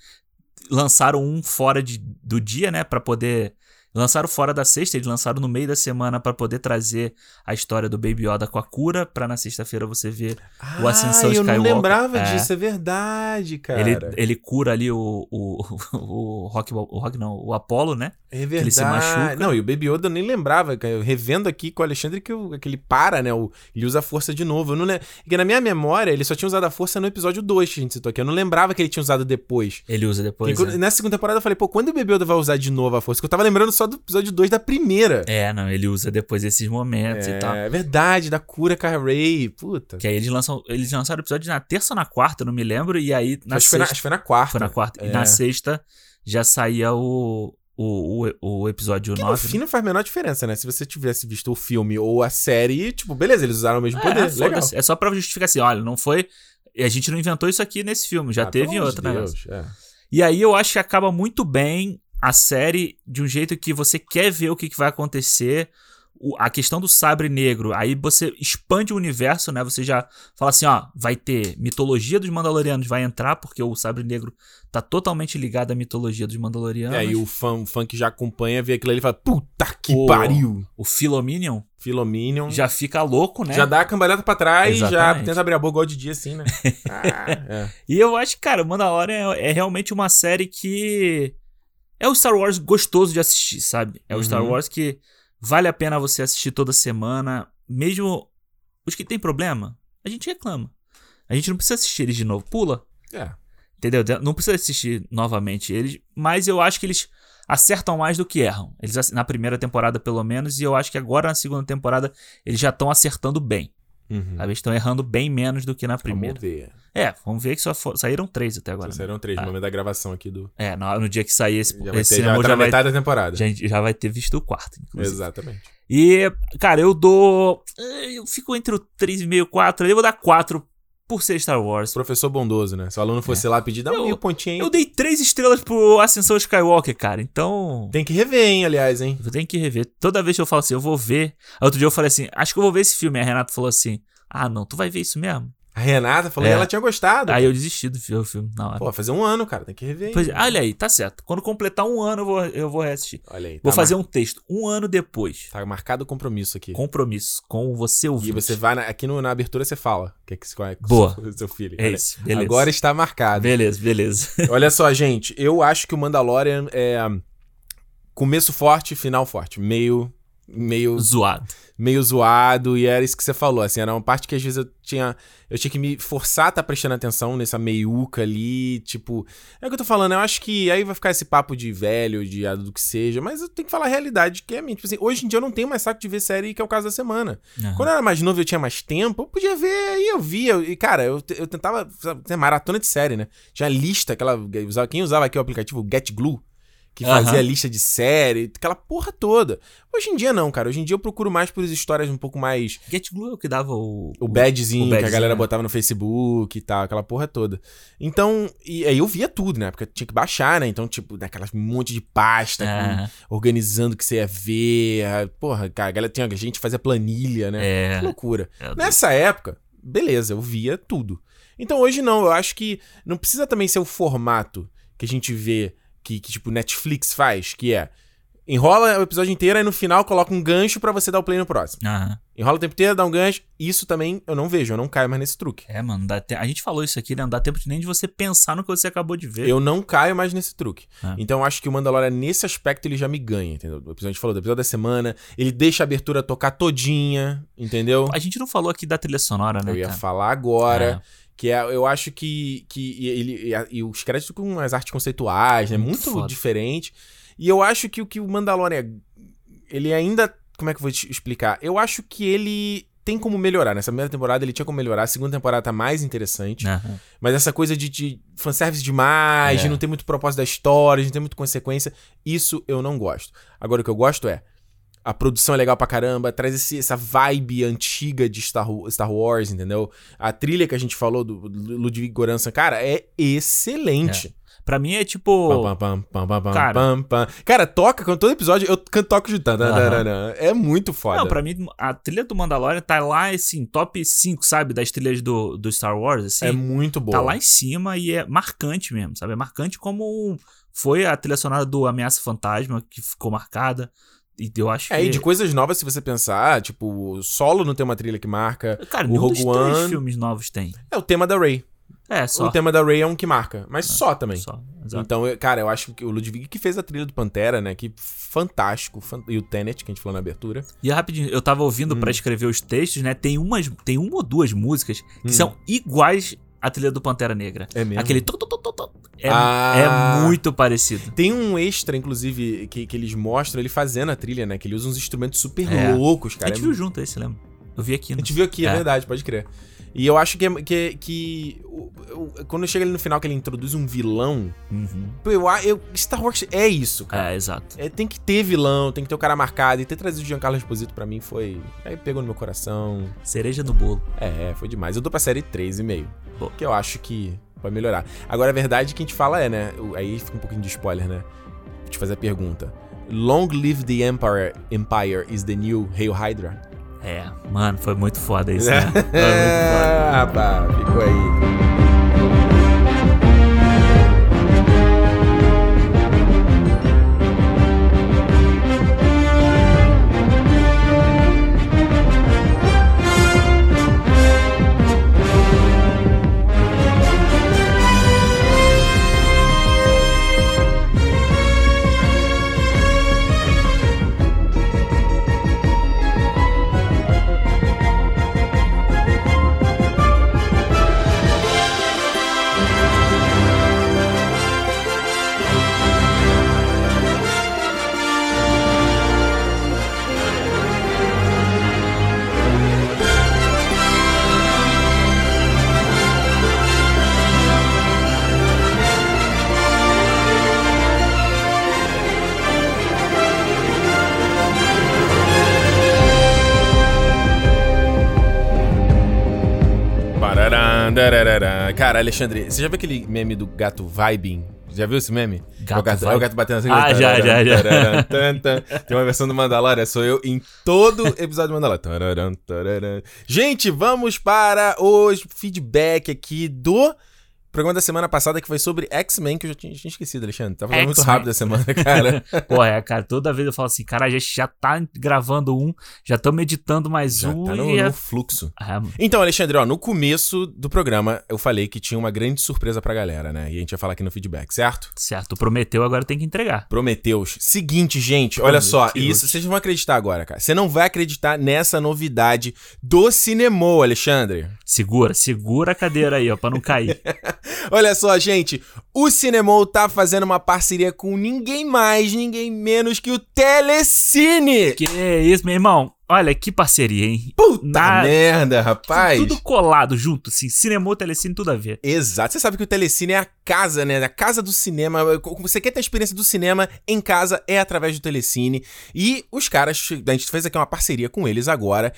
S2: lançaram um fora de, do dia, né, Pra poder... Lançaram fora da sexta, eles lançaram no meio da semana pra poder trazer a história do Baby Yoda com a cura, pra na sexta-feira você ver. O Ascensão
S1: ah, eu não
S2: Skywalker,
S1: lembrava
S2: é.
S1: disso, é verdade, cara.
S2: Ele, ele cura ali o, o, o Rock, o Rock não, o Apollo, né?
S1: É verdade.
S2: ele se machuca.
S1: Não, e o Baby Yoda eu nem lembrava. cara. Eu revendo aqui com o Alexandre que, o- que ele para, né? o- ele usa a força de novo. Eu não lembro. Porque na minha memória, ele só tinha usado a força no episódio 2 que a gente citou aqui. Eu não lembrava que ele tinha usado depois.
S2: Ele usa
S1: Porque
S2: depois.
S1: quando-
S2: né?
S1: Nessa segunda temporada eu falei, pô, quando o Baby Yoda vai usar de novo a força? Porque eu tava lembrando só do episódio 2 da primeira.
S2: É, não, ele usa depois esses momentos e tal.
S1: É verdade, da cura com a Ray. Puta.
S2: Que aí eles lançam, eles lançaram o episódio na terça ou na quarta, eu não me lembro, e aí na
S1: acho, que foi na,
S2: sexta
S1: acho que foi na quarta.
S2: foi na quarta,
S1: É.
S2: e na sexta já saía o o, o, o episódio
S1: Que no
S2: 9.
S1: fim não faz a menor diferença, né? Se você tivesse visto o filme ou a série, tipo, beleza, eles usaram o mesmo poder.
S2: é,
S1: Legal.
S2: foda-se. É só pra justificar assim, olha, não foi a gente não inventou isso aqui nesse filme, já
S1: Ah,
S2: teve
S1: pelo
S2: em
S1: amor
S2: outro
S1: de
S2: negócio.
S1: Deus, é.
S2: E aí eu acho que acaba muito bem a série de um jeito que você quer ver o que, que vai acontecer. O- a questão do sabre negro, aí você expande o universo, né? Você já fala assim, ó, vai ter mitologia dos Mandalorianos, vai entrar, porque o sabre negro tá totalmente ligado à mitologia dos Mandalorianos.
S1: É, e o fã, o fã que já acompanha vê aquilo ali e fala: Puta que
S2: O-
S1: pariu!
S2: O Philominion
S1: Filominion. Já,
S2: já fica louco, né?
S1: dá a cambalhota pra trás e já
S2: Exatamente.
S1: tenta abrir a boca igual de dia assim, né? ah,
S2: E eu acho, cara, Mandalorian é, é realmente uma série que. É o Star Wars gostoso de assistir, sabe? É o Star
S1: Uhum.
S2: Wars que vale a pena você assistir toda semana. Mesmo os que tem problema, a gente reclama. A gente não precisa assistir eles de novo. Pula,
S1: é. é.
S2: entendeu? Não precisa assistir novamente eles, mas eu acho que eles acertam mais do que erram. Eles ace- na primeira temporada pelo menos e eu acho que agora na segunda temporada eles já estão acertando bem.
S1: Uhum.
S2: Sabe? Eles estão errando bem menos do que na primeira.
S1: Vamos ver.
S2: É, vamos ver que só fo- saíram três até agora.
S1: Só
S2: né?
S1: serão três no um momento da gravação aqui do.
S2: É, no, no dia que sair esse,
S1: Já vai
S2: esse
S1: ter já,
S2: amor
S1: tá
S2: já
S1: na
S2: vai,
S1: metade da temporada.
S2: já, já vai ter visto o quarto, inclusive.
S1: Exatamente.
S2: E, cara, eu dou. eh, Eu fico entre o 3,5 e o 4. ali, Eu vou dar 4 por ser Star Wars.
S1: Professor bondoso, né? Se o aluno fosse lá pedir, dá um
S2: É. Eu-
S1: meio pontinho aí.
S2: Eu dei 3 estrelas pro Ascensão Skywalker, cara. Então.
S1: Tem que rever, hein, aliás, hein?
S2: Eu tenho que rever. Toda vez que eu falo assim, eu vou ver. Outro dia eu falei assim, acho que eu vou ver esse filme. Aí a Renata falou assim: Ah, não, tu vai ver isso mesmo?
S1: A Renata falou
S2: É.
S1: que ela tinha gostado.
S2: Aí eu desisti do fi- do filme na hora.
S1: Pô, fazer um ano, cara, tem que rever. hein?
S2: Pois é, olha aí, tá certo. Quando completar um ano, eu vou, eu vou reassistir.
S1: Olha aí.
S2: Vou
S1: tá
S2: fazer um texto. Um ano depois.
S1: mar- Tá marcado o compromisso aqui.
S2: compromisso com você
S1: E
S2: ouvir.
S1: você vai na- aqui no- na abertura você fala o que é que qual é que
S2: Boa.
S1: o seu filho.
S2: É
S1: Olha,
S2: isso, beleza.
S1: Agora está marcado.
S2: Beleza, beleza.
S1: Olha só, gente, eu acho que o Mandalorian é começo forte, final forte, meio meio
S2: Zoado.
S1: meio zoado e era isso que você falou, assim, era uma parte que às vezes eu tinha eu tinha que me forçar a estar prestando atenção nessa meiuca ali, tipo, é o que eu tô falando, eu acho que aí vai ficar esse papo de velho, de ah, do que seja, mas eu tenho que falar a realidade, que é a minha, tipo assim, hoje em dia eu não tenho mais saco de ver série que é o caso da semana.
S2: Aham.
S1: Quando eu era mais novo, eu tinha mais tempo, eu podia ver e eu via. E, cara, eu, te- eu tentava sabe, ter maratona de série, né? Tinha lista, aquela. Usava, quem usava aqui o aplicativo GetGlue, que
S2: Aham.
S1: fazia lista de série, aquela porra toda. Hoje em dia, não, cara. Hoje em dia eu procuro mais por histórias um pouco mais.
S2: Get Glue é o que dava o.
S1: O badzinho
S2: o
S1: que a
S2: badgezinho,
S1: galera
S2: né?
S1: botava no Facebook e tal, aquela porra toda. Então, e aí eu via tudo, né? Porque eu tinha que baixar, né? Então, tipo, naquelas monte de pasta, com-
S2: Ah,
S1: organizando o que você ia ver. a- Porra, cara, a galera tinha gente que fazia planilha, né?
S2: é.
S1: Que loucura.
S2: é,
S1: Nessa época, beleza, eu via tudo. Então hoje não, eu acho que não precisa também ser o formato que a gente vê que, que tipo Netflix faz, que é enrola o episódio inteiro e no final coloca um gancho pra você dar o play no próximo.
S2: Aham.
S1: Enrola o tempo inteiro, dá um gancho. Isso também eu não vejo, eu não caio mais nesse truque.
S2: É, mano, dá te- a gente falou isso aqui, né? Não dá tempo de- nem de você pensar no que você acabou de ver.
S1: Eu não caio mais nesse truque.
S2: Ah.
S1: Então eu acho que o Mandalorian, nesse aspecto, ele já me ganha, entendeu? O episódio a gente falou do episódio da semana, ele deixa a abertura tocar todinha, entendeu?
S2: A gente não falou aqui da trilha sonora, né?
S1: Eu ia
S2: cara?
S1: falar agora.
S2: É.
S1: Que é, eu acho que, que e ele, e, a- e os créditos com as artes conceituais, né?
S2: Muito
S1: Muito
S2: foda.
S1: diferente. E eu acho que o que o Mandalorian. Ele ainda. Como é que eu vou te explicar? Eu acho que ele tem como melhorar. Nessa primeira temporada ele tinha como melhorar. A segunda temporada tá mais interessante.
S2: Aham.
S1: Mas essa coisa de, de fanservice demais,
S2: É.
S1: de não ter muito propósito da história, de não ter muito consequência, isso eu não gosto. Agora, o que eu gosto é. A produção é legal pra caramba, traz esse- essa vibe antiga de Star, Wa- Star Wars, entendeu? A trilha que a gente falou do, do Ludwig Goranson, cara, é excelente.
S2: Pra mim é tipo.
S1: Pam, pam, pam, pam, pam,
S2: Cara.
S1: pam, pam. Cara, toca, quando todo episódio eu canto, toco juntando.
S2: Aham.
S1: É muito foda.
S2: Não, pra mim, a trilha do Mandalorian tá lá, assim, top 5, sabe? Das trilhas do, do Star Wars, assim.
S1: É muito boa.
S2: tá lá em cima e é marcante mesmo, sabe? É marcante como foi a trilha sonora do Ameaça Fantasma, que ficou marcada. E eu acho
S1: É, e
S2: que.
S1: de coisas novas, se você pensar, tipo, o solo não tem uma trilha que marca.
S2: Cara,
S1: o
S2: nenhum dos
S1: Rogue
S2: três
S1: One-
S2: filmes novos tem.
S1: É o tema da Ray.
S2: É, só.
S1: O tema da Ray é um que marca, mas só também.
S2: só, exato.
S1: Então, eu- cara, eu acho que o Ludwig que fez a trilha do Pantera, né? Que fantástico. fan- E o Tenet, que a gente falou na abertura.
S2: E rapidinho, eu tava ouvindo
S1: Hum.
S2: pra escrever os textos, né? Tem umas, tem uma ou duas músicas que
S1: Hum.
S2: são iguais à trilha do Pantera Negra.
S1: É mesmo.
S2: Aquele. to- to- to- to- to- É,
S1: Ah.
S2: é muito parecido.
S1: Tem um extra, inclusive, que, que eles mostram ele fazendo a trilha, né? Que ele usa uns instrumentos super
S2: É.
S1: loucos,
S2: A
S1: cara.
S2: gente
S1: É
S2: viu junto esse, lembra? Eu vi aqui,
S1: A
S2: né?
S1: gente viu aqui, é,
S2: É.
S1: verdade, pode crer. E eu acho que, é- que, que o- o- quando chega ali no final que ele introduz um vilão,
S2: Uhum.
S1: pô, eu, a- eu, Star Wars é isso, cara.
S2: É, exato.
S1: É, tem que ter vilão, tem que ter o cara marcado. E ter trazido o Giancarlo Esposito pra mim foi... Aí pegou no meu coração.
S2: Cereja no bolo.
S1: É, é, foi demais. Eu dou pra série 3,5.
S2: Boa.
S1: Que eu acho que vai melhorar. Agora, a verdade que a gente fala é, né? o- Aí fica um pouquinho de spoiler, né? Vou te fazer a pergunta. Long live the Empire, Empire is the new Hail Hydra.
S2: É, mano, foi muito foda
S1: É.
S2: isso, né? Foi muito foda.
S1: rapaz, Ah, ficou aí. Pararam, darararam. Cara, Alexandre, você já viu aquele meme do gato vibing? Já viu esse meme?
S2: Gato
S1: é o gato,
S2: vibe.
S1: é o gato batendo assim.
S2: Ah, já, já, já.
S1: tararam, tan, tan. Tem uma versão do Mandalorian, sou eu em todo episódio do Mandalorian. Tararam, tararam. Gente, vamos para o feedback aqui do programa da semana passada, que foi sobre X-Men, que eu já tinha, tinha esquecido, Alexandre. Tá falando muito
S2: X-Men.
S1: rápido a semana, cara.
S2: Pô, é, cara, toda vez eu falo assim, cara, a gente já tá gravando um, já estamos editando mais
S1: já
S2: um
S1: tá
S2: e
S1: no,
S2: é-
S1: no fluxo.
S2: Ah, mano,
S1: Então, Alexandre, ó, no começo do programa eu falei que tinha uma grande surpresa pra galera, né? E a gente ia falar aqui no feedback, certo?
S2: certo, prometeu, agora tem que entregar.
S1: Prometeus. Seguinte, gente, olha só,
S2: Prometeus.
S1: isso vocês vão acreditar agora, cara. Você não vai acreditar nessa novidade do cinema, Alexandre.
S2: Segura, segura a cadeira aí, ó, pra não cair.
S1: Olha só, gente, o Cinemol tá fazendo uma parceria com ninguém mais, ninguém menos que o Telecine.
S2: que isso, meu irmão? Olha, que parceria, hein?
S1: Puta
S2: Na-
S1: Tá merda, rapaz.
S2: Tudo colado junto, assim, cinema, telecine, tudo a ver.
S1: Exato. Você sabe que o Telecine é a casa, né? A casa do cinema. Como Você quer ter a experiência do cinema em casa é através do Telecine. E os caras, a gente fez aqui uma parceria com eles agora.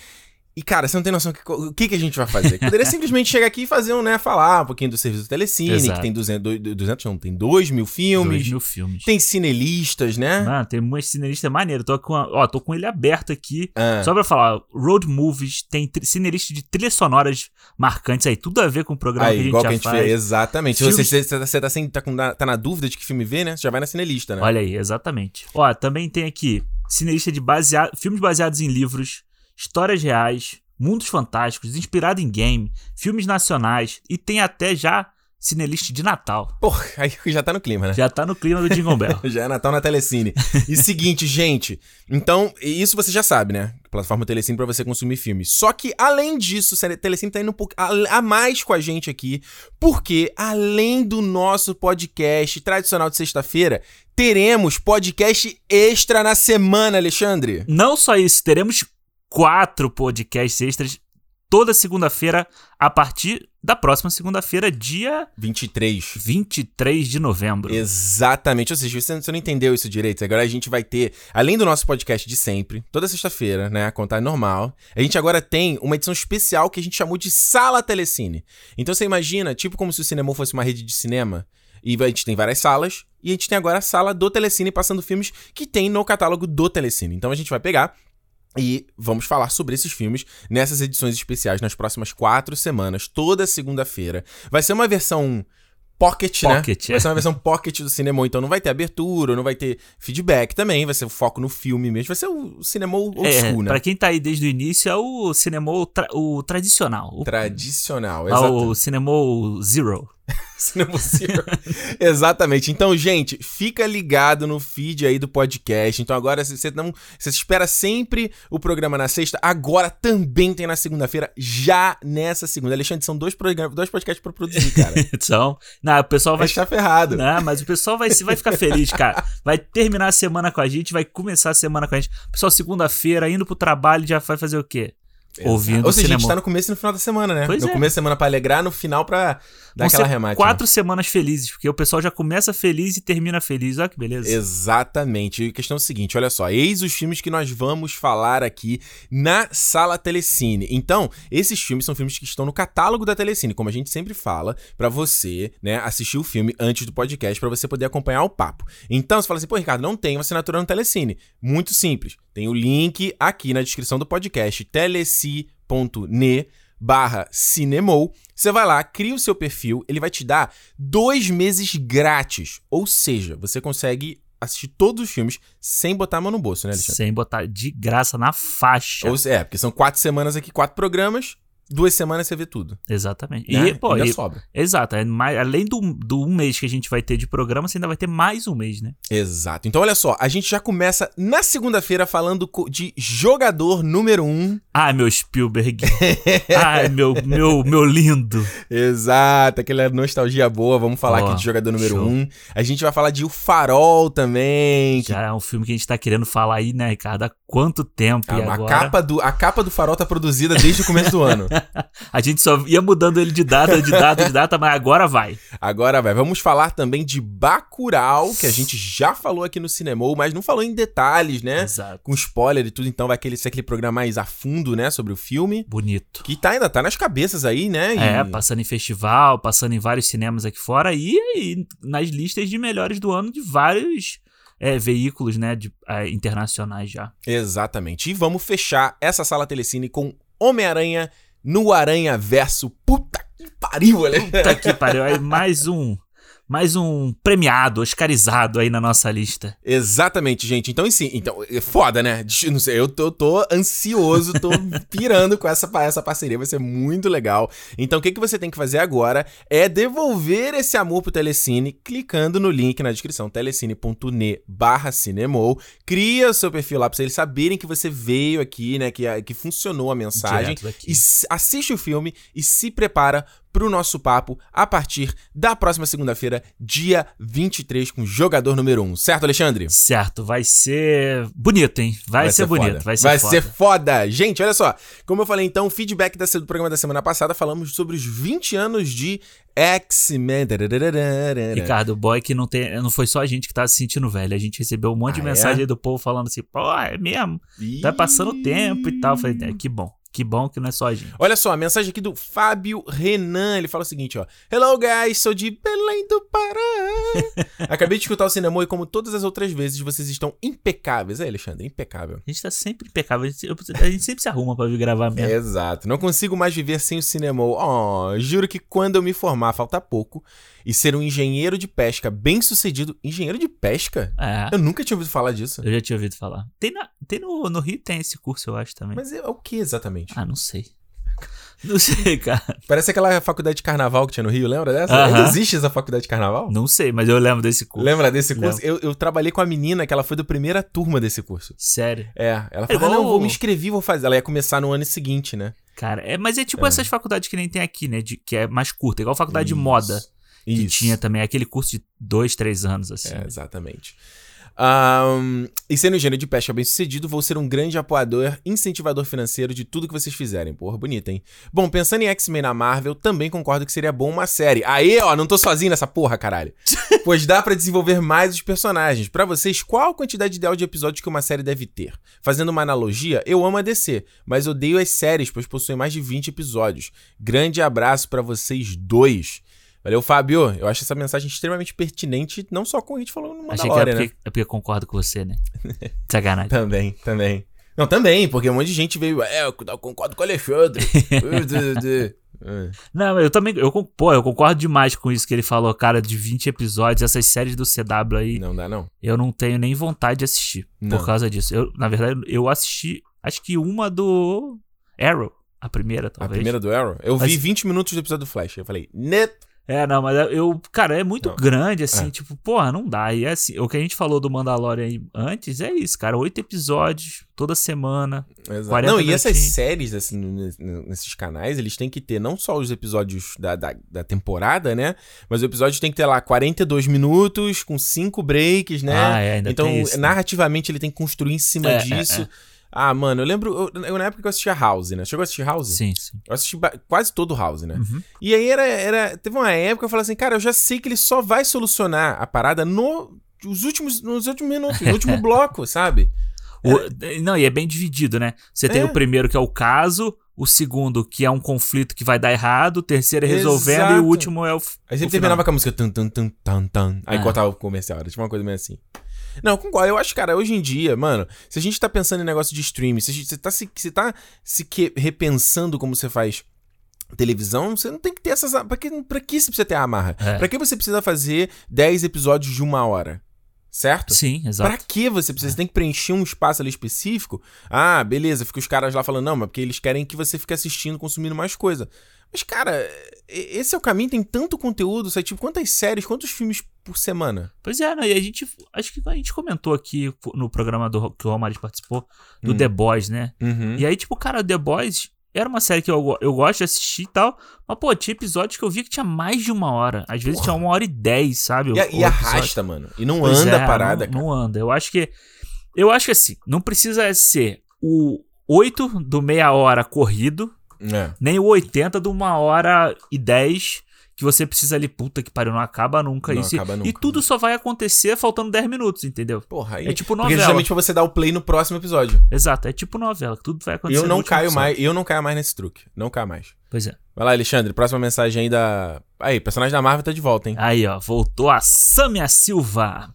S1: E, cara, você não tem noção que- o que, que a gente vai fazer. Poderia simplesmente chegar aqui e fazer um, né? Falar um pouquinho do serviço do Telecine,
S2: Exato.
S1: que tem 200, do- 200 não, tem 2 mil filmes.
S2: Dois mil filmes.
S1: Tem cinelistas, né?
S2: Mano, tem umas cineristas maneiras. Tô com, a- ó, tô com ele aberto aqui.
S1: Ah.
S2: Só pra falar, Road Movies tem tri- cinerista de trilhas sonoras marcantes aí, tudo a ver com o programa
S1: Aí,
S2: que a gente
S1: igual
S2: já
S1: que a gente
S2: faz.
S1: fez. Exatamente. Se Você,
S2: Filmes-
S1: você, tá- você tá, sem, tá, com- tá na dúvida de que filme ver, né? Você já vai na cinelista, né?
S2: Olha aí, exatamente. Ó, também tem aqui cineasta de baseado, filmes baseados em livros, histórias reais, mundos fantásticos, inspirado em game, filmes nacionais e tem até já cinelista de Natal.
S1: Porra, aí já tá no clima, né?
S2: Já tá no clima do Jingle Bell.
S1: Já é Natal na Telecine. E seguinte, gente. Então, isso você já sabe, né? Plataforma Telecine pra você consumir filmes. Só que, além disso, sério, Telecine tá indo um pouco a, a mais com a gente aqui, porque, além do nosso podcast tradicional de sexta-feira, teremos podcast extra na semana, Alexandre.
S2: Não só isso, teremos quatro podcasts extras toda segunda-feira a partir da próxima segunda-feira, dia
S1: 23.
S2: 23 de novembro.
S1: Exatamente. Ou seja, você você não entendeu isso direito. Agora a gente vai ter, além do nosso podcast de sempre, toda sexta-feira, né? A contar normal. A gente agora tem uma edição especial que a gente chamou de Sala Telecine. Então você imagina, tipo como se o cinema fosse uma rede de cinema. E a gente tem várias salas. E a gente tem agora a sala do Telecine passando filmes que tem no catálogo do Telecine. Então a gente vai pegar e vamos falar sobre esses filmes nessas edições especiais nas próximas quatro semanas, toda segunda-feira. Vai ser uma versão pocket,
S2: Pocket,
S1: né? Vai ser
S2: é.
S1: uma versão pocket do cinema, então não vai ter abertura, não vai ter feedback também, vai ser o foco no filme mesmo, vai ser o cinema old
S2: É,
S1: school, né?
S2: Pra quem tá aí desde o início, é o cinema o tra- o tradicional. O,
S1: Tradicional,
S2: lá,
S1: exatamente.
S2: o cinema zero.
S1: Se não possível. Exatamente. Então, gente, fica ligado no feed aí do podcast. Então, agora, se você não. Você espera sempre o programa na sexta, agora também tem na segunda-feira, já nessa segunda. Alexandre, são dois, programas, dois podcasts pra produzir, cara.
S2: Então, não, o pessoal
S1: Vai
S2: vai
S1: estar ferrado.
S2: Não, mas o pessoal vai, se- vai ficar feliz, cara. Vai terminar a semana com a gente, vai começar a semana com a gente. Pessoal, segunda-feira, indo pro trabalho, já vai fazer o quê? Ouvindo
S1: Ou seja, a
S2: cinema.
S1: gente tá no começo e no final da semana, né?
S2: Pois
S1: no
S2: é.
S1: começo da semana pra alegrar, no final pra dar
S2: Vão
S1: aquela
S2: ser
S1: remate. né?
S2: quatro semanas felizes, porque o pessoal já começa feliz e termina feliz. Olha que beleza.
S1: Exatamente. E a questão é a seguinte, olha só, eis os filmes que nós vamos falar aqui na Sala Telecine. Então, esses filmes são filmes que estão no catálogo da Telecine, como a gente sempre fala, pra você, né, assistir o filme antes do podcast pra você poder acompanhar o papo. Então, você fala assim, pô, Ricardo, não tem assinatura no Telecine. Muito simples. Tem o link aqui na descrição do podcast, teleci.ne barra Cinemou. Você vai lá, cria o seu perfil, ele vai te dar dois meses grátis. Ou seja, você consegue assistir todos os filmes sem botar a mão no bolso, né, Alexandre?
S2: Sem botar de graça na faixa.
S1: Ou, se- é, porque são quatro semanas aqui, quatro programas, duas semanas você vê tudo.
S2: Exatamente.
S1: né?
S2: E, pô,
S1: Ainda
S2: e-
S1: sobra.
S2: exato. é mais- além do, do um mês que a gente vai ter de programa, você ainda vai ter mais um mês, né?
S1: Exato. Então, olha só, a gente já começa na segunda-feira falando co- de jogador número um.
S2: Ai, meu Spielberg. Ai, meu, meu, meu lindo.
S1: Exato, aquela nostalgia boa. Vamos falar
S2: Ó,
S1: aqui de jogador número
S2: show.
S1: um. A gente vai falar de O Farol também. que
S2: Já é um filme que a gente tá querendo falar aí, né, Ricardo? Há quanto tempo?
S1: Ah,
S2: e
S1: a,
S2: agora?
S1: capa do, a capa do farol tá produzida desde o começo do ano.
S2: A gente só ia mudando ele de data, de data, de data, mas agora vai.
S1: Agora vai, vamos falar também de Bacurau, que a gente já falou aqui no Cinemou, mas não falou em detalhes, né?
S2: Exato.
S1: Com spoiler e tudo, então vai aquele, ser aquele programa mais a fundo, né, sobre o filme.
S2: Bonito.
S1: Que tá, ainda tá nas cabeças aí, né? E-
S2: É, passando em festival, passando em vários cinemas aqui fora e, e nas listas de melhores do ano de vários é, veículos, né, de, é, internacionais já.
S1: Exatamente. E vamos fechar essa sala telecine com Homem-Aranha no Aranha Verso. Puta que pariu, olha.
S2: Puta que pariu, aí mais um, mais um premiado, oscarizado aí na nossa lista.
S1: Exatamente, gente. Então, e sim, então, é foda, né? De- Não sei, eu tô, tô ansioso, tô pirando com essa, pa- essa parceria, vai ser muito legal. Então, o que, que você tem que fazer agora é devolver esse amor pro Telecine clicando no link na descrição, telecine.ne barra cinemou. Cria o seu perfil lá pra eles saberem que você veio aqui, né? Que, a- que funcionou a mensagem.
S2: Direto daqui.
S1: E s- assiste o filme e se prepara pro nosso papo a partir da próxima segunda-feira, dia 23, com o jogador número 1. Certo, Alexandre?
S2: Certo, vai ser bonito, hein? Vai, ser, bonito,
S1: foda.
S2: vai ser foda.
S1: ser foda. Gente, olha só. Como eu falei, então, o feedback da, do programa da semana passada, falamos sobre os 20 anos de X-Men. né?
S2: Ricardo, o boy que não tem. Não foi só a gente que tá se sentindo velho. A gente recebeu um monte de
S1: Ah,
S2: mensagem
S1: é?
S2: aí do povo falando assim, pô, é mesmo? Tá passando o tempo e tal. Eu Falei, é, que bom. Que bom que não é só a gente.
S1: Olha só, a mensagem aqui do Fábio Renan. Ele fala o seguinte, ó. Hello, guys. Sou de Belém do Pará. Acabei de escutar o cinema e como todas as outras vezes, vocês estão impecáveis. É, Alexandre? Impecável.
S2: A gente tá sempre impecável. A gente, eu- a gente sempre se arruma pra vir gravar mesmo.
S1: Exato. Não consigo mais viver sem o cinema. Oh, juro que quando eu me formar, falta pouco, e ser um engenheiro de pesca bem sucedido. Engenheiro de pesca?
S2: É.
S1: Eu nunca tinha ouvido falar disso.
S2: Eu já tinha ouvido falar. Tem, na- tem no, no Rio tem esse curso, eu acho também.
S1: Mas é o que exatamente?
S2: Ah, não sei. Não sei, cara.
S1: Parece aquela faculdade de carnaval que tinha no Rio, lembra dessa?
S2: Aham.
S1: Ainda existe essa faculdade de carnaval?
S2: Não sei, mas eu lembro desse curso.
S1: Lembra desse curso? Eu, eu trabalhei com a menina que ela foi da primeira turma desse curso.
S2: Sério.
S1: É, ela
S2: É
S1: falou, ah, não,
S2: igual-
S1: vou me inscrever, vou fazer. Ela ia começar no ano seguinte, né?
S2: Cara, é, mas é tipo essas faculdades que nem tem aqui, né? de- que é mais curta, igual a faculdade de moda.
S1: Isso.
S2: Que tinha também aquele curso de dois, três anos, assim.
S1: É, exatamente. Ahn, e sendo engenheiro de pesca bem sucedido, vou ser um grande apoiador, incentivador financeiro de tudo que vocês fizerem. Porra, bonita, hein? Bom, pensando em X-Men na Marvel, também concordo que seria bom uma série. Aí, ó, não tô sozinho nessa porra, caralho. pois dá pra desenvolver mais os personagens. Pra vocês, qual a quantidade ideal de episódios que uma série deve ter? Fazendo uma analogia, eu amo a DC, mas odeio as séries, pois possuem mais de 20 episódios. Grande abraço pra vocês dois. Vai Valeu, Fábio. Eu acho essa mensagem extremamente pertinente, não só com o que a gente falou no
S2: Achei que era
S1: Mandalorian, né?
S2: porque, é porque eu concordo com você, né? Sacanagem.
S1: Também, também. Não, também, porque um monte de gente veio. É, eu concordo com o Alexandre. Uh, É.
S2: Não, mas eu também. Eu, con- pô, eu concordo demais com isso que ele falou, cara, de 20 episódios, essas séries do CW aí,
S1: não dá, não.
S2: eu não tenho nem vontade de assistir
S1: Não.
S2: por causa disso. Eu, na verdade, eu assisti, acho que uma do Arrow, a primeira,
S1: A
S2: talvez.
S1: primeira do Arrow, eu vi
S2: Mas-
S1: 20 minutos do episódio do Flash. Eu falei, "Né, nep.
S2: É, não, mas eu, cara, é muito
S1: Não. É.
S2: grande, assim, tipo, porra, não dá. E é assim, o que a gente falou do Mandalorian aí antes é isso, cara. Oito episódios toda semana.
S1: Exato.
S2: 40
S1: Não, e essas
S2: minutinhos.
S1: séries, assim, n- n- nesses canais, eles têm que ter não só os episódios da, da, da temporada, né? Mas o episódio tem que ter lá 42 minutos, com cinco breaks, né?
S2: Ah, é, ainda
S1: então,
S2: tem isso, né?
S1: narrativamente, ele tem que construir em cima
S2: É, é,
S1: disso.
S2: é.
S1: Ah, mano, eu lembro. Eu, eu- na época que eu assistia House, né? Chegou a assistir House?
S2: Sim, sim.
S1: Eu assisti ba- quase todo o House, né?
S2: Uhum.
S1: E aí era, era. Teve uma época que eu falei assim, cara, eu já sei que ele só vai solucionar a parada no. Os últimos, nos últimos minutos, no último bloco, sabe?
S2: O- não, e é bem dividido, né? Você tem
S1: É.
S2: o primeiro que é o caso, o segundo que é um conflito que vai dar errado, o terceiro é resolvendo e
S1: Exato.
S2: o último é o. f-
S1: Aí sempre
S2: o
S1: terminava
S2: final.
S1: com a música. Tum, tum, tum, tum, tum, aí
S2: Ah.
S1: cortava o comercial. Era tipo uma coisa meio assim. Não, eu concordo. Eu acho, cara, hoje em dia, mano, se a gente tá pensando em negócio de streaming, se a gente- você tá se, você tá se que- repensando como você faz televisão, você não tem que ter essas. a- Pra que, pra que você precisa ter a amarra?
S2: É.
S1: Pra que você precisa fazer 10 episódios de uma hora? Certo?
S2: Sim, exato.
S1: Pra que você precisa? Você tem que preencher um espaço ali específico. Ah, beleza, fica os caras lá falando, não, mas porque eles querem que você fique assistindo, consumindo mais coisa. Mas, cara, e- esse é o caminho, tem tanto conteúdo, sabe? Tipo, quantas séries, quantos filmes por semana?
S2: Pois é, né? E a gente. Acho que a gente comentou aqui no programa do, que o Romário participou, do
S1: Hum.
S2: The Boys, né?
S1: Uhum.
S2: E aí, tipo, cara, The Boys era uma série que eu, go- eu gosto de assistir e tal. Mas, pô, tinha episódios que eu via que tinha mais de uma hora. Às vezes tinha uma hora e dez, sabe?
S1: E, a- e
S2: o- o episódio.
S1: arrasta, mano. E não
S2: Pois
S1: anda
S2: é,
S1: a parada,
S2: não, não anda. Eu acho que. Eu acho que assim, não precisa ser o 8 do meia hora corrido,
S1: cara. É.
S2: nem o 80 de uma hora e 10 que você precisa ali, puta que pariu, não acaba nunca
S1: Não
S2: isso.
S1: acaba
S2: E
S1: nunca,
S2: tudo só vai acontecer faltando 10 minutos, entendeu?
S1: Porra, aí.
S2: É tipo
S1: porque
S2: novela.
S1: justamente pra você dar o play no próximo episódio.
S2: Exato, é tipo novela, que tudo
S1: E
S2: vai acontecer.
S1: eu
S2: no
S1: não
S2: último
S1: caio
S2: episódio.
S1: mais, eu não caio mais nesse truque. Não caio mais.
S2: Pois é.
S1: Vai lá, Alexandre, próxima mensagem aí da. Aí, personagem da Marvel tá de volta, hein?
S2: Aí, ó, voltou a Sâmia Silva.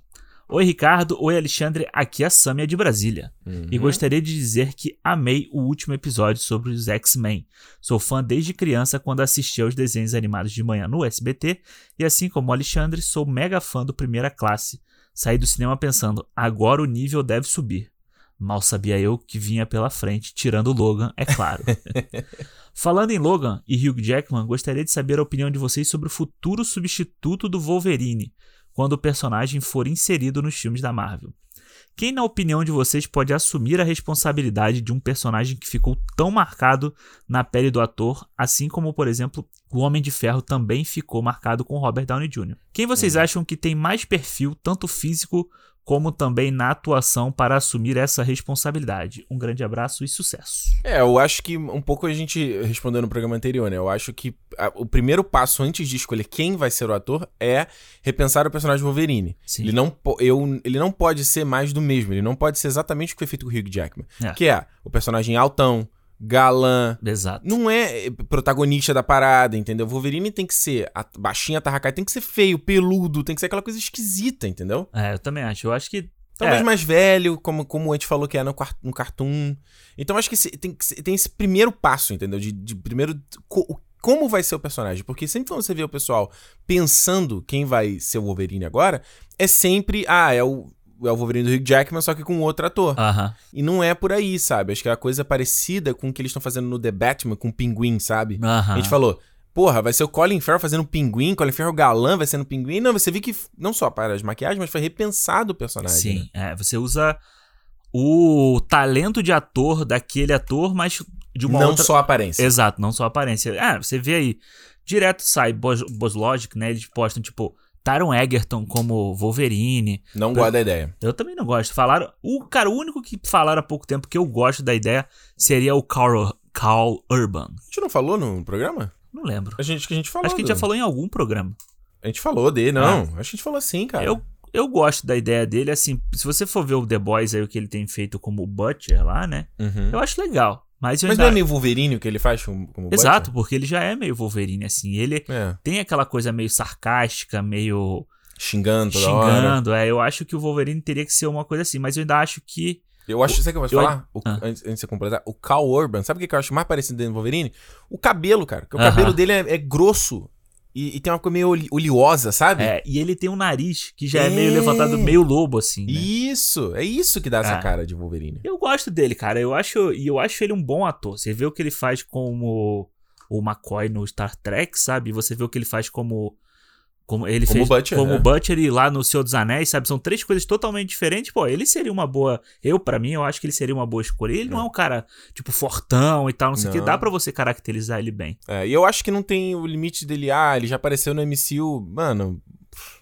S2: Oi, Ricardo. Oi, Alexandre. Aqui é a Sâmia de Brasília. E
S1: Uhum.
S2: gostaria de dizer que amei o último episódio sobre os X-Men. Sou fã desde criança quando assisti aos desenhos animados de manhã no SBT e assim como o Alexandre, sou mega fã do Primeira Classe. Saí do cinema pensando, agora o nível deve subir. Mal sabia eu que vinha pela frente, tirando o Logan, é claro. Falando em Logan e Hugh Jackman, gostaria de saber a opinião de vocês sobre o futuro substituto do Wolverine, quando o personagem for inserido nos filmes da Marvel. Quem, na opinião de vocês, pode assumir a responsabilidade de um personagem que ficou tão marcado na pele do ator, assim como, por exemplo, o Homem de Ferro também ficou marcado com Robert Downey Jr. Quem
S1: Hum.
S2: vocês acham que tem mais perfil, tanto físico como também na atuação, para assumir essa responsabilidade? Um grande abraço e sucesso.
S1: É, eu acho que um pouco a gente respondeu no programa anterior, né? Eu acho que a- o primeiro passo antes de escolher quem vai ser o ator é repensar o personagem Wolverine.
S2: Sim.
S1: Ele não, po- eu, ele não pode ser mais do mesmo, ele não pode ser exatamente o que foi feito com o Hugh Jackman.
S2: É.
S1: Que é o personagem altão, galã,
S2: Exato.
S1: não é eh, protagonista da parada, entendeu? Wolverine tem que ser a baixinha, tarracai, tem que ser feio, peludo, tem que ser aquela coisa esquisita, entendeu?
S2: É, eu também acho. Eu acho que.
S1: Talvez
S2: É.
S1: mais velho, como, como a gente falou que é no, quar- no cartoon. Então acho que esse- tem, que ser- tem esse primeiro passo, entendeu? De, de primeiro. co- o- como vai ser o personagem? Porque sempre quando você vê o pessoal pensando quem vai ser o Wolverine agora, é sempre. Ah, é o. É o Wolverine do Hugh Jackman, só que com outro ator.
S2: Aham.
S1: E não é por aí, sabe? Acho que é uma coisa parecida com o que eles estão fazendo no The Batman com o Pinguim, sabe?
S2: Aham.
S1: A gente falou, porra, vai ser o Colin Farrell fazendo pinguim, Colin Farrell galã vai sendo pinguim. Não, você viu que f- não só para as maquiagens, mas foi repensado o personagem. né?
S2: Sim, é, você usa o talento de ator daquele ator, mas de uma
S1: não
S2: outra...
S1: só a aparência.
S2: Exato, não só a aparência. Ah, você vê aí, direto sai Bos- Boss Logic, né? Eles postam, tipo, Taron Egerton como Wolverine.
S1: não gosto da ideia.
S2: Eu também não gosto. Falaram... O cara, o único que falaram há pouco tempo que eu gosto da ideia seria o Carl, Carl Urban.
S1: A gente não falou no programa?
S2: Não lembro.
S1: A gente acho que a gente falou.
S2: Acho que a gente já
S1: do-
S2: falou em algum programa.
S1: A gente falou dele, não. Acho que a gente falou sim, cara.
S2: Eu, eu gosto da ideia dele, assim, se você for ver o The Boys aí, o que ele tem feito como Butcher lá, né?
S1: Uhum.
S2: Eu acho legal. Mas eu
S1: Mas não
S2: ainda.
S1: é meio Wolverine o que ele faz como, como Batman?
S2: Exato, porque ele já é meio Wolverine, assim. Ele
S1: É.
S2: tem aquela coisa meio sarcástica, meio
S1: Xingando toda hora.
S2: xingando. É, eu acho que o Wolverine teria que ser uma coisa assim, mas eu ainda acho que.
S1: Eu acho, sabe o que eu posso
S2: eu-
S1: falar? O-
S2: Ah.
S1: antes, antes de você completar, o Cal Urban, sabe o que que eu acho mais parecido dele no Wolverine? O cabelo, cara. Porque o
S2: Aham.
S1: cabelo dele é, é grosso e, e tem uma coisa meio ole- oleosa, sabe?
S2: É, e ele tem um nariz que já é, meio
S1: É.
S2: levantado, meio lobo, assim. né?
S1: Isso, é isso que dá essa
S2: Ah.
S1: cara de Wolverine.
S2: Eu gosto dele, cara. Eu acho, e eu acho ele um bom ator. Você vê o que ele faz como o McCoy no Star Trek, sabe? Você vê o que ele faz como como ele
S1: Como
S2: fez
S1: Butcher,
S2: como
S1: né?
S2: Butcher e lá no Senhor dos Anéis, sabe? São três coisas totalmente diferentes. Pô, ele seria uma boa, eu pra mim, eu acho que ele seria uma boa escolha. Ele não é um cara tipo fortão e tal, não sei o que
S1: Não.
S2: dá pra você caracterizar ele bem.
S1: É, e eu acho que não tem o limite dele. Ah, ele já apareceu no MCU. Mano,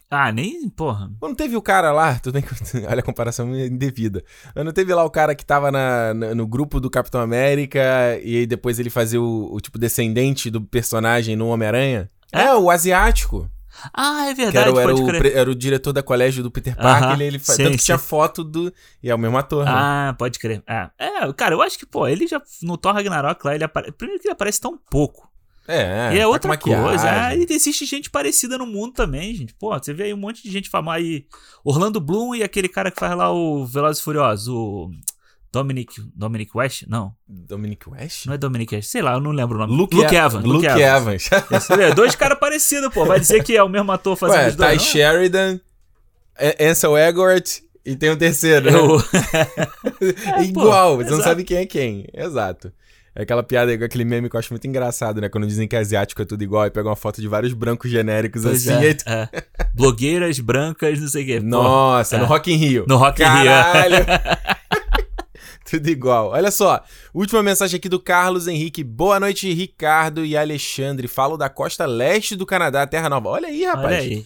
S2: Ah, nem, porra.
S1: não teve o cara lá. Tudo bem que- Olha a comparação é indevida. Mas não teve lá o cara que tava na- na- no grupo do Capitão América e aí depois ele fazia o, o tipo descendente do personagem no Homem-Aranha?
S2: É?
S1: É? o asiático.
S2: Ah, é
S1: que era,
S2: verdade,
S1: o- era
S2: pode
S1: o,
S2: crer.
S1: pre- era o diretor da colégio do Peter Parker.
S2: Aham,
S1: ele, ele fa-
S2: sim,
S1: tanto que
S2: sim.
S1: tinha foto do. E é o mesmo ator, né?
S2: Ah, pode crer. Ah, é, cara, eu acho que, pô, ele já no Thor Ragnarok lá, ele apare... primeiro que ele aparece tão pouco.
S1: É,
S2: e é
S1: tá com
S2: outra
S1: maquiagem.
S2: coisa. Ah, e existe gente parecida no mundo também, gente. Pô, você vê aí um monte de gente famosa aí. Orlando Bloom e aquele cara que faz lá o Velozes e Furiosos, o Dominic, Dominic West? Não,
S1: Dominic West?
S2: não é Dominic West. Sei lá, eu não lembro o nome.
S1: E-
S2: Evans.
S1: Luke, Evans.
S2: Evans. Você vê, dois caras parecidos, pô. Vai dizer que é o mesmo ator fazendo
S1: Ué, tá
S2: os dois, né?
S1: Ty
S2: não?
S1: Sheridan, A- Ansel Elgort e tem um terceiro. né?
S2: Eu-
S1: É Igual,
S2: pô,
S1: você não
S2: exato.
S1: sabe quem é quem. Exato. É aquela piada, aquele meme que eu acho muito engraçado, né? Quando dizem que asiático é tudo igual e pegam uma foto de vários brancos genéricos
S2: Pois
S1: assim. e
S2: é,
S1: aí tu-
S2: é. Blogueiras brancas, não sei o quê. Pô,
S1: Nossa,
S2: é.
S1: no Rock in Rio.
S2: No Rock in Rio, é.
S1: Caralho. Tudo igual. Olha só, última mensagem aqui do Carlos Henrique. Boa noite, Ricardo e Alexandre. Falo da costa leste do Canadá, Terra Nova. Olha aí, rapaz.
S2: Olha aí.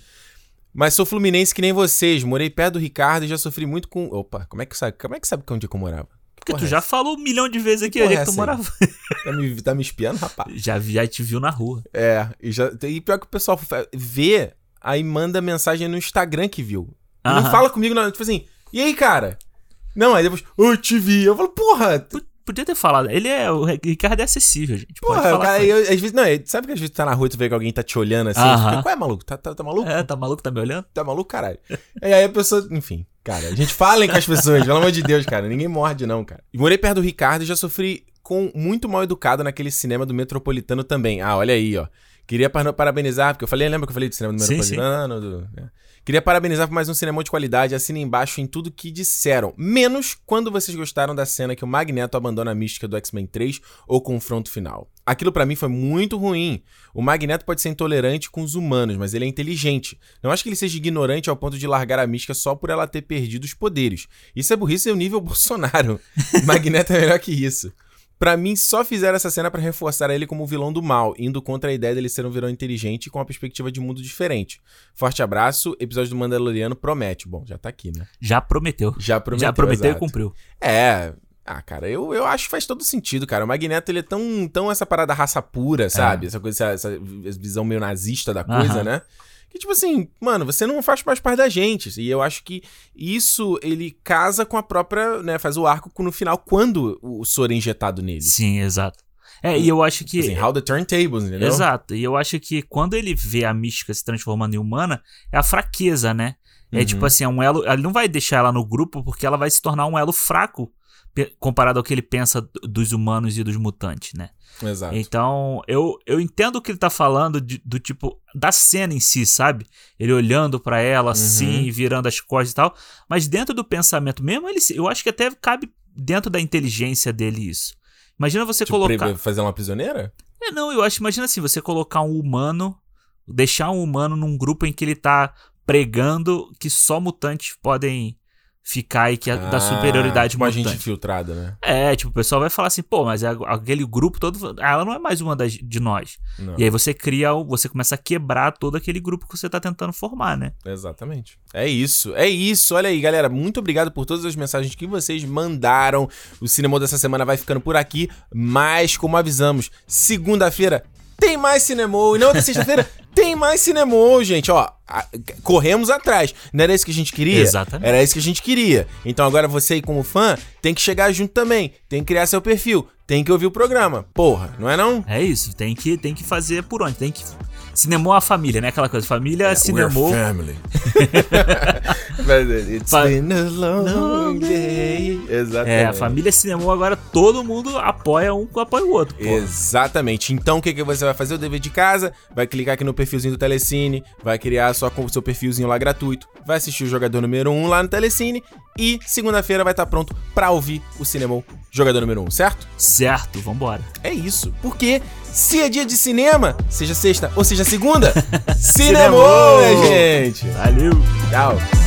S1: Mas sou fluminense que nem vocês. Morei perto do Ricardo e já sofri muito com. Opa, como é que sabe? Como é que sabe que onde é que eu morava?
S2: Porque
S1: Porra,
S2: tu já falou um milhão de vezes aqui
S1: porra
S2: onde é
S1: é
S2: que tu
S1: essa aí?
S2: morava.
S1: Tá me, tá me espiando, rapaz?
S2: Já, vi- já te viu na rua.
S1: É, e, já, e pior que o pessoal fa- vê, aí manda mensagem no Instagram que viu. E Não
S2: Aham.
S1: fala comigo, não. Tipo assim, e aí, cara? Não, aí depois, eu te vi. Eu falo, porra, tu-
S2: Podia ter falado. Ele é. O Ricardo é acessível, gente. Pode
S1: porra,
S2: falar
S1: o cara,
S2: com ele.
S1: eu, às vezes, não, é- sabe que às vezes tu tá na rua e tu vê que alguém tá te olhando assim,
S2: Aham.
S1: tu fica, qual é, maluco? Tá, tá, tá maluco?
S2: É, tá maluco, tá me olhando?
S1: Tá maluco, caralho? E aí a pessoa, enfim, cara, a gente falem com as pessoas, pelo amor de Deus, cara, ninguém morde não, cara. E morei perto do Ricardo e já sofri com muito mal educado naquele cinema do Metropolitano também. Ah, olha aí, ó. Queria par- parabenizar, porque eu falei, lembra que eu falei do cinema do
S2: Sim,
S1: Metropolitano? do- é. Queria parabenizar por mais um cinema de qualidade, assina embaixo em tudo que disseram. Menos quando vocês gostaram da cena que o Magneto abandona a mística do X-Men 3 ou confronto final. Aquilo pra mim foi muito ruim. O Magneto pode ser intolerante com os humanos, mas ele é inteligente. Não acho que ele seja ignorante ao ponto de largar a mística só por ela ter perdido os poderes. Isso é burrice ao nível Bolsonaro. Magneto é melhor que isso. Pra mim, só fizeram essa cena pra reforçar ele como o vilão do mal, indo contra a ideia dele ser um vilão inteligente e com uma perspectiva de mundo diferente. Forte abraço, episódio do Mandaloriano promete. Bom, já tá aqui, né?
S2: Já prometeu.
S1: Já prometeu.
S2: Já prometeu e
S1: exato.
S2: cumpriu.
S1: É. Ah, cara, eu, eu acho que faz todo sentido, cara. O Magneto, ele é tão, tão essa parada raça pura, sabe? Essa coisa, essa, essa visão meio nazista da coisa,
S2: É. Aham.
S1: né? Que tipo assim, mano, você não faz mais parte da gente. E eu acho que isso, ele casa com a própria, né? Faz o arco no final, quando o soro é injetado nele.
S2: Sim, exato. É, e eu acho que.
S1: Assim, how the turntables, entendeu?
S2: Exato. E eu acho que quando ele vê a mística se transformando em humana, é a fraqueza, né? É
S1: Uhum.
S2: tipo assim, é um elo. Ele não vai deixar ela no grupo porque ela vai se tornar um elo fraco pe- comparado ao que ele pensa do- dos humanos e dos mutantes, né?
S1: Exato.
S2: Então, eu, eu entendo o que ele tá falando de- do tipo, da cena em si, sabe? Ele olhando pra
S1: Uhum.
S2: ela assim, e virando as costas e tal. Mas dentro do pensamento mesmo, ele, se- eu acho que até cabe dentro da inteligência dele isso. Imagina você
S1: Tipo,
S2: colocar.
S1: pre- fazer uma prisioneira?
S2: É, não, eu acho. Imagina assim, você colocar um humano, deixar um humano num grupo em que ele tá pregando que só mutantes podem ficar e que é da superioridade
S1: tipo, a
S2: mutante.
S1: gente filtrada, né?
S2: É, tipo, o pessoal vai falar assim, pô, mas é aquele grupo todo. ah, Ela não é mais uma das, de nós.
S1: Não.
S2: E aí você cria, o- você começa a quebrar todo aquele grupo que você tá tentando formar, né?
S1: Exatamente. É isso, é isso. Olha aí, galera. Muito obrigado por todas as mensagens que vocês mandaram. O cinema dessa semana vai ficando por aqui, mas como avisamos, segunda-feira tem mais cinema e na outra sexta-feira tem mais cinema, gente. Ó, a- corremos atrás. Não era isso que a gente queria?
S2: Exatamente.
S1: Era isso que a gente queria. Então agora você, como fã, tem que chegar junto também. Tem que criar seu perfil. tem que ouvir o programa. Porra, não é não?
S2: É isso, tem que, tem que fazer por onde, tem que... Cinemou a família, né? Aquela coisa, família cinemou.
S1: É, family. Mas It's
S2: Fa-
S1: been a long
S2: Long
S1: day. Exatamente.
S2: É, a família cinemou agora todo mundo apoia um, apoia o outro, pô.
S1: Exatamente. Então o que, que você vai fazer? O dever de casa, vai clicar aqui no perfilzinho do Telecine, vai criar só com o seu perfilzinho lá gratuito, vai assistir o jogador número 1 lá no Telecine e segunda-feira vai estar pronto pra ouvir o Cinemon Jogador número 1, certo?
S2: Certo, vambora.
S1: É isso. Porque se é dia de cinema, seja sexta ou seja segunda, Cinemon,
S2: Cinemon!
S1: gente.
S2: Valeu!
S1: Tchau.